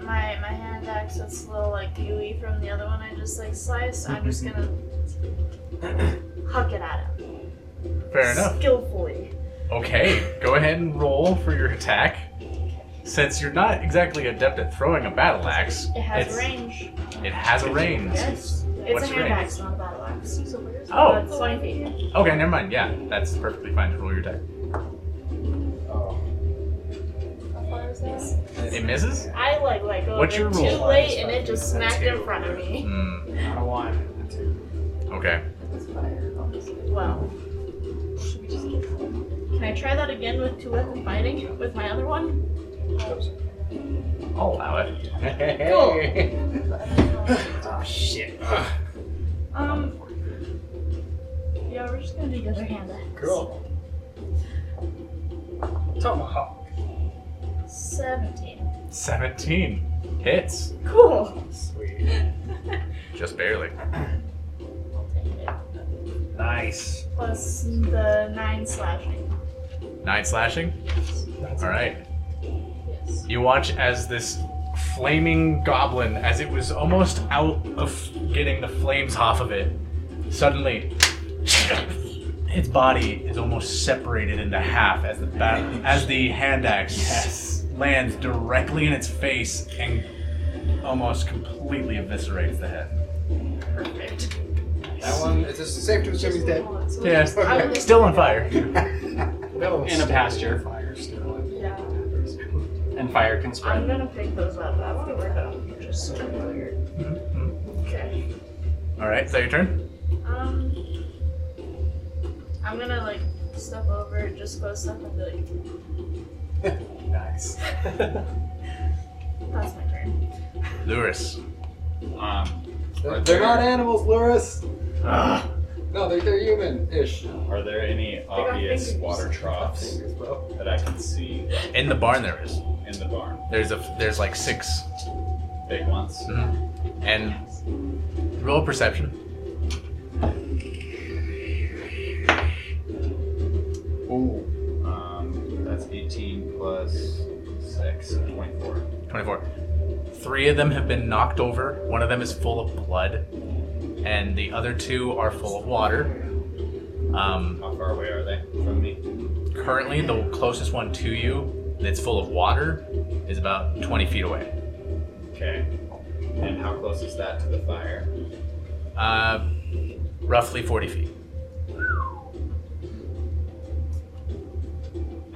my my hand axe that's a little like gooey from the other one I just like sliced. I'm just gonna huck it at him Fair enough. skillfully. Okay, go ahead and roll for your attack. Since you're not exactly adept at throwing a battle axe, It has it's- range. It has a range. Yes, it's What's a your hand range? axe, not a battle axe. Oh. That's 20 feet. Okay, never mind. Yeah, that's perfectly fine to roll your attack. Oh. misses. It misses? I like let go What's of your it rule? too late and it just smacked in front of me. Hmm. Not a one. Okay. Well. Can I try that again with two weapon fighting with my other one? I'll allow it. Oh shit. Um. Yeah, we're just gonna do the other hand. Cool. Tomahawk. Seventeen. 17. Hits. Cool. Just barely. Nice. Plus the nine slashing. Nine slashing? All right. You watch as this flaming goblin, as it was almost out of getting the flames off of it, suddenly its body is almost separated into half as the bat- as the hand axe lands directly in its face and almost completely eviscerates the head. Perfect. That one, is it safe to assume he's dead? Yeah, Okay. still on fire. In a pasture. Fire still. Yeah. And fire can I'm spread. gonna pick those up afterward. I'm just Okay. All right, is that your turn? Um. I'm gonna like step over, just close up, and be like, Nice. "That's my turn." Luris. Um, They're, are they're there- not animals, Luris. no, they're, they're human-ish. Are there any got obvious fingers. water troughs that I can see In the barn there is. in the barn? There's a there's like six Big ones. Mm-hmm. and roll perception. Ooh. Um, that's 18 plus 6, 24. 24. Three of them have been knocked over. One of them is full of blood, and the other two are full of water. Um, How far away are they from me? Currently, the closest one to you that's full of water is about 20 feet away. Okay. And how close is that to the fire? Uh, roughly 40 feet.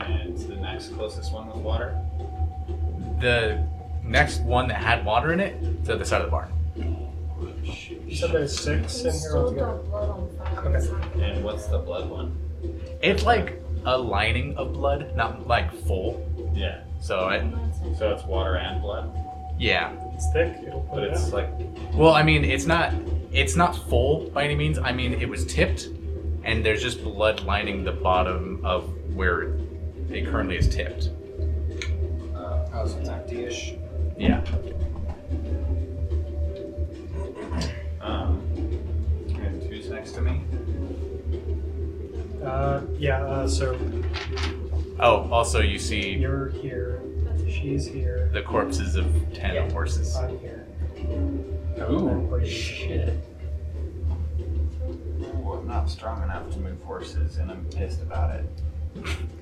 And the next closest one with water? The next one that had water in it is at the side of the barn. You said there's six in here altogether. And what's the blood one? It's like a lining of blood, not like full. Yeah. So it, So it's water and blood, yeah. It's thick. It'll put but it it's out. like Well, I mean, it's not it's not full by any means. I mean, it was tipped, and there's just blood lining the bottom of where it currently is tipped. Uh, how's it empty-ish? Yeah. um, and who's next to me? Uh, yeah. Uh, so Oh, also you see you're here. She's here. the corpses of ten horses. I'm here. Ooh, shit. well, I'm not strong enough to move horses, and I'm pissed about it.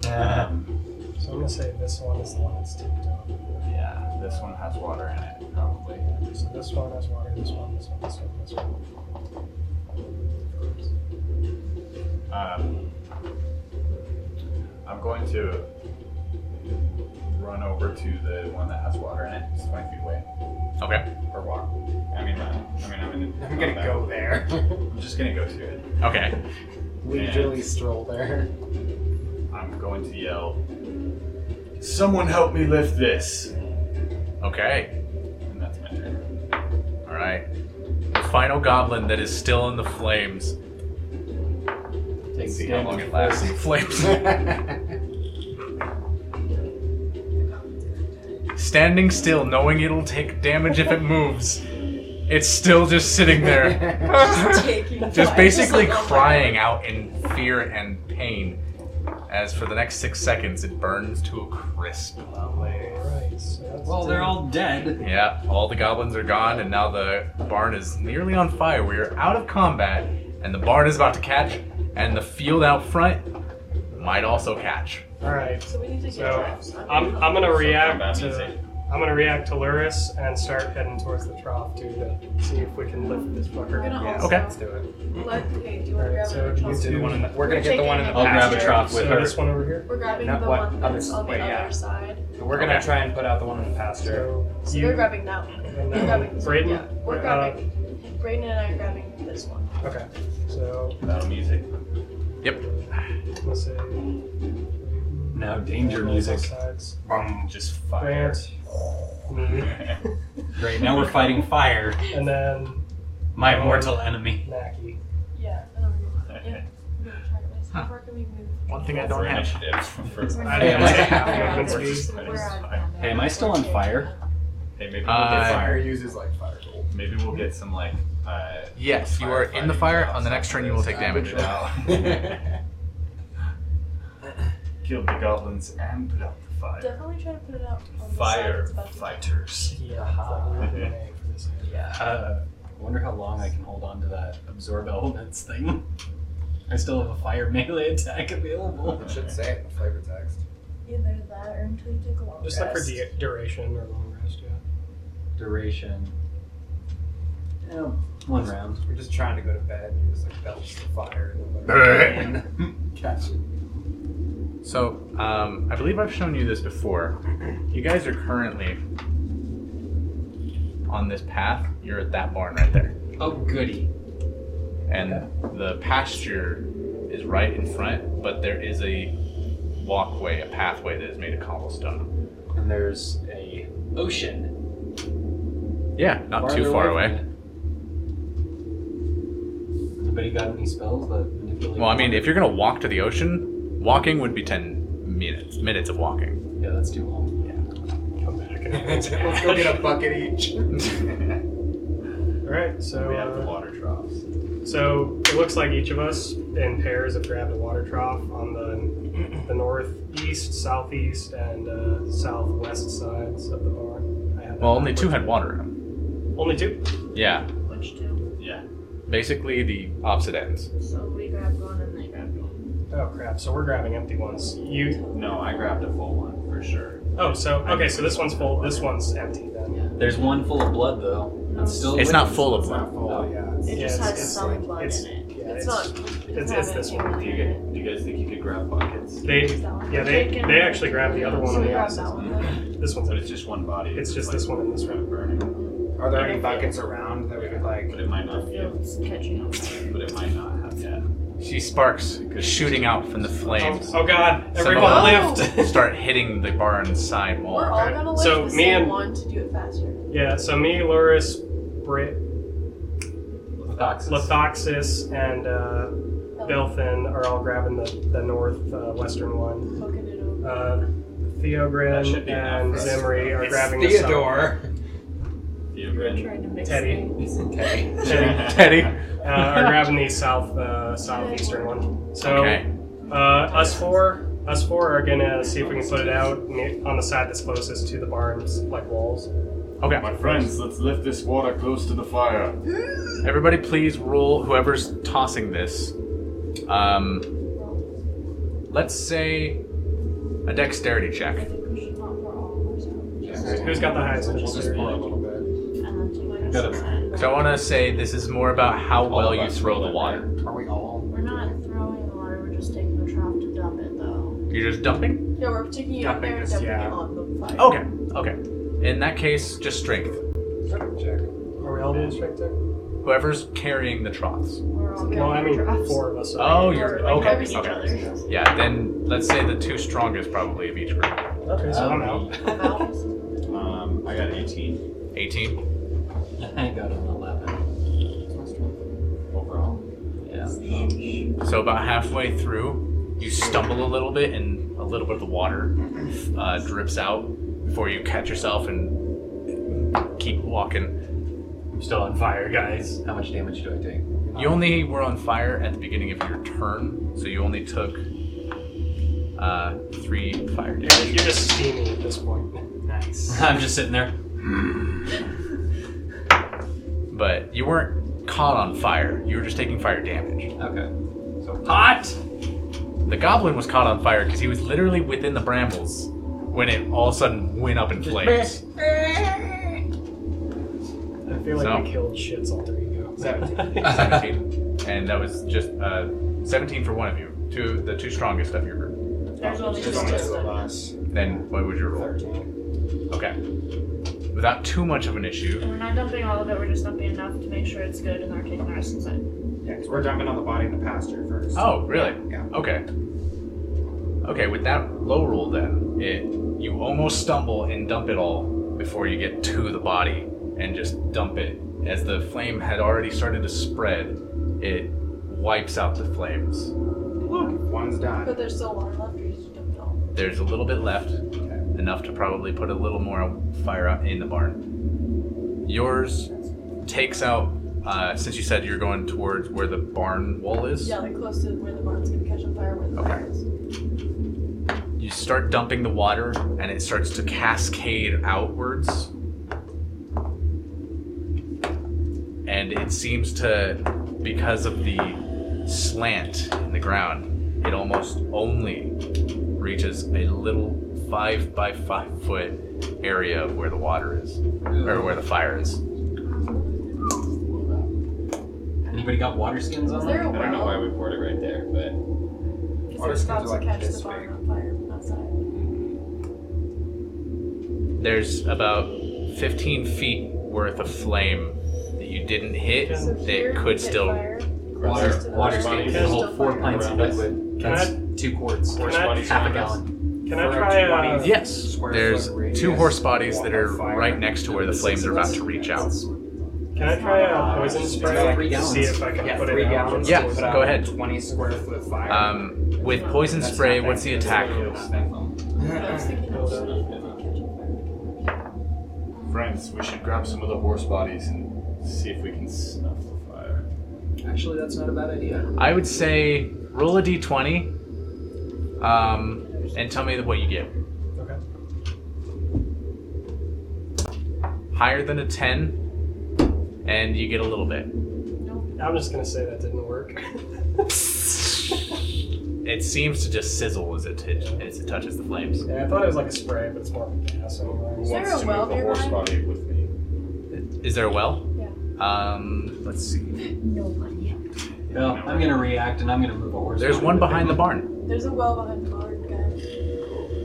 um, So I'm gonna say this one is the one that's tipped over. yeah, this one has water in it, probably. So this one has water. This one. This one. This one. This one. Um, I'm going to run over to the one that has water in it, it's 20 feet away, Okay. or walk. I mean, run. I mean, I'm, in, I'm gonna go there. I'm just gonna go to it. Okay. Leisurely stroll there. I'm going to yell, Someone help me lift this! Okay. And that's my turn. All right. The final goblin that is still in the flames. Takes See how long it lasts in flames. Standing still, knowing it'll take damage if it moves. It's still just sitting there. just basically crying out in fear and pain as for the next six seconds it burns to a crisp. Right. So that's Well, they're all dead. Yeah, all the goblins are gone, and now the barn is nearly on fire. We are out of combat, and the barn is about to catch, and the field out front might also catch. All right. So we need to get So traps. I'm, I'm gonna So react combat to music. I'm gonna react to Luris and start heading towards the trough too to see if we can lift this fucker. We're gonna Yeah, also- Let's do it. Let, okay, do you want to grab Alright, another so you trough? two, The one in the- we're gonna We're get the one in the taking I'll grab a Sure. trough so with her. this one over here. We're grabbing Not the what- one other that's on the way, yeah. other side. The But we're gonna try and put out the one in the pasture. So they're grabbing that one. And You're then grabbing this Brayden? one. Yeah, we're Uh, grabbing. Brayden and I are grabbing this one. Okay, so Battle music. Yep. let's say Now danger music. sides. Boom, Just fire. Brant, Mm-hmm. me, Great. Now we're fighting fire. and then My mortal enemy. Mackie. Yeah. I don't remember. Yeah. We're gonna try to place- How far can we move? One thing I don't have. Initiatives from first. I didn't like Yeah. movement speed. Hey, am I still on fire? Hey, maybe we'll Uh, get fire. uses like fire gold. Maybe we'll get some like. Uh, Yes, you are in the fire. On the next turn, you will take damage. Killed the goblins and put out the fire. Definitely try to put it out on the side Fire that's about to- fighters. Yeah. Yeah. Uh, I wonder how long I can hold on to that absorb elements thing. I still have a fire melee attack available. It should say it in the flavor text. Either that or until you take a long Just look for rest. du- duration or long rest. Yeah. Duration. Yeah, one round. We're just trying to go to bed and you just like belch the fire and then catch it. So, um, I believe I've shown you this before. You guys are currently on this path. You're at that barn right there. Oh, goody. And the pasture is right in front, but there is a walkway, a pathway that is made of cobblestone. And there's a ocean. Yeah, not farther too far away away. from it. Anybody got any spells that manipulate? Well, I mean, if you're gonna walk to the ocean, walking would be ten minutes. Minutes of walking. yeah, that's too long. Come back. Let's go get a bucket each. All right. So We have the uh, water troughs. so it looks like each of us in pairs have grabbed a water trough on the the northeast, southeast, and uh, southwest sides of the barn. I had that Well, only two backwards. had water in them. Only two. Yeah, Which two? Yeah. basically the opposite ends. So we grabbed one and they grabbed one. Oh crap! So we're grabbing empty ones. You. No, I grabbed a full one for sure. Oh, so okay. So this one's full. This one's empty. Then. There's one full of blood though. No. It's still. It's not full of It's not them. full, Oh. yeah. It's, It Yeah, just it's- has it's some like- blood it's- in it. Yeah, It's it's- not. it's- not it's anything this one. really Do you, in it. get, do you guys think you could grab buckets? They. Yeah, they Taken. they actually grabbed the other one So on we the grab opposite. that one. then. This one's But it's just one body. It's just like, this one and this kind one. of burning. Are there any buckets around that we could like? But it might not be. It's catching on fire. But it might not have yet. See sparks shooting out from the flames. Oh, oh god! Some Everyone of them lift. start hitting the barn sidewall. We're all gonna lift So, the me same and- one to do it faster. Yeah, so me, Loris, Brit, Lithoxis. Lathoxis, and uh, Belfin are all grabbing the, the north uh, western one. Poking it over. Uh, That Theogrin should be and half, right? Zimri are It's grabbing Theodore. We're Theogrin. trying to mix Teddy. things. Okay. the south, Teddy. uh, are grabbing the south uh, southeastern one. So Okay. uh, us four, us four are gonna see if we can put it out ne- on the side that's closest to the barns, like walls. Okay. My friends, let's lift this water close to the fire. Everybody, please roll whoever's tossing this. Um, let's say a dexterity I check. think we should not pour all of ours out. Who's got the highest? Just pour a little bit. Um, Got Because I want to say this is more about how well you throw the water. Are we all? We're not throwing the water, we're just taking the trough to dump it though. You're just dumping? No, we're taking it out there and Dumping dumping this, it yeah. on the fire. Okay. Okay. In that case, just strength. Check. Are we all doing strength check? Whoever's carrying the troughs. We're all Well, I grabbing mean, troughs. four of us. Oh, Are you're We're okay. grabbing each Okay. other. Yeah. Then let's say the two strongest probably of each group. Oh. okay, so I'm out. Um, I got 18 18. I got an eleven. overall. Yeah. So about halfway through, you stumble a little bit, and a little bit of the water uh, drips out before you catch yourself and keep walking. I'm still on fire, guys. How much damage do I take? You only were on fire at the beginning of your turn, so you only took uh, three fire You're, damage. you're just steaming at this point. Nice. I'm just sitting there. But you weren't caught on fire; you were just taking fire damage. Okay. So hot. The goblin was caught on fire because he was literally within the brambles when it all of a sudden went up in flames. I feel like So- we killed shit's alter ego. 17. and that was just uh, 17 for one of you, two the two strongest of your group. There's only Just just on two this of little them. us. Then what was your roll? Okay. Without too much of an issue. And we're not dumping all of it, we're just dumping enough to make sure it's good and then we're taking the rest inside. Yeah, because we're dumping on the body in the pasture first. Oh, really? Yeah. Okay. Okay, with that low roll, then it you almost stumble and dump it all before you get to the body and just dump it. As the flame had already started to spread, it wipes out the flames. One's died. But there's still water left, or you just dump it all. There's a little bit left, enough to probably put a little more fire out in the barn. Yours takes out, uh, since you said you're going towards where the barn wall is, Yeah, like close to where the barn's gonna catch on fire. Where the fire is. you start dumping the water and it starts to cascade outwards. And it seems to, because of the slant in the ground, it almost only reaches a little five by five foot area of where the water is, or where the fire is. Anybody got water skins on Is there a them? I don't know well? why we poured it right there, but Because Water it skins are stops to like catch this the barn on fire from outside. There's about 15 feet worth of flame that you didn't hit that could still. water, water skin can hold four pints of liquid. Can That's two quarts. Can I- half a gallon. Can I try, uh, Yes. There's two horse bodies that are right next to where the flames are about to reach out. Can I try a poison spray to see if I can put it out? Yeah, go ahead. Twenty square foot fire. Um, with poison spray, what's the attack? Friends, we should grab some of the horse bodies and see if we can snuff the fire. Actually, that's not a bad idea. I would say roll a d20 um, and tell me what you get. Okay. Higher than a 10, and you get a little bit. I'm just gonna say that didn't work. It seems to just sizzle as it, t- as it touches the flames. Yeah, I thought it was like a spray, but it's more of a gas anyway. Who wants to move the horse body with me? Is there a well? Yeah. Um, let's see. No money. Well, I'm gonna react and I'm gonna move a horse. There's one behind the barn. There's a well behind the barn, guys.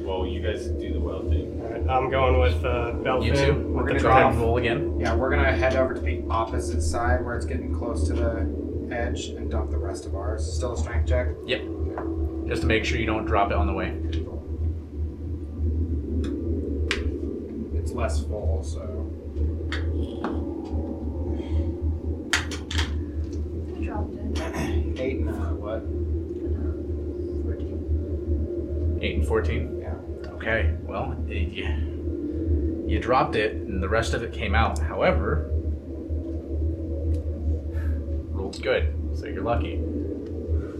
Well, you guys do the well thing. I'm going with uh, Belfin. You two? We're With the gonna go drop off. and roll again? Yeah, we're gonna head over to the opposite side where it's getting close to the edge and dump the rest of ours. Still a strength check. Yep. Just to make sure you don't drop it on the way. It's less full, so I dropped it. eight and uh, what? 8 and 14? Yeah. Okay, well, it, you, you dropped it and the rest of it came out. However, rolled good, so you're lucky.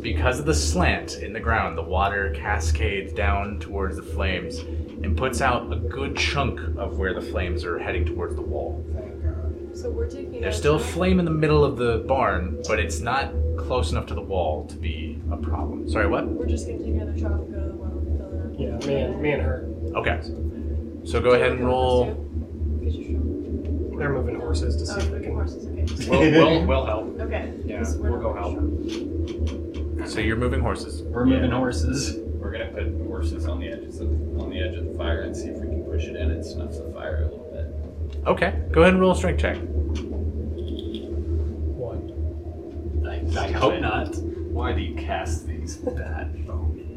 Because of the slant in the ground, the water cascades down towards the flames and puts out a good chunk of where the flames are heading towards the wall. So we're taking. There's out- still flame in the middle of the barn, but it's not close enough to the wall to be a problem. Sorry, what? We're just gonna take another truck and go to the well and fill it up. Yeah, me and, me and her. Okay. So go ahead and roll. Because you're strong. They're moving horses to see Oh, if you're they moving can. horses. Okay. We'll, we'll, we'll help. Okay. Yeah, because we're we'll not go So you're moving horses. We're moving horses. We're gonna put horses on the edges of on the edge of the fire and see if we can push it in and snuff the fire a little bit. Okay. Go ahead and roll a strength check. One. I, I hope not. Why do you cast these bad bones?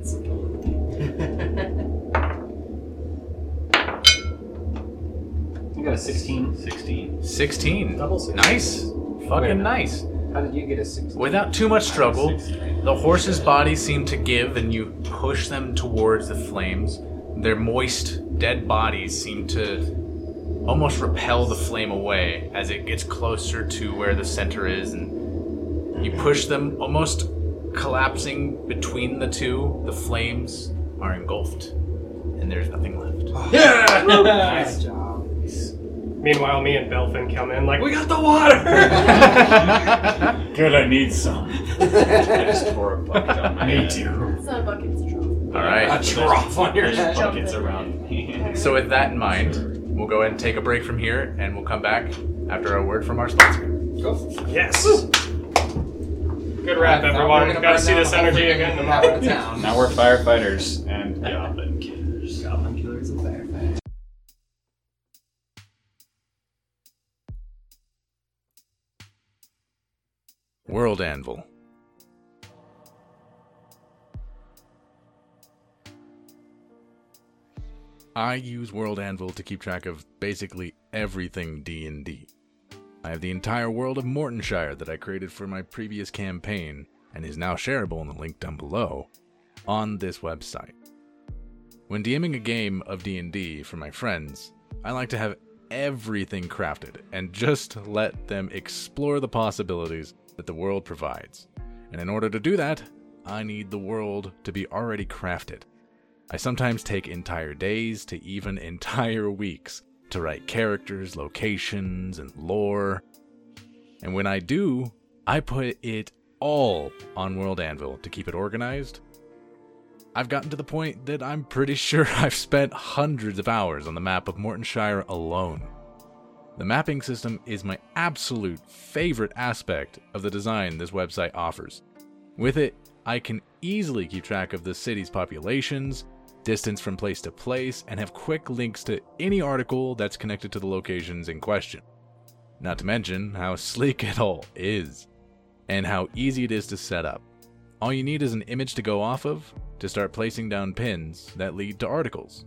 You got a 16. 16. 16. Double six. Nice. Wait a Fucking minute. nice. How did you get a 16? Without too much struggle, the horses' bodies seem to give and you push them towards the flames. Their moist, dead bodies seem to almost repel the flame away as it gets closer to where the center is, and you push them almost collapsing between the two. The flames are engulfed, and there's nothing left. Yeah! Nice job. Meanwhile, me and Belfin come in like, we got the water! Good, I need some. I just pour a bucket on my head. It's not a bucket, it's a truck. All right. A trough on your Just head. jump Buckets in. around me. So, with that in mind, we'll go ahead and take a break from here, and we'll come back after a word from our sponsor. yes! Good rap, everyone. Gotta see this energy again tomorrow. Now we're firefighters and goblin killers. Goblin killer. World Anvil. I use World Anvil to keep track of basically everything D&D. I have the entire world of Mortonshire that I created for my previous campaign and is now shareable in the link down below on this website. When DMing a game of D&D for my friends, I like to have everything crafted and just let them explore the possibilities that the world provides. And in order to do that, I need the world to be already crafted. I sometimes take entire days to even entire weeks to write characters, locations, and lore. And when I do, I put it all on World Anvil to keep it organized. I've gotten to the point that I'm pretty sure I've spent hundreds of hours on the map of Mortonshire alone. The mapping system is my absolute favorite aspect of the design this website offers. With it, I can easily keep track of the city's populations, distance from place to place, and have quick links to any article that's connected to the locations in question. Not to mention how sleek it all is, and how easy it is to set up. All you need is an image to go off of to start placing down pins that lead to articles.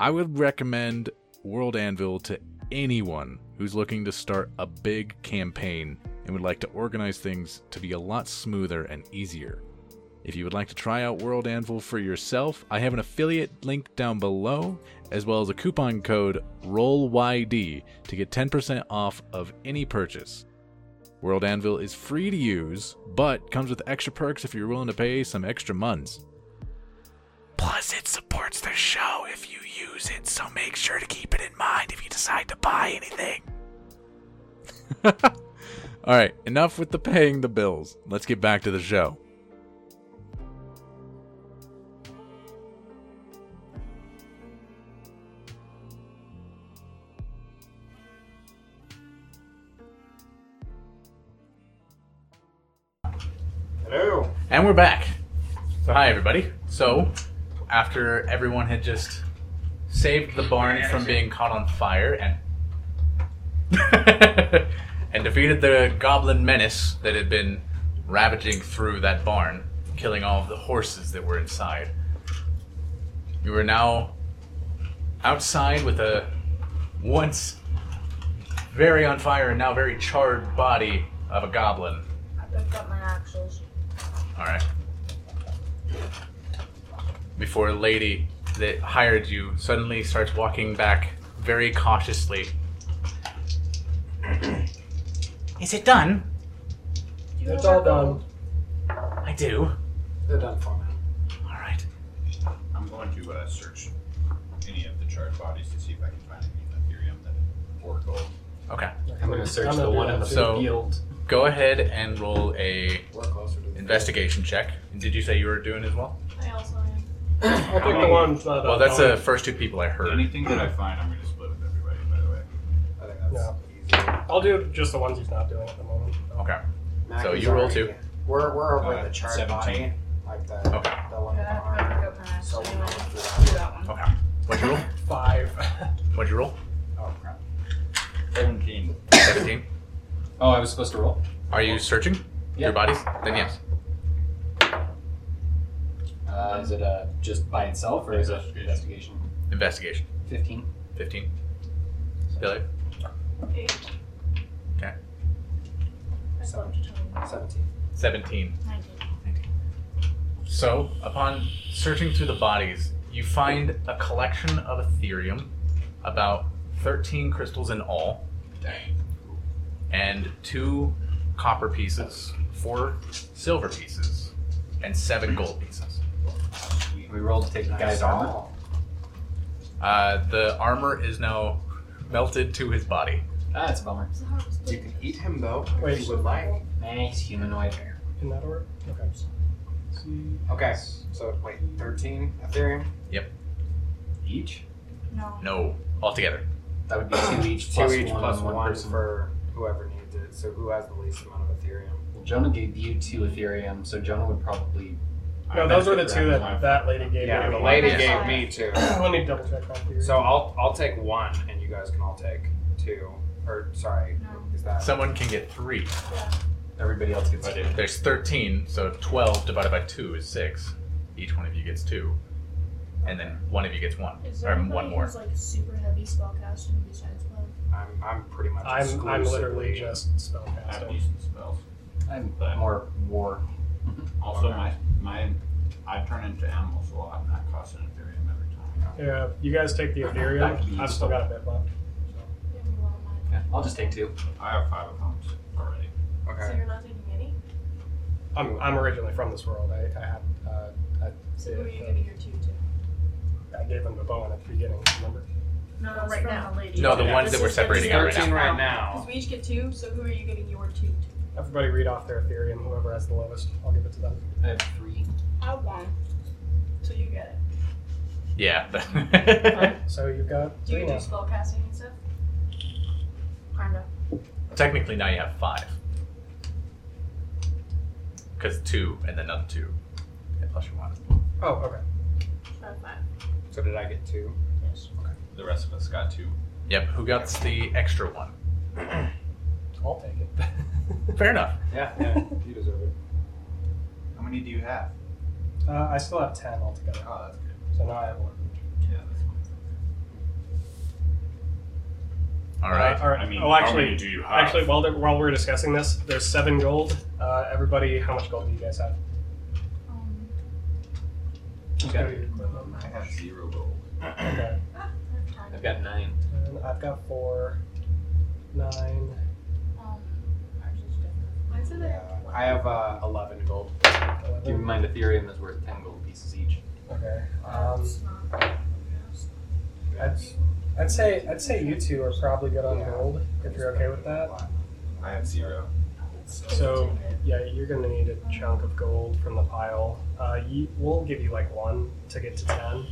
I would recommend World Anvil to anyone who's looking to start a big campaign and would like to organize things to be a lot smoother and easier. If you would like to try out World Anvil for yourself, I have an affiliate link down below, as well as a coupon code ROLLYD to get 10% off of any purchase. World Anvil is free to use, but comes with extra perks if you're willing to pay some extra muns. Plus, it supports the show if you use it, so make sure to keep it in mind if you decide to buy anything. All right, enough with the paying the bills. Let's get back to the show. Hello. And we're back. So, hi, everybody. So, after everyone had just saved the barn from being caught on fire and and defeated the goblin menace that had been ravaging through that barn, killing all of the horses that were inside. You were now outside with a once very on fire and now very charred body of a goblin. I picked up my axles. All right. Before a lady that hired you suddenly starts walking back very cautiously Is it done? It's all done. I do. They're done for now. All right. I'm going to uh, search any of the charred bodies to see if I can find any Ethereum that or gold. Okay. I'm gonna search I'm gonna the do one that in the too. so, field. Go ahead and roll a We're closer to the investigation check. And did you say you were doing as well? I also am. I picked the one. that's Uh, not well, up. that's I the went- first two people I heard. Anything that I find, I'm going to split with everybody. By the way, I think that's No. I'll do just the ones he's not doing at the moment. Okay. Mac so is you roll already- two. We're, we're over Uh, the charred 17. body, like the, Okay. the one with the arm. So we roll through Do that one. Okay. What'd you roll? Five. What'd you roll? that. Oh crap. Seventeen. 17. Oh, I was supposed to roll. Are you searching Yeah. your bodies? Then yes. Uh, is it uh, just by itself or is it investigation? Investigation. Fifteen. 15. Billy? Eight. Okay. I slept till- 17. 17. Nineteen. So, upon searching through the bodies, you find a collection of Ethereum, about 13 crystals in all, and two copper pieces, four silver pieces, and seven gold pieces. We rolled to take the guy's armor. Uh, the armor is now melted to his body. Ah, that's a bummer. It's the hardest You thing. can eat him though, Wait. if you would like. Man, he's humanoid. Can that work? Okay. Okay, so wait, 13 Ethereum? Each? No. No, altogether. That would be two each Two plus each one plus on one, one person. for whoever needs it. So who has the least amount of Ethereum? Jonah gave you two Ethereum, so Jonah would probably. No, those were the two that that lady gave Yeah, me. the lady Yeah. gave me two. Let me double check that theory. So I'll I'll take one, and you guys can all take two. Or sorry, No. is that Someone can get three. Yeah. Everybody else gets two. There's 13, so 12 divided by 2 is 6. Each one of you gets 2. And then one of you gets 1. Is Or there one anybody more. who's like super heavy spellcasting besides Will? I'm, I'm pretty much. I'm, I'm literally exclusively- just spellcasting. spells. I'm But- more war. Also, my my I turn into animals a lot, and that costs an Ethereum every time. Yeah, you guys take the That could Ethereum. be I've still got a bit left. Yeah, I'll just take two. I have five of homes already. So Okay. you're not taking any? I'm, I'm originally from this world. I, I had. Uh, I, So who are you giving your two to? I gave him the bone at the beginning, remember? No, no, right now, lady. No, the ones that we're separating out right now. right Oh. Because we each get two, so who are you giving your two to? Everybody read off their Ethereum. Whoever has the lowest, I'll give it to them. I have three. I won't. So you get it. Yeah. So you've got Do three you do now. spellcasting and stuff? Kinda. Technically, now you have 5. Because 2 and then another 2. And plus your 1. Oh, okay. Try five. So did I get two? Yes. The rest of us got two. Yep, who got the extra 1? I'll take it. Fair enough. Yeah, yeah, you deserve it. How many do you have? Uh, I still have 10 altogether. Oh, that's good. So now I have one. Yeah, that's good. All right. Uh, all right. I mean, oh, actually, how many do you have? actually, while, they're- while we're discussing this, there's seven gold. Uh, everybody, how much gold do you guys have? Um, Okay. I have zero gold. Okay. I've got nine. And I've got four, nine. um, ours is different. Mine said that. Yeah, I have uh, eleven gold. 11. Keep in mind, Ethereum is worth ten gold pieces each. Okay. uh, Um, It's not. I'd, I'd say I'd say you two are probably good on Yeah. gold if you're okay with that. I have zero. So yeah, you're gonna need a chunk of gold from the pile. Uh, you, we'll give you like one to get to ten.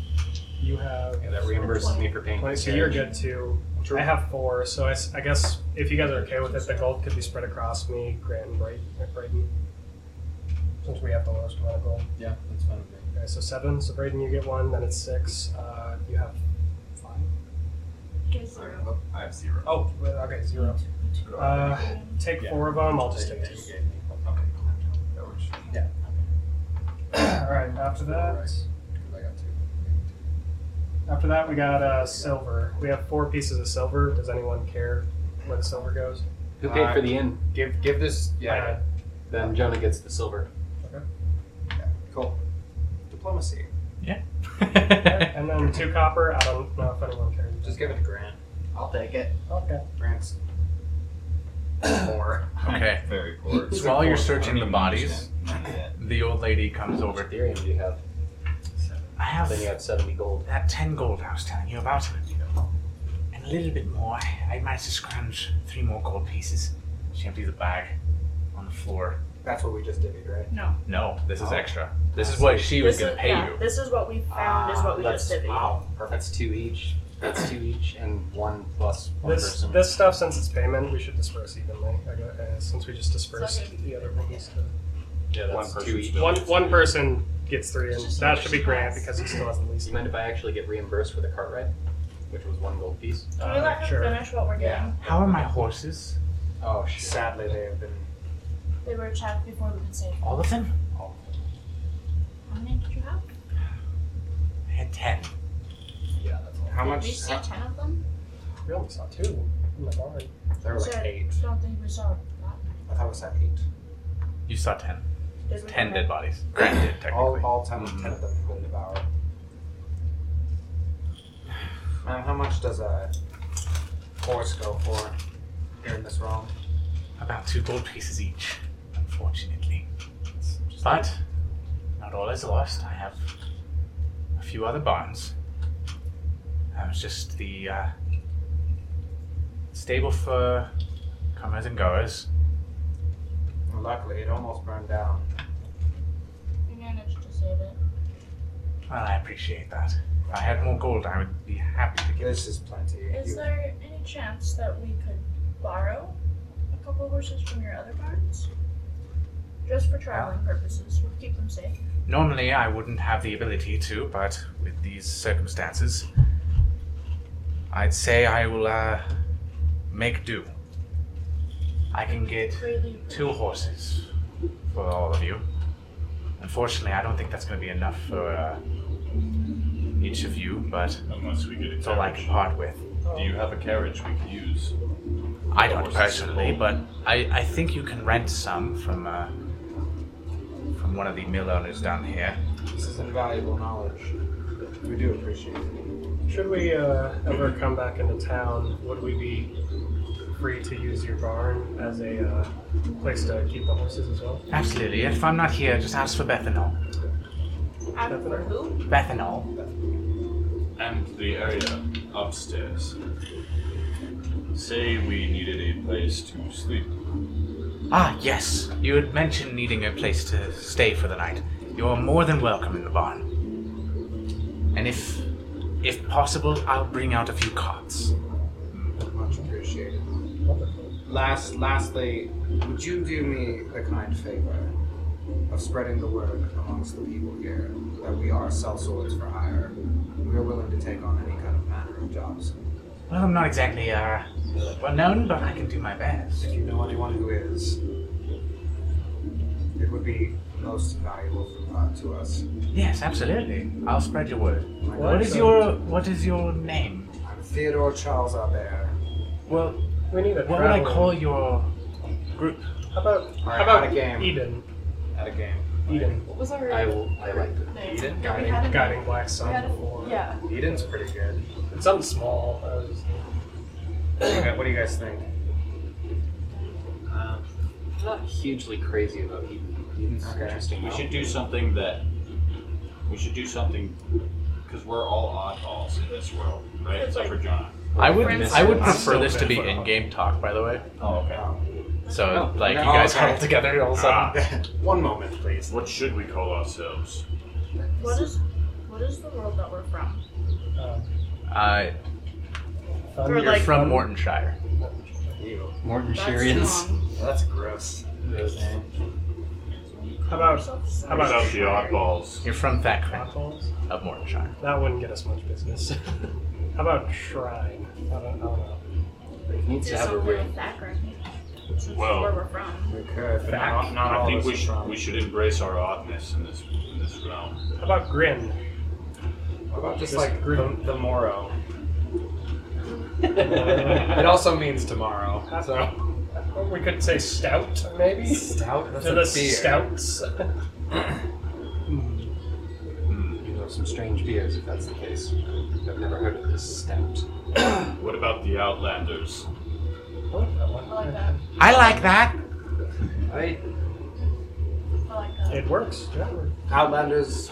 You have Yeah, that reimburses me for paying. twenty, so for you're carriage. good too. I have four, so I, s- I guess if you guys are okay with it, the gold could be spread across me, Grant, and Bright, uh, Brayden, since we have the lowest amount of gold. Yeah, that's fine with me. Okay, so seven. So Brayden, you get one. Then it's six. Uh, you have five. Gives I zero. have, I have zero. Oh, well, okay, zero. Uh, take four of them. I'll just take two. Okay, cool. That works. All right. After that, I got two. after that, we got uh, silver. We have four pieces of silver. Does anyone care where the silver goes? Who paid for the inn? Uh, Give give this. Yeah. Then Jonah gets the silver. Cool. Diplomacy. Yeah. And then two copper. I don't know if anyone cares. Just give it to Grant. I'll take it. okay. Grant's poor. okay. Very poor. So while you're searching the I don't bodies, understand that. the old lady comes over. Ethereum you have? I have Then you have seventy gold. that 10 gold I was telling you about. And a little bit more. I managed to scrounge three more gold pieces. She empties a bag on the floor. That's what we just did, right? No. No, this is Oh. extra. This is what she was This going is, to pay yeah, you. this is what we found, is what we Ah, That's- just did. Wow, perfect. That's two each. That's two each, and one plus one This person. this stuff, since it's payment, we should disperse evenly. I go, uh, since we just dispersed Okay. the other ones. to- yeah, that's one two person each. still. One one person gets three, and that should be Grant because he still has the Do least. you mind if I actually get reimbursed for the cart ride, which was one gold piece? Can we let Uh, him sure. finish what we're doing? Yeah. How are my horses? Oh shit! Sadly, they have been. They were attacked before we could save them. All of them? How many did you have? I had 10. Yeah, that's all. How Did we much? see uh, How, ten of them? We only saw two Oh in the barn. there were like Said- eight. Don't think we saw that. I thought we said eight. You saw 10. Did we 10 have- dead bodies. Granted, technically. All, all 10 Mhm. ten of them have been devoured. Man, how much does a horse go for here in this realm? About two gold pieces each, unfortunately. But not all is lost. I have a few other barns. That was just the uh, stable for comers and goers. Well, luckily, it almost burned down. We managed to save it. Well, I appreciate that. If I had more gold, I would be happy to give. This is plenty. Is You- there any chance that we could borrow a couple horses from your other barns? Just for traveling purposes. We'll keep them safe. Normally, I wouldn't have the ability to, but with these circumstances, I'd say I will uh, make do. I can get two horses for all of you. Unfortunately, I don't think that's going to be enough for uh, each of you, but unless we get it's all I can part with. Do you have a carriage we could use? I don't personally, but I, I think you can rent some from uh, from one of the mill owners down here. This is invaluable knowledge. We do appreciate it. Should we uh, ever come back into town, would we be free to use your barn as a uh, place to keep the horses as well? Absolutely. If I'm not here, just ask for Bethanol. Out for who? Bethanol. And the area upstairs. Say we needed a place to sleep. Ah, yes. You had mentioned needing a place to stay for the night. You are more than welcome in the barn. And if if possible, I'll bring out a few carts. Much appreciated. Wonderful. Last, lastly, would you do me the kind favor of spreading the word amongst the people here that we are sellswords for hire? We are willing to take on any kind of manner of jobs. Well, I'm not exactly uh, well known, but I can do my best. If you know anyone who is, it would be most valuable for, uh, to us. Yes, absolutely. I'll spread your word. My What God, is so- your What is your name? I'm Theodore Charles Albert. Well, we need a What would I traveling- call your group? How about All right, how about out of game. Eden? At a game. Eden. What was our I will. I like the name? Eden. Yeah, we had Guiding, a- guiding Black we Sun had a- before. yeah. Eden's pretty good. It's something small. I was- What do you guys, what do you guys think? Um, I'm not hugely crazy about Eden. Eden's Okay. interesting. We though. should do something that. We should do something. Because we're all oddballs in this world, right? Except for John. I would Friends. I would I'm prefer so this to bad be for- in game talk, by the way. Oh, okay. So Oh, like okay. you guys Okay. huddle together all of a sudden. One moment, please. What should we call ourselves? What is what is the world that we're from? Uh, Or you're like- from Mortonshire. Ew. Morton That's Shirians. That's gross. How about how about the oddballs? You're from Thackrant Potholes? of Mortonshire. That wouldn't get us much business. How about shrine? I don't, I don't know. It needs to Just have a something ring. in Thackeray, since it's Well, where we're from. We could, but I, not, not all think of we us are should from. we should embrace our oddness in this in this realm. How about Grin? What about just, Just like the, group. the Moro? it also means tomorrow. So We could say stout, maybe. stout. That's To a the beer. scouts. You know some strange beers if that's the case. I've never heard of this stout. What about the Outlanders? I like that. I like that. I I like that. It works. Yeah. Outlanders.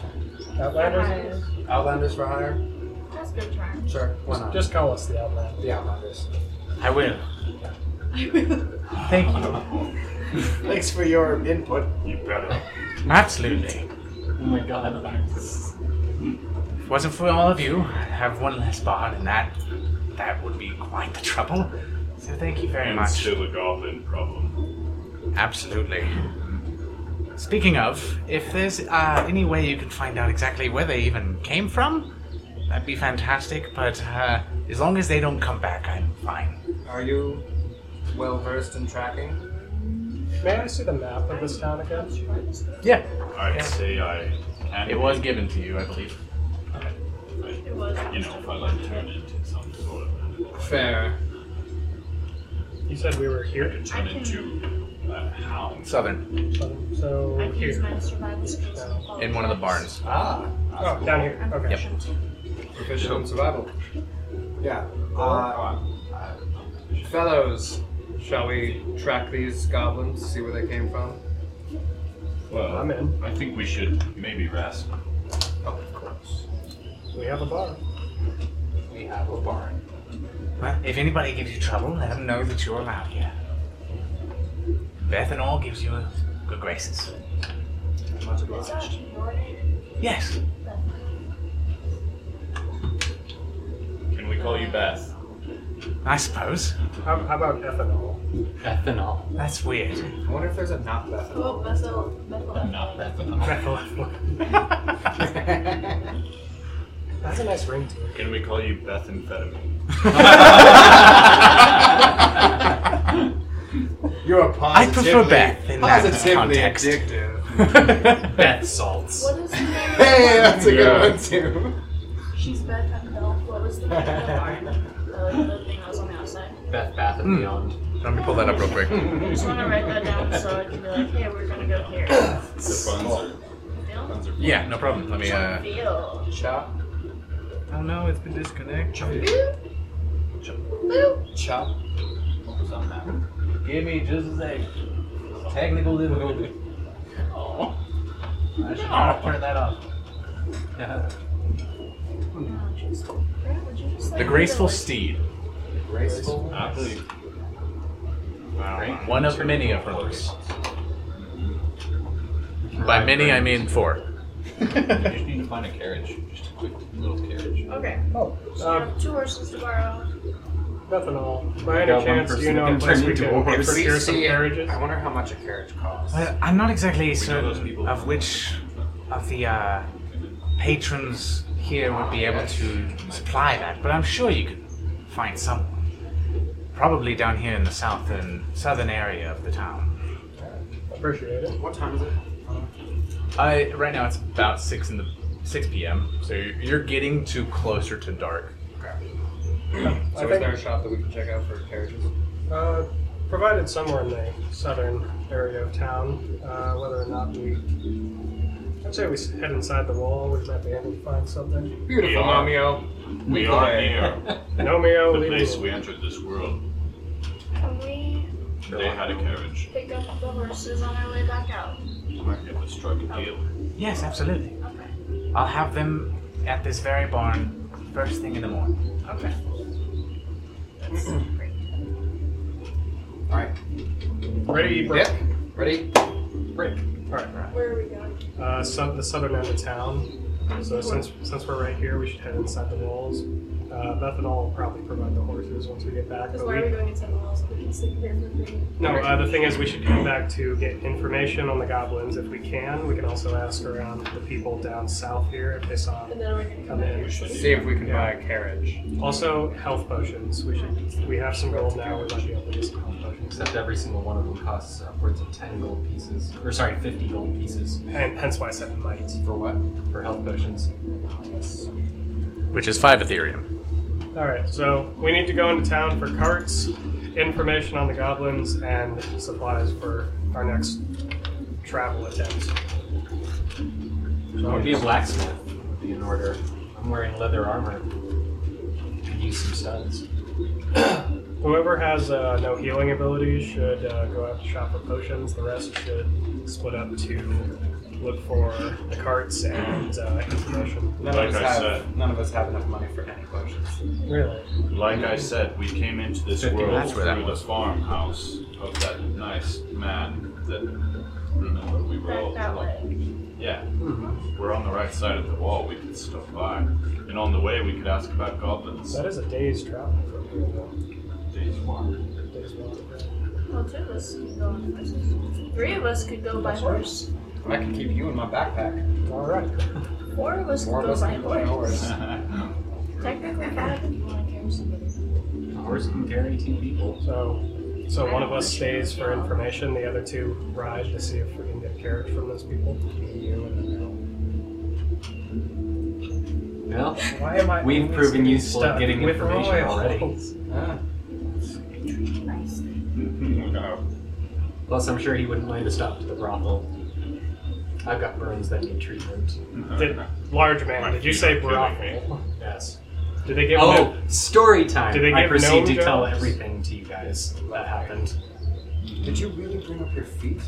Outlanders. Outlanders for hire. That's good time. Sure. Why not? Just call us the Outlanders. the Outlanders. I will. Thank you. Thanks for your input. You better. Absolutely. Oh my god. If it wasn't for all of you, I'd have one less barn, and that that would be quite the trouble. So thank you very and much. still a goblin problem. Absolutely. Speaking of, if there's uh, any way you can find out exactly where they even came from, that'd be fantastic. But uh, as long as they don't come back, I'm fine. Are you well versed in tracking? May I see the map of this town again? Yeah. I'd Yeah. say I can. It was given to you, I believe. It was. You know, if I like turn it into some sort of animal, I Fair. You said we were here. could turn I can- into a hound. Southern, So I can use here. my survival skills. and follow in one of the tracks. barns. Ah. Oh, down here. I'm Okay. proficient. Proficient in survival. Yeah. Uh, fellows, shall we track these goblins, see where they came from? Well, I'm in. I think we should maybe rest. Of course. We have a bar. We have a barn. Well, if anybody gives you trouble, let them know that you're allowed here. Beth and all gives you good graces. Much Is obliged. that your name? Yes. Can we call you Beth? I suppose. How, how about ethanol? Ethanol. That's weird. I wonder if there's a not Beth. Oh, Bethel. Bethel. Not Beth. That's a nice ring to it. Can we call you Beth and You're you are positively, I prefer Beth in that positively context. addictive. Beth salts. What is the name of the Hey, that's a Yeah. good one too. She's Beth Hempel. What was the name of the barn? Uh, the thing that was on the outside. Beth Bath and Beyond. Let me pull that up real quick. I just want to write that down so I can be like, hey, we're gonna go here. Yeah, no problem. Let me. uh... Feel. Chop. I don't know. It's been disconnected. Chop. What was on that one? Give me just a second. Technical difficulty. Oh. I should not have turned that off. Yeah. The graceful steed. Ah, Graceful. One of many of those. By many, I mean four. You just need to find a carriage. Just a quick little carriage. Okay. Oh. So I have two horses to borrow. Nothing all. By Yeah, any one chance, do you person know a can place turn we into can a horse. procure some See it. carriages? I wonder how much a carriage costs. Well, I'm not exactly those certain people. of which of the uh, patrons here would be able to supply that, but I'm sure you could find someone. Probably down here in the south and southern area of the town. Appreciate it. What time is it? I right now it's about six in the six p.m. So you're you're getting too closer to dark. So is there a shop that we can check out for carriages? Uh, provided somewhere in the southern area of town, uh, whether or not we. I'd say we s- head inside the wall, we might be able to find something. Beautiful, We are- Romeo. We are Oh, near Nomeo, the leave place me. we entered this world. Can we They had a carriage. Pick up the horses on our way back out. We might be able to strike a deal. Yes, absolutely. Okay. I'll have them at this very barn first thing in the morning. Okay. That's great. All right. Ready, break. Yep. Ready? Break. Alright, right. Where are we going? Uh, so the southern end of town. So since since we're right here, we should head inside the walls. Uh, Beth and all will probably provide the horses once we get back. Because But why are we we, going inside the walls? We can sleep here for free. no, uh, the thing is, we should come back to get information on the goblins if we can. We can also ask around the people down south here if they saw And then we're gonna come come back. in. See if we can buy a carriage. Also, health potions. We should. We have some gold now. We might be able to get some health potions. Except every single one of them costs upwards of 10 gold pieces. Or sorry, 50 gold pieces And hence why I said might. For what? for health potions. Which is five Ethereum. All right. So we need to go into town for carts, information on the goblins, and supplies for our next travel attempt. I would be a blacksmith would be in order. I'm wearing leather armor. Could use some studs. Whoever has uh, no healing abilities should uh, go out to shop for potions. The rest should split up to look for the carts and uh, information. None Like of I us have said. none of us have enough money for any potions. Really? Like I said, we came into this 50 world that's where through that the farmhouse of that nice man that remember we were all Back that way. Yeah. Mm-hmm. We're on the right side of the wall, we could stop by. And on the way we could ask about goblins. That is a day's travel from here, though. Days one. Day's walk. Well, two of us could go on horses. Three of us could go by horse. I can keep you in my backpack. All right. Four of us Four of could go us by can buy horse. ours. Technically five if you want to carry somebody. A horse can carry two people. So, so one of us stays for information. The other two ride to see if we can get carriage from those people. Well, Why am I? we've always proven getting useful at stuck getting with information Royal? already. Ah. Plus, I'm sure he wouldn't mind a stop to the brothel. I've got burns that need treatment. Did, large man, did you say You're kidding brothel? Yes. Did they give? Oh, no- story time! Do they I give proceed to gnome tell jobs? everything to you guys that happened. Did you really bring up your feet?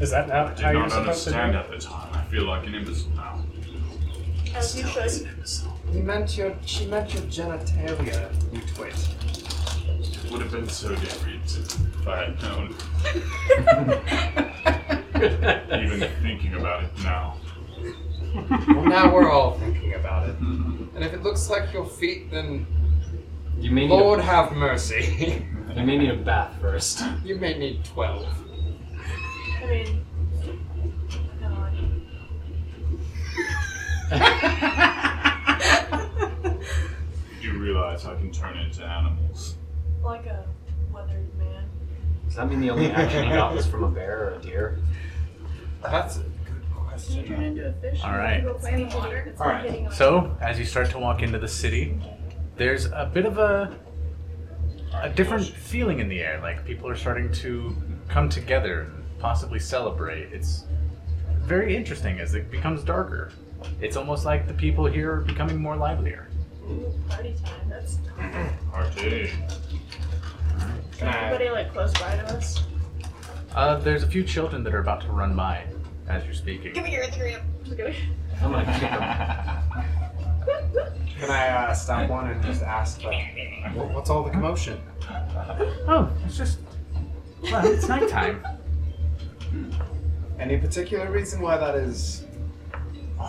is that not I did how you're not supposed to do? understand it? at the time. I feel like an imbecile now. As you should. He meant your she meant your genitalia, you twit. It would have been so different if I had known. Even thinking about it now. Well now we're all thinking about it. And if it looks like your feet, then You may, need Lord a, have mercy. you may need a bath first. you may need twelve. I mean, come on. You realize I can turn into animals. Like a weathered man. Does that mean the only action he got was from a bear or a deer? That's a good question. Turn into a fish. All and right. Go play in the water. All right. So as you start to walk into the city, there's a bit of a a different feeling in the air. Like people are starting to come together and possibly celebrate. It's very interesting as it becomes darker. It's almost like the people here are becoming more livelier. Ooh, Party time. That's. Party. Can everybody like close by to us? Uh, there's a few children that are about to run by as you're speaking. me your Ethereum. Just kidding. I'm gonna kick him. Can I uh, stop one and just ask, like, what, what's all the commotion? Oh, it's just. Well, it's nighttime. Any particular reason why that is?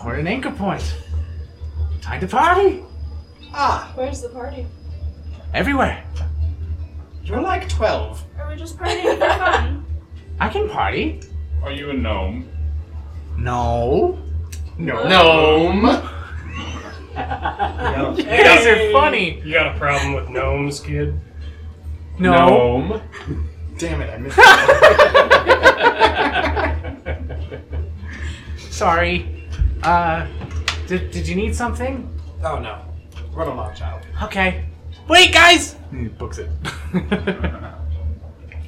We're in Anchor Point. Time to party! Ah, Where's the party? Everywhere! you're like 12. Are we just partying for fun? I can party. Are you a gnome? No. No. You guys are funny! You got a problem with gnomes, kid? No. Gnome. Damn it, I missed it. Sorry. Uh, did, did you need something? oh no. Run along, child. Okay. Wait, guys! And he books it. What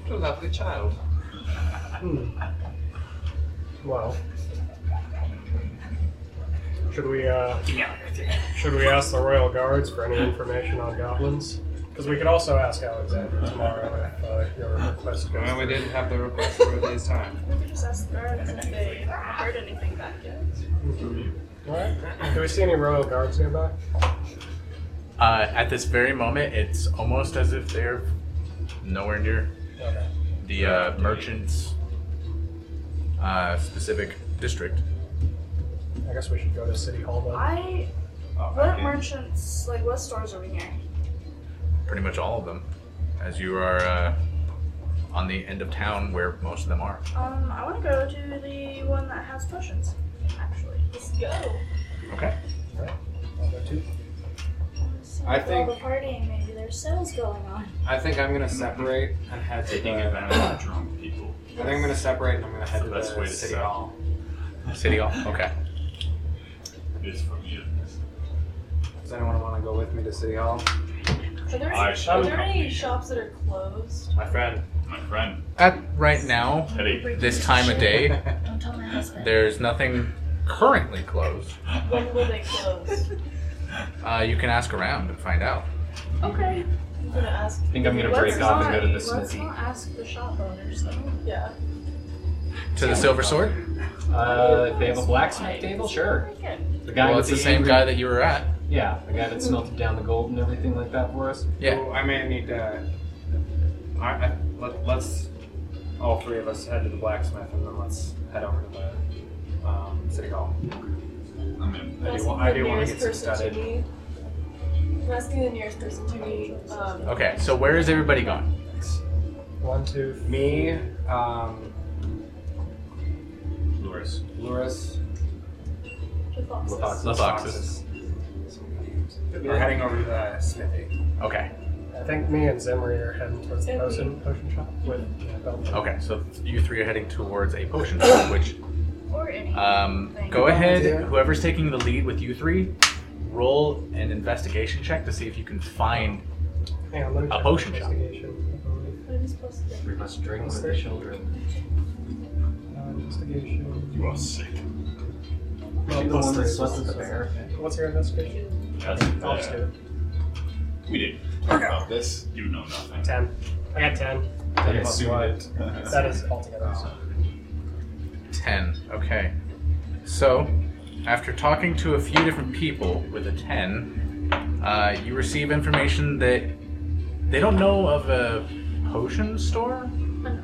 a lovely child. Well. Should we uh, should we ask the royal guards for any information on goblins? Because we could also ask Alexander tomorrow if uh, your request goes. Well, we didn't have the request for for a day's time. We could just ask the guards if they heard anything back yet. All right. Do we see any royal guards nearby? Uh, at this very moment, it's almost as if they're nowhere near Okay. the uh, merchant's uh, specific district. I guess we should go to City Hall then. I. What merchants, like, what stores are we near? Pretty much all of them, as you are uh, on the end of town where most of them are. Um, I want to go to the one that has potions. Actually, let's go. Okay. I'll go too. I think- All the partying, maybe there's sales going on. I think I'm gonna separate and head to Taking the- advantage of drunk people. I think I'm gonna separate and I'm gonna head to That's the way to city sell. hall. City Hall? Okay. It's from you. Does anyone want to go with me to city hall? Are there, I any, shall are there any accompany. shops that are closed? My friend. My friend. At right now, Teddy. this time of day, Don't tell my husband. there's nothing currently closed. When will they close? Uh, you can ask around and find out. okay. I'm gonna ask. I think I'm gonna Let's break off and go to the not- Let's smithy. not ask the shop owners, though. Yeah. To the Silver Sword? Uh, if they have a blacksmith table, sure. The guy Well, with it's the the same angry- guy that you were at. Yeah, the guy that smelted down the gold and everything like that for us. Yeah. Well, I may need to. I, I, let, let's all three of us head to the blacksmith and then let's head over to the um, city hall. I'm in. I Asking do, wa- I the do want to nearest get some person to studded. me. I'm asking the nearest person to me. Um, Okay, so where is everybody going? One, two, three. Me, um, Loris. Luris, the foxes. Lefoxes. We're heading over to the smithy. Okay, I think me and Zimri are heading towards the Zimri. potion, potion shop with uh, yeah, Belvin. okay, so you three are heading towards a potion, which, Or any. um, go ahead, whoever's taking the lead with you three, roll an investigation check to see if you can find. Hang on, let me Oh. A check potion my shop. investigation. What are we supposed to do? We must drink with the children. Uh, investigation. You are sick. Well, She the one that plus slept three. with the bear. What's your investigation? That's I'll just do bad. it. We didn't talk about this. You know nothing. Ten. I got ten. I Plus assumed one. it. That is altogether. so. Ten. Okay. So, after talking to a few different people with a ten, uh, you receive information that they don't know of a potion store.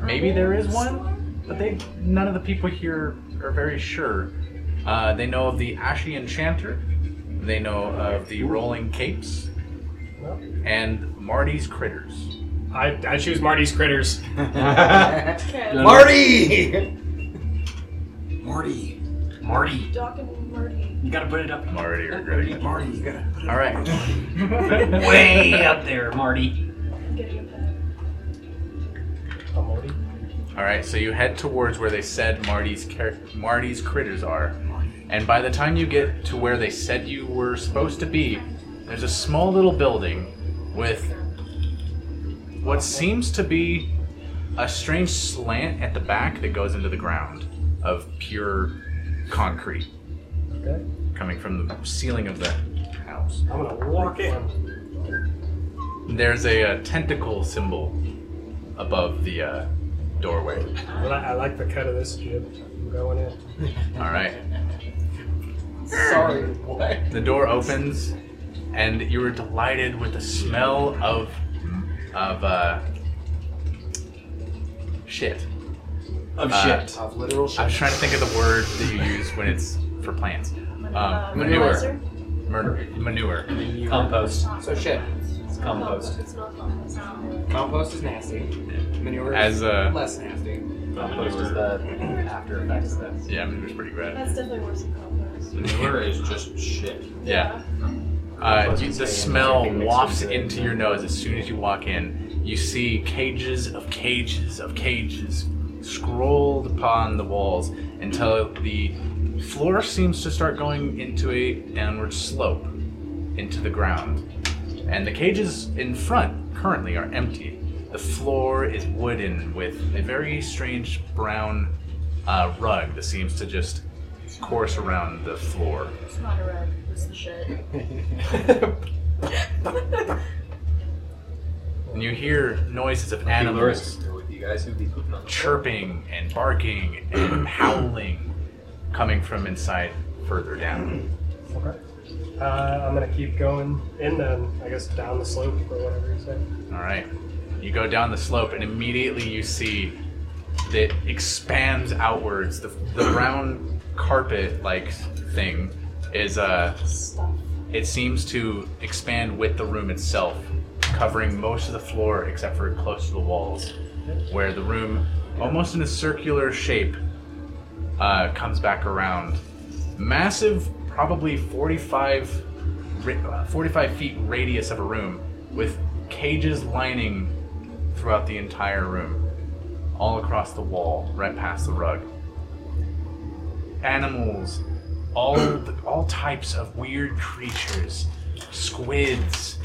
Maybe there is one, but they none of the people here are very sure. Uh, they know of the Ashy Enchanter. They know of the Rolling Capes Well, and Marty's Critters. I, I choose Marty's critters. Okay. Marty! Marty. Marty, Doc and Marty. you gotta put it up. Marty regretting it. Marty, you gotta put it All right. Way up there, Marty. I'm getting a pet. a Morty. All right, so you head towards where they said Marty's char- Marty's critters are, and by the time you get to where they said you were supposed to be, there's a small little building with what seems to be a strange slant at the back that goes into the ground of pure concrete Okay. coming from the ceiling of the house. I'm gonna walk in. There's a, uh tentacle symbol above the uh, doorway. I, li- I like the cut of this jib. I'm going in. All right. Sorry, what? The door opens, and you are delighted with the smell of of uh, shit. Of Uh, shit. Of literal I was trying to think of the word that you use when it's for plants. Uh, Um, manure. Fertilizer? Mur- manure. Compost. So shit. It's compost. It's not compost. Compost is nasty. Manure As is a- less nasty. Compost is the after effects of this. Yeah, manure's pretty rad. That's definitely worse than compost. Manure is just shit. Yeah. Uh, you- the smell wafts into your nose as soon as you walk in. You see cages of cages of cages scrolled upon the walls until the floor seems to start going into a downward slope into the ground. And the cages in front currently are empty. The floor is wooden with a very strange brown uh, rug that seems to just course around the floor. It's not a rug. It's the shit. And you hear noises of animals With you guys who'd be pooping on the chirping and barking and howling coming from inside further down. Okay. Uh, I'm gonna keep going in then, I guess down the slope or whatever you say. All right. You go down the slope, and immediately you see that expands outwards. The, the brown carpet like thing is, uh, it seems to expand with the room itself, covering most of the floor except for close to the walls, where the room, almost in a circular shape, uh, comes back around. Massive, probably 45 ri- uh, 45 feet radius of a room with cages lining throughout the entire room, all across the wall, right past the rug. Animals, all all types of weird creatures, squids,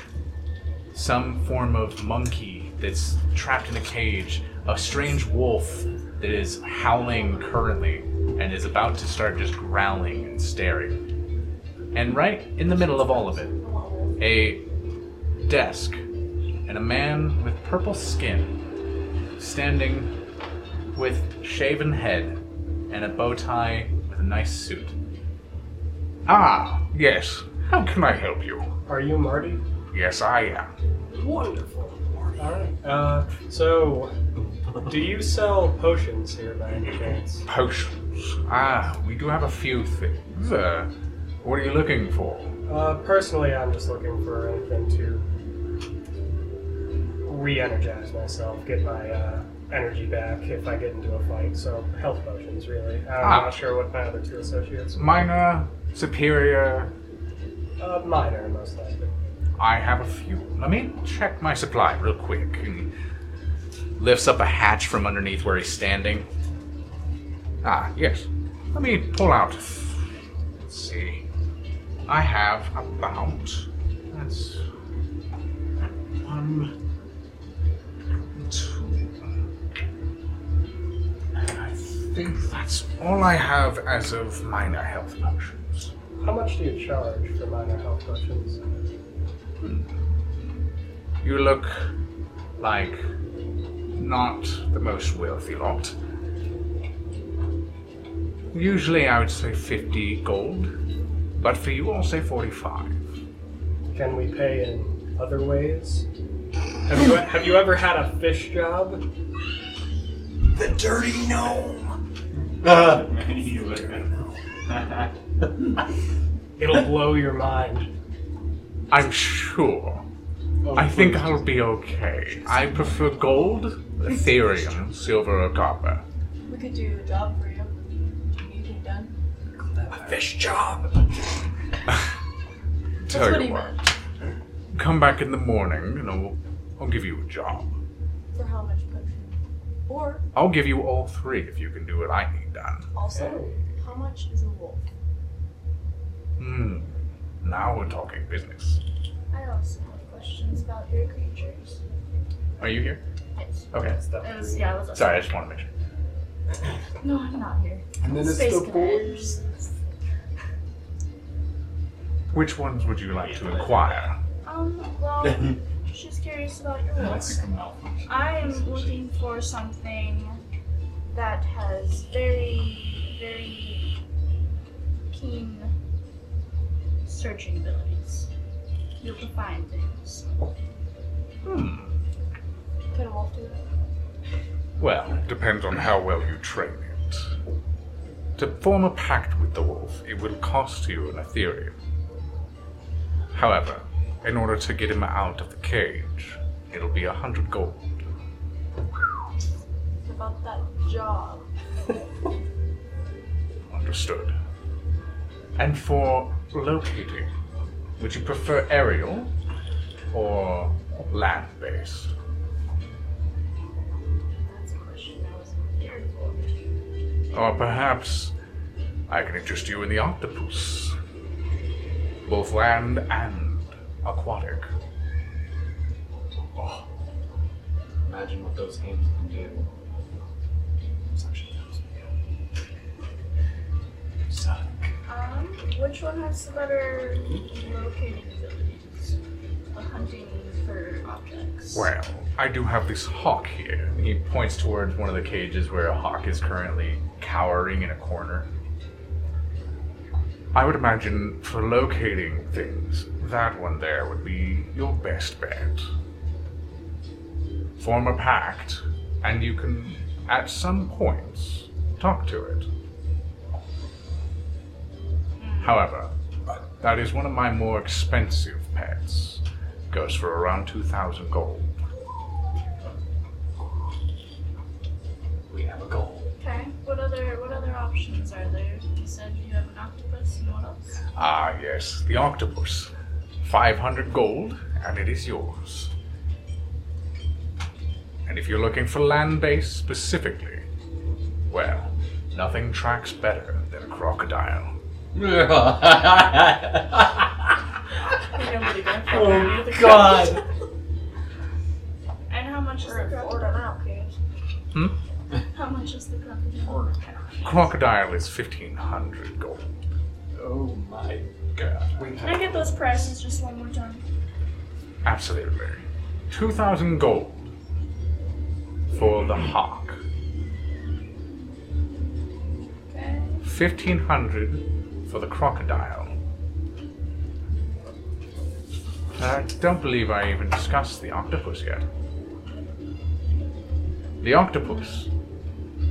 some form of monkey that's trapped in a cage, a strange wolf that is howling currently and is about to start just growling and staring. And right in the middle of all of it, a desk and a man with purple skin standing with shaven head and a bow tie with a nice suit. Ah, yes. How can I help you? Are you Marty? Yes, I am. Wonderful. Alright. Uh, so, do you sell potions here by any chance? Potions. Ah, we do have a few things. Uh, what are you looking for? Uh, personally, I'm just looking for anything to re-energize myself, get my uh, energy back if I get into a fight. So health potions, really. Ah. I'm not sure what my other two associates. Minor, superior. Uh, minor, most likely. I have a few. Let me check My supply, real quick. And he lifts up a hatch from underneath where he's standing. Ah, yes. Let me pull out. Let's see. I have about. That's. One. Two. I think that's all I have as of minor health potions. How much do you charge for minor health potions? You look like not the most wealthy lot. Usually I would say 50 gold, but for you I'll say 45. Can we pay in other ways? Have you have you ever had a fish job? The dirty gnome. It'll blow your mind. I'm sure. Oh, I think I'll be okay. I prefer gold, Ethereum, silver, or copper. We could do a job for you. Do you need anything done? A fish job. Tell what you he what, come back in the morning and I'll, I'll give you a job. For how much potion? Or I'll give you all three if you can do what I need done. also, how much is a wolf? Hmm. Now we're talking business. I also have questions about your creatures. Are you here? Yes. Okay. It was, yeah, it was Sorry, I just want to make sure. No, I'm not here. And then it's Space the boys. Which ones would you like to acquire? Um, well, she's curious about your wolves. I am looking for something that has very, very keen searching abilities. You'll find things. Could a wolf do that? Well, it depends on how well you train it. To form a pact with the wolf, it will cost you an Ethereum. However, in order to get him out of the cage, it'll be a hundred gold. What about that job? Understood. And for locating, would you prefer aerial or land based? That's a question I was prepared for. Or perhaps I can interest you in the octopus. Both land and aquatic. Oh. Imagine what those hands can do. Suck. Um, which one has the better locating abilities? Of hunting for objects. Well, I do have this hawk here. He points towards one of the cages where a hawk is currently cowering in a corner. I would imagine for locating things, that one there would be your best bet. Form a pact, and you can, at some points, talk to it. However, that is one of my more expensive pets. Goes for around 2,000 gold. We have a goal. Okay. What other what other options are there? You said you have an octopus and what else? Ah, yes, the octopus. 500 gold, and it is yours. And if you're looking for land base specifically, well, nothing tracks better than a crocodile. oh God. And how much is the crocodile? Hmm? How much is the crocodile? Crocodile is 1500 gold. Oh my god. Can I get those prices just one more time? Absolutely. 2,000 gold for the hawk. 1,500 for the crocodile. I don't believe I even discussed the octopus yet. The octopus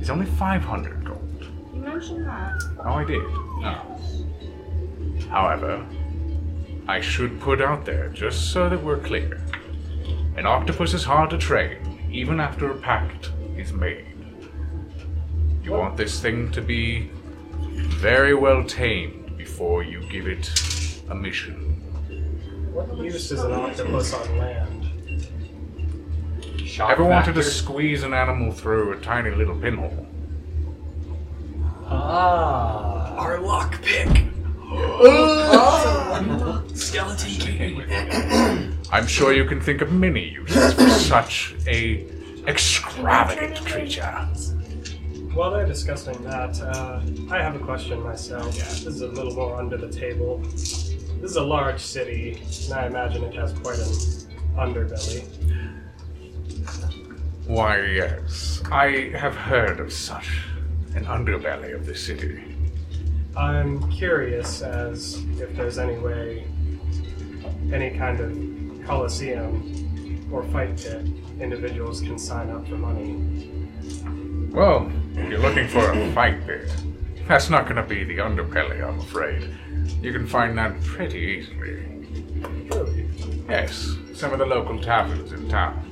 is only 500 gold. You mentioned that. Oh, I did. However, I should put out there, just so that we're clear, an octopus is hard to train, even after a pact is made. You want this thing to be very well tamed before you give it a mission. What use is an octopus on land? Ever wanted to squeeze an animal through a tiny little pinhole? Ah. Our lockpick. Skeleton key. I'm sure you can think of many uses for such a extravagant creature. While they're discussing that, uh, I have a question myself. This is a little more under the table. This is a large city, and I imagine it has quite an underbelly. Why, yes. I have heard of such an underbelly of the city. I'm curious as if there's any way, any kind of coliseum or fight pit individuals can sign up for money. Well, if you're looking for a fight pit, that's not going to be the underbelly, I'm afraid. You can find that pretty easily. Yes, some of the local taverns in town.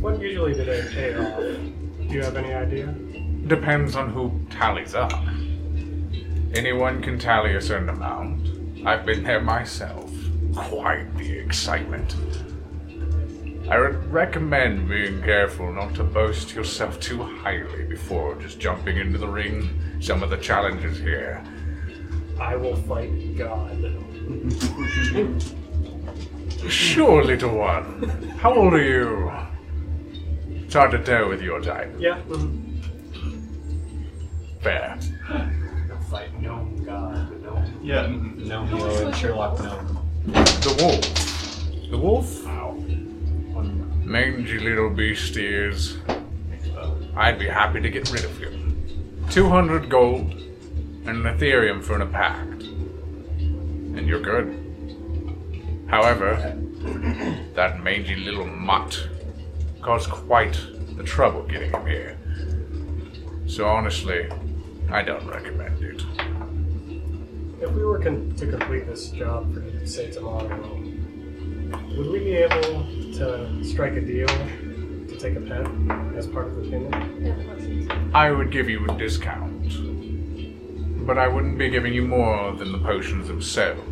What usually do they pay off? Do you have any idea? Depends on who tallies up. Anyone can tally a certain amount. I've been there myself. Quite the excitement. I would recommend being careful not to boast yourself too highly before just jumping into the ring. Some of the challenges here. I will fight God. Sure, little one. How old are you? It's hard to tell with your type. Yeah. mm-hmm. Fair. Fight gnome god. Gnome. Yeah, mm-hmm. gnome hero and Sherlock gnome. The wolf. The wolf? Mangy little beast he is. I'd be happy to get rid of him. 200 gold and an Ethereum for an pact. And you're good. However, that mangy little mutt caused quite the trouble getting him here. So honestly, I don't recommend it. If we were con- to complete this job for say tomorrow, would we be able to strike a deal to take a pet as part of the payment? I would give you a discount, but I wouldn't be giving you more than the potions themselves.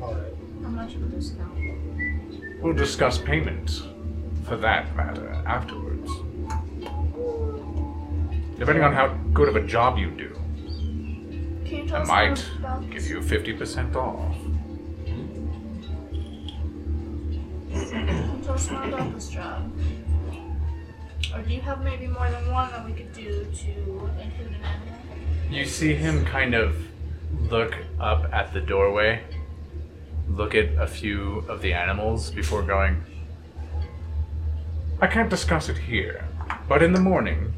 How much of a discount? We'll discuss payment for that matter afterwards. Depending on how good of a job you do, Can you tell I us might more about give you 50% off. Can you tell us more about this job? Or do you have maybe more than one that we could do to include an animal? You see him kind of look up at the doorway, look at a few of the animals before going, I can't discuss it here, but in the morning,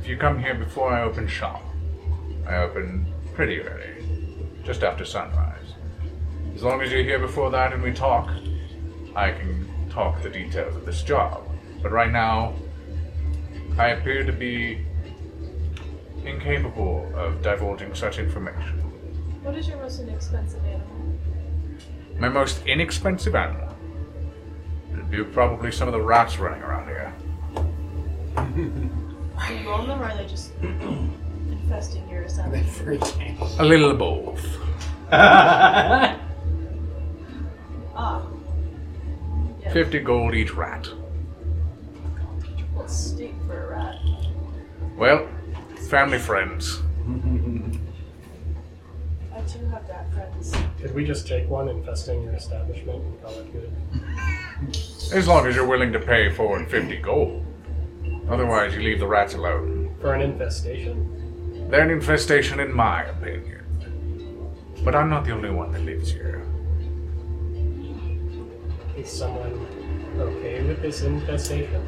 if you come here before I open shop, I open pretty early, just after sunrise. As long as you're here before that and we talk, I can talk the details of this job. But right now, I appear to be incapable of divulging such information. What is your most inexpensive animal? My most inexpensive animal. It'd be probably some of the rats running around here. Do you own them or are they just infesting your establishment? A little of both. Ah. Yeah. 50 gold each rat. That's steep for a rat. Well, family friends. I do have rat friends. Could we just take one infesting your establishment and call it good? As long as you're willing to pay for it 50 gold. Otherwise, you leave the rats alone. For an infestation? They're an infestation, in my opinion. But I'm not the only one that lives here. Is someone okay with this infestation?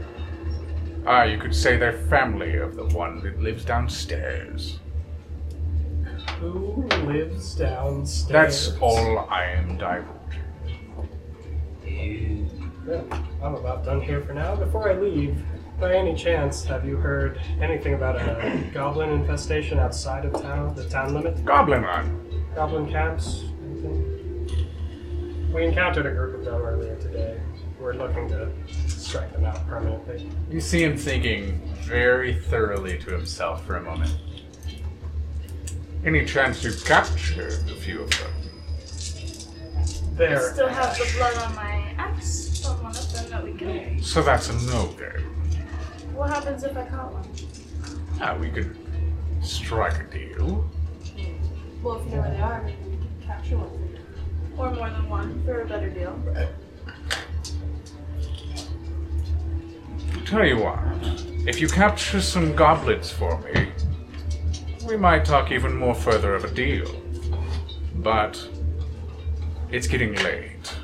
Ah, you could say they're family of the one that lives downstairs. Who lives downstairs? That's all I am divulging. Well, I'm about done here for now. Before I leave, by any chance, have you heard anything about a goblin infestation outside of town, the town limit? Goblin run. Goblin camps? Anything? We encountered a group of them earlier today. We're looking to strike them out permanently. You see him thinking very thoroughly to himself for a moment. Any chance you captured a few of them? I There. still have the blood on my axe from one of them that we killed. So that's a no then. What happens if I caught one? Ah, we could strike a deal. Well, if you know where they are, maybe we can capture one. Or more than one for a better deal. Tell you what, if you capture some goblets for me, we might talk even more further of a deal. But it's getting late.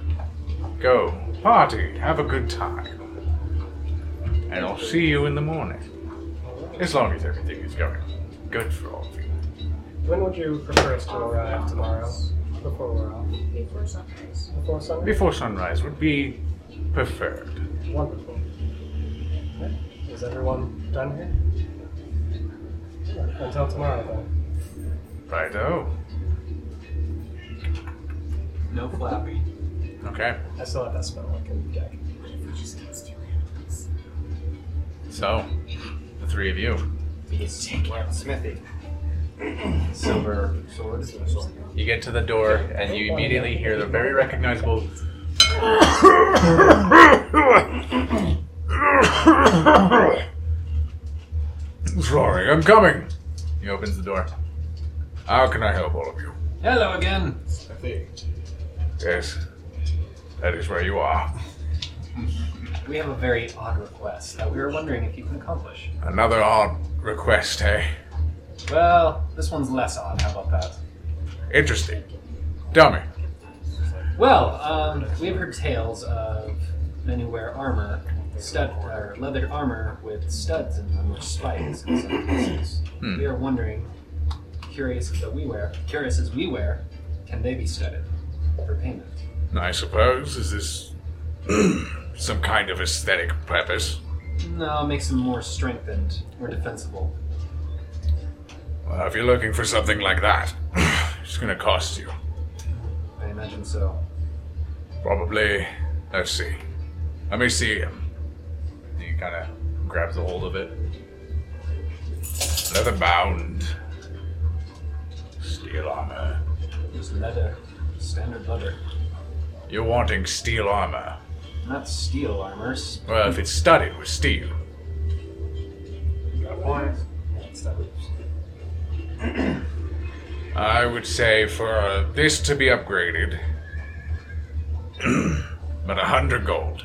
Go, party, have a good time. And I'll see you in the morning. As long as everything is going good for all of you. When would you prefer us to arrive tomorrow? Before we're off? Before sunrise. Before sunrise? Before sunrise would be preferred. Wonderful. Okay. Is everyone done here? Until tomorrow, then. Righto. No flappy. Okay. I still have that spell like in the deck. So, the three of you. Smithy. Silver swords. You get to the door, and you immediately hear the very recognizable Sorry, I'm coming. He opens the door. How can I help all of you? Hello again. Yes, that is where you are. We have a very odd request that we were wondering if you can accomplish. Another odd request, eh? hey? Well, this one's less odd. How about that? Interesting. Tell me. Well, um, we've heard tales of men who wear armor, stud or leather armor with studs in them or spikes in some cases. Hmm. We are wondering, curious as that we wear, curious as we wear, can they be studded for payment? I suppose is this some kind of aesthetic purpose? No, it makes them more strengthened, more defensible. Well, if you're looking for something like that, it's going to cost you. I imagine so. Probably. Let's see. Let me see him. He kind of grabs a hold of it. Leather bound. Steel armor. Just leather, standard leather, You're wanting steel armor. not steel armors. Well, if it's studded with steel. I would say for uh, this to be upgraded, but a hundred gold.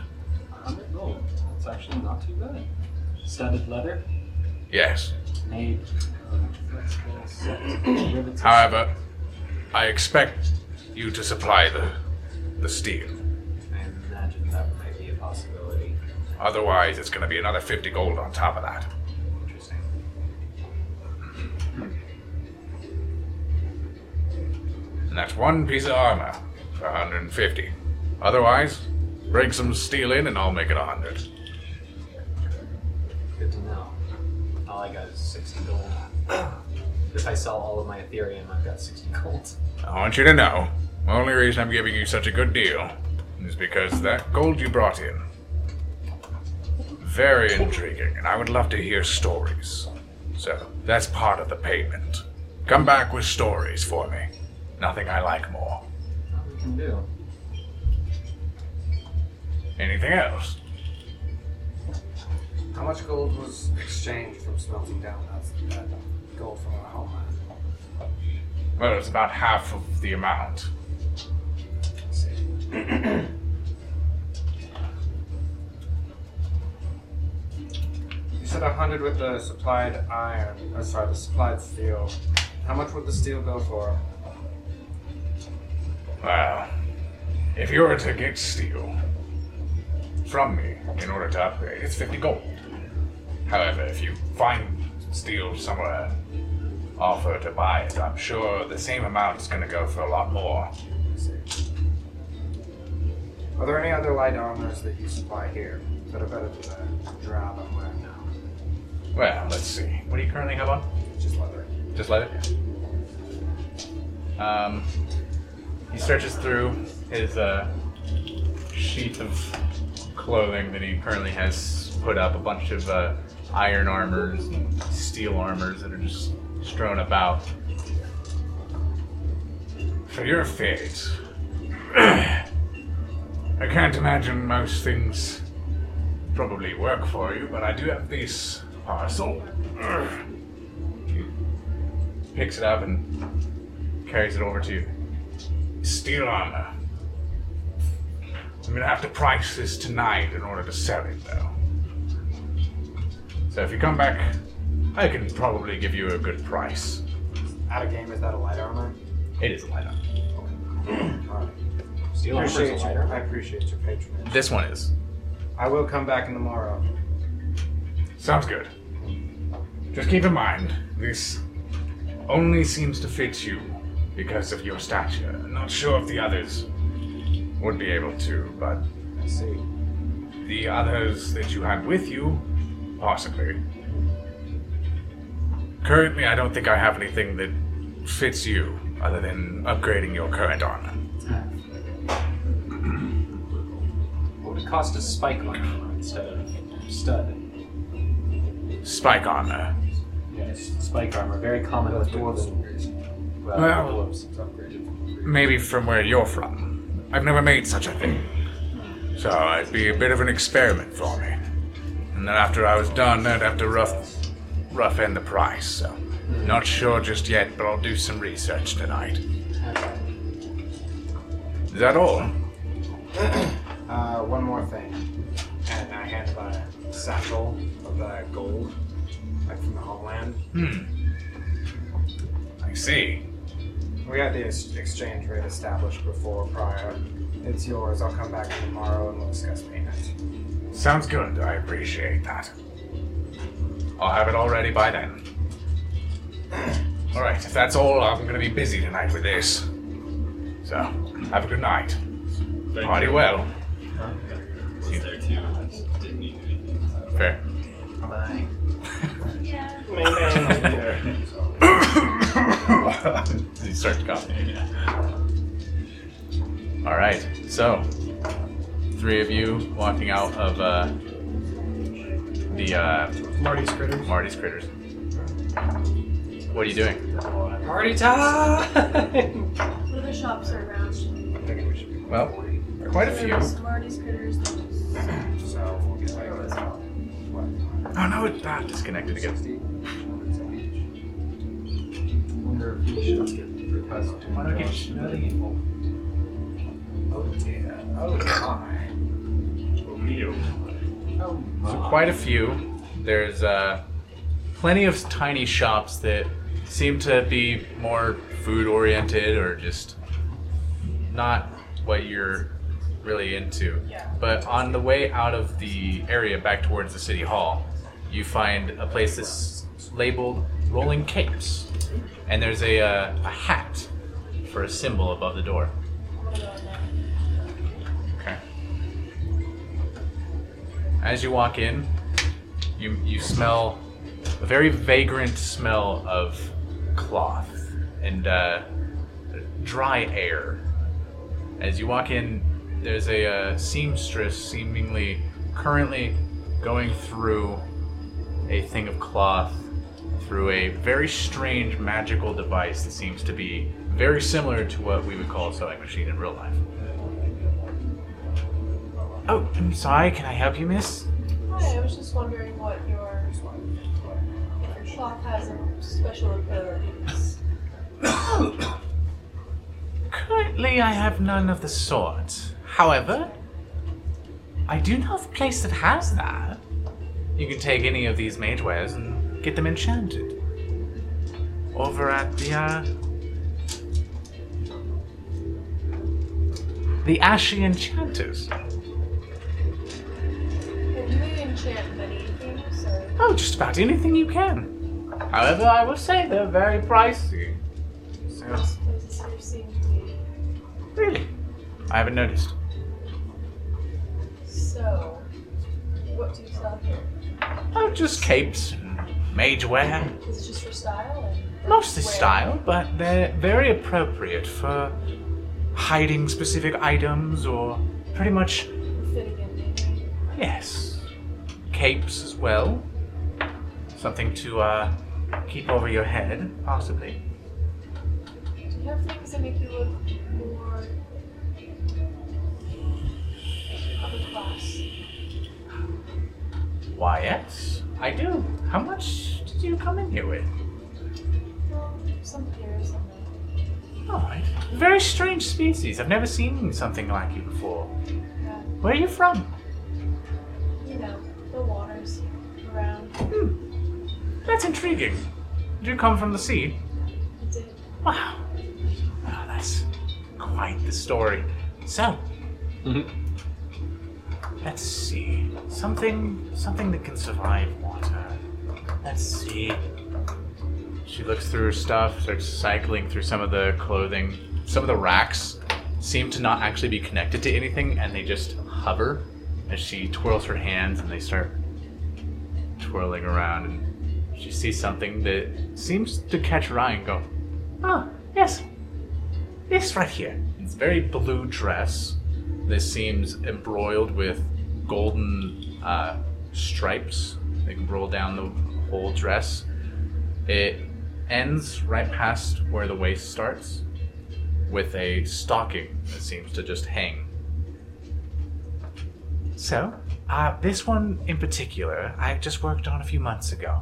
Hundred gold. That's actually not too bad. Studded leather, Yes. made. uh, However, I expect you to supply the the steel. I imagine that might be a possibility. Otherwise, it's going to be another fifty gold on top of that. Interesting. And that's one piece of armor for 150. Otherwise, bring some steel in and I'll make it 100. Good to know. All I got is 60 gold. if I sell all of my Ethereum, I've got 60 gold. I want you to know the only reason I'm giving you such a good deal is because that gold you brought in. Very intriguing, and I would love to hear stories. So that's part of the payment. Come back with stories for me. Nothing I like more. What we can do. Anything else? How much gold was exchanged from smelting down that, that gold from our homeland? Well, it's about half of the amount. You said 100 with the supplied iron, or sorry, the supplied steel. How much would the steel go for? Well, if you were to get steel from me in order to upgrade, it's 50 gold. However, if you find steel somewhere, offer to buy it, I'm sure the same amount is going to go for a lot more. Are there any other light armors that you supply here that are better than the drab I'm wearing now? Well, let's see. What do you currently have on? Just leather. Just let it. Um, he searches through his uh, sheath of clothing that he currently has put up, a bunch of uh, iron armors and steel armors that are just strewn about. For your fate. I can't imagine most things probably work for you, but I do have this parcel. He Picks it up and carries it over to you. Steel armor. I'm gonna have to price this tonight in order to sell it, though. So if you come back, I can probably give you a good price. Out of game, is that a light armor? It is a light armor. Alright. Steel armor is a Appreciate light your- armor. I appreciate your patronage. This one is. I will come back in the morrow. Sounds good. Just keep in mind, this only seems to fit you because of your stature. I'm not sure if the others would be able to, but I see. the others that you had with you, possibly. Currently, I don't think I have anything that fits you other than upgrading your current armor. What would it cost to spike armor instead of stud? Spike armor. Yes, spike armor, very common with dwarves. Well, Well- dwarves. It's upgraded. Maybe from where you're from. I've never made such a thing. So it'd be a bit of an experiment for me. And then after I was done, I'd have to rough, rough end the price. So not sure just yet, but I'll do some research tonight. Is that all? Uh, one more thing. And I hand him a satchel of uh, gold, like from the homeland. Hmm. I see. We had the ex- exchange rate established before, prior. It's yours. I'll come back tomorrow and we'll discuss payment. Sounds good. I appreciate that. I'll have it all ready by then. All right, if that's all, I'm going to be busy tonight with this. So, have a good night. Party you. well. Was there too? I just didn't need anything. so- Fair. Bye. Yeah. he starts coughing. All right, so three of you walking out of uh, the uh, Marty's critters. Marty's critters. What are you doing? Party time! What other shops are around? I'm thinking we should be Well, quite a few. There's Marty's Critters. there's- so we'll get like Oh no, it's ah, disconnected again. wonder if we should get request. Why not get Smelly involved? Oh dear. Oh my. Oh, So quite a few. There's uh, plenty of tiny shops that seem to be more food oriented or just not what you're really into. But on the way out of the area back towards the city hall, you find a place that's labeled Rolling Capes. And there's a, uh, a hat for a symbol above the door. Okay. As you walk in, you you smell a very vagrant smell of cloth and uh, dry air. As you walk in, there's a uh, seamstress seemingly currently going through a thing of cloth through a very strange magical device that seems to be very similar to what we would call a sewing machine in real life. Oh, I'm sorry. Can I help you, miss? Hi, I was just wondering what your if your shop has a special abilities. Currently, I have none of the sort. However, I do know of a place that has that. You can take any of these mage wares and get them enchanted. Over at the uh, The Ashy Enchanters. And do they enchant many things? Or... Oh, just about anything you can. However, I will say they're very pricey. These places here seem to be. Really? I haven't noticed. So, what do you sell here? Oh, just capes and mage wear. Is it just for style? and- Mostly Wear? style, but they're very appropriate for hiding specific items or pretty much, Fitting in, maybe. yes, capes as well. Something to uh, keep over your head, possibly. Do you have things that make you look more upper class? Why, yes, I do. How much did you come in here with? Well, some here, some there. Alright. Very strange species. I've never seen something like you before. Yeah. Where are you from? You know, the waters around. Hmm. That's intriguing. Did you come from the sea? It did. Wow. Ah, Oh, that's quite the story. So, let's see. Something, something that can survive water. Let's see. She looks through her stuff, starts cycling through some of the clothing. Some of the racks seem to not actually be connected to anything, and they just hover as she twirls her hands and they start twirling around. And she sees something that seems to catch her eye and go, Ah, yes. This right here. It's a very blue dress. This seems embroiled with golden uh, stripes. They can roll down the whole dress. It ends right past where the waist starts with a stocking that seems to just hang. So, uh, this one in particular, I just worked on a few months ago.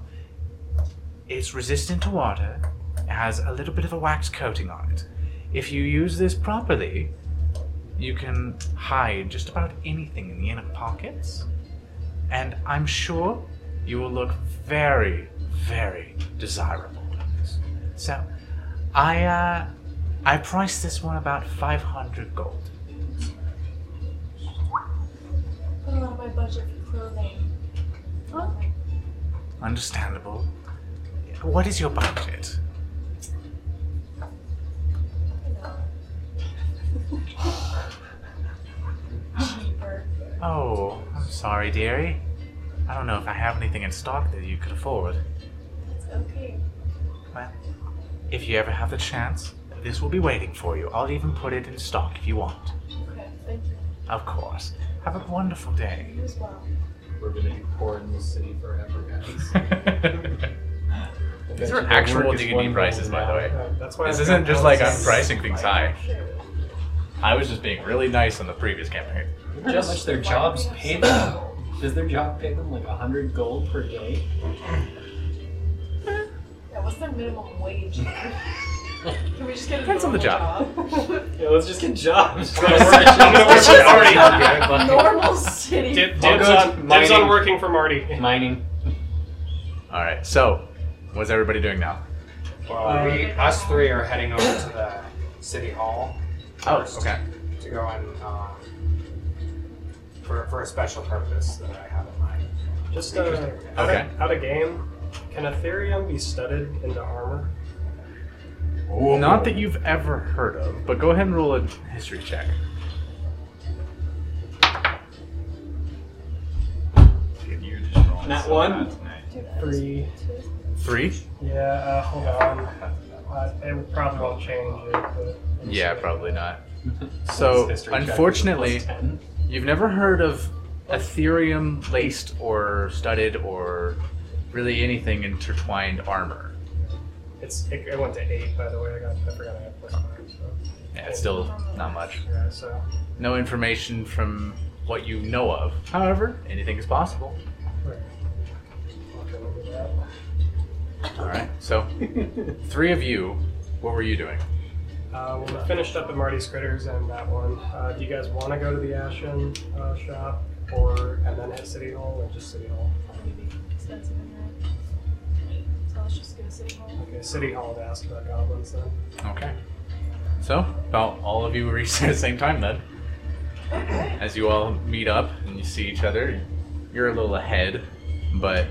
It's resistant to water, it has a little bit of a wax coating on it. If you use this properly, you can hide just about anything in the inner pockets, and I'm sure you will look very, very desirable. in this. So, I uh, I priced this one about 500 gold. Put a lot of my budget for clothing. Huh? Understandable. What is your budget? Cheaper. Oh, I'm sorry, dearie. I don't know if I have anything in stock that you could afford. It's okay. Well, if you ever have the chance, this will be waiting for you. I'll even put it in stock if you want. Okay, thank you. Of course. Have a wonderful day. You as well. We're gonna be poor in this city forever, guys. These are actual D&D prices, by the way. Uh, That's why this I've isn't got just like I'm policies. pricing things high. I was just being really nice on the previous campaign. Just much their jobs pay them. Does their job pay them like hundred gold per day? Yeah, what's their minimum wage? Can we just get a Depends on the normal job? Yeah, let's just get jobs. I'm gonna work- I'm gonna work for Marty. Normal city. Dib- I'll dibs go on- to dibs on mining. working for Marty. Mining. All right. So, what's everybody doing now? Uh, Well, we, Um, us three are heading over to the city hall. Oh, first okay. To go and um, for for a special purpose that I have in mind. Just uh, out, Okay. of, out of game, can Ethereum be studded into armor? Not that you've ever heard of, but go ahead and roll a history check. You're just rolling Nat so one? bad tonight. Three. Three? Yeah, uh, hold on. Uh, it probably won't change it. But uh, Yeah, probably not. So, History check is unfortunately, plus 10. you've never heard of Ethereum laced or studded or really anything intertwined armor. It's it, it went to eight, by the way. I got I forgot I had plus five. So Yeah, it's still not much. yeah, so No information from what you know of. However, anything is possible. we're not gonna do that. All right. So, three of you, what were you doing? Uh, well, we finished up at Marty's Critters and that one. Uh, do you guys want to go to the Ashen uh, shop or and then hit City Hall or just City Hall? Probably be expensive in there. So let's just go to City Hall. Okay, City Hall to ask about goblins then. Okay. So, about all of you reached at the same time then. As you all meet up and you see each other, you're a little ahead, but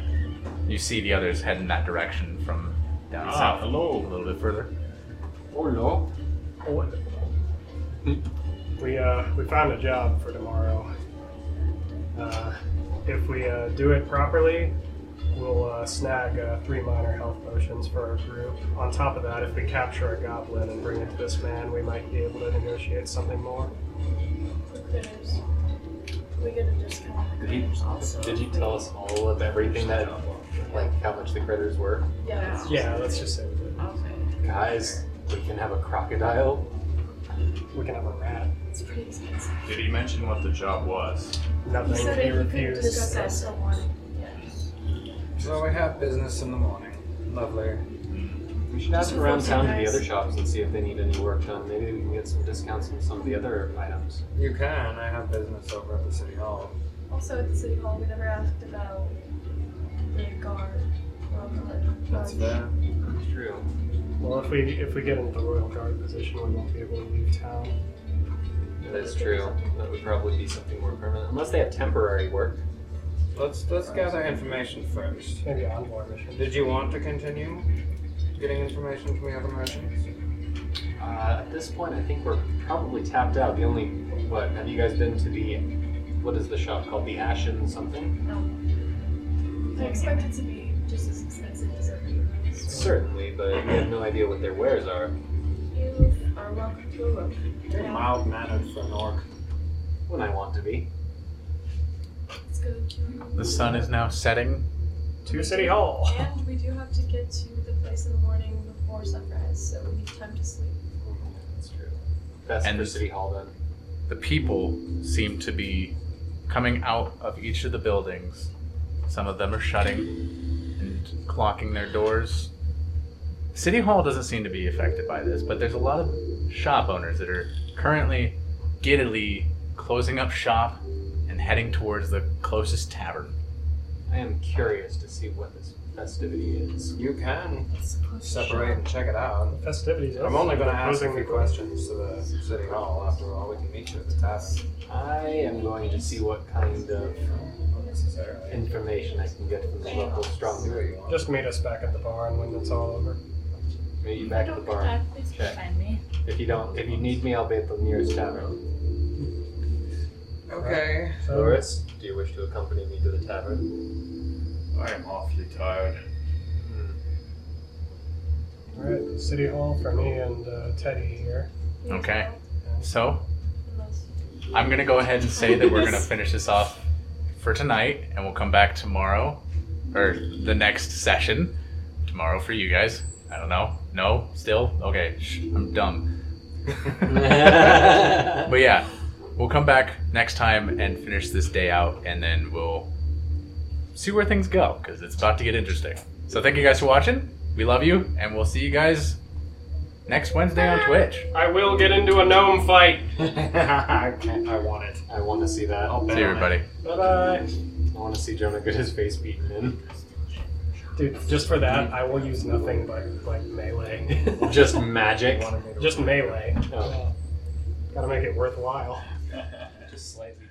you see the others head in that direction from down Ah, south. hello. A little bit further. Oh no. We uh, we found a job for tomorrow. Uh, if we uh, do it properly, we'll uh, snag uh, three minor health potions for our group. On top of that, if we capture a goblin and bring it to this man, we might be able to negotiate something more. Critters. We get a discount. on the Did he, critters also. did he tell us all of everything that, like, how much the critters were? Yeah. Yeah, let's just say we did. Okay. Guys, we can have a crocodile. We can have a rat. It's pretty expensive. Did he mention what the job was? He Nothing. said He that you could refused. discuss that someone. So we have business in the morning. Lovely. We should ask around town to the other shops and see if they need any work done. Maybe we can get some discounts on some of the other items. You can. I have business over at the city hall. Also at the City Hall, we never asked about the guard. Well, guard. That's fair. That's true. Well, if we if we get into the royal guard position, we won't be able to leave town. That is true. That would probably be something more permanent, unless they have temporary work. Let's let's gather information first. Maybe envoy mission. Did you want to continue getting information from the other merchants? Uh, at this point, I think we're probably tapped out. The only what have you guys been to the what is the shop called? The Ashen something? No. I expect it to be just as expensive as everyone else. Certainly, but we have no idea what their wares are. You are welcome to a room. You're mild mannered for an orc. When I want to be. Let's go to. The sun is now setting. To City Hall. And we do have to get to the place in the morning before sunrise, so we need time to sleep. That's true. Best And- for City Hall then. The people seem to be coming out of each of the buildings. Some of them are shutting and clocking their doors. City Hall doesn't seem to be affected by this, but there's a lot of shop owners that are currently giddily closing up shop and heading towards the closest tavern. I am curious to see what this festivity is. You can separate and check it out. Festivities. I'm only going to ask a Closing few questions to the city hall. After all, we can meet you at the tavern. I am going to see what kind of information I can get from the local strongman. Just meet us back at the barn when it's all over. Meet you back at the barn. Check. me. If you don't, if you need me, I'll be at the nearest tavern. Okay. Loris, do you wish to accompany me to the tavern? I am awfully tired. All right, City Hall for me and uh, Teddy here. Okay. So, I'm going to go ahead and say that we're going to finish this off for tonight, and we'll come back tomorrow or the next session. Tomorrow for you guys. I don't know. No? Still? Okay. Shh, I'm dumb. but yeah, we'll come back next time and finish this day out, and then we'll see where things go because it's about to get interesting. So, thank you guys for watching. We love you, and we'll see you guys next Wednesday on Twitch. I will get into a gnome fight. I, can't, I want it. I want to see that. I'll See you, everybody. Bye bye. I want to see Jonah get his face beaten in. Dude, just for that, I will use nothing but like melee. Just magic. Oh. just melee. Gotta make it worthwhile. Just slightly.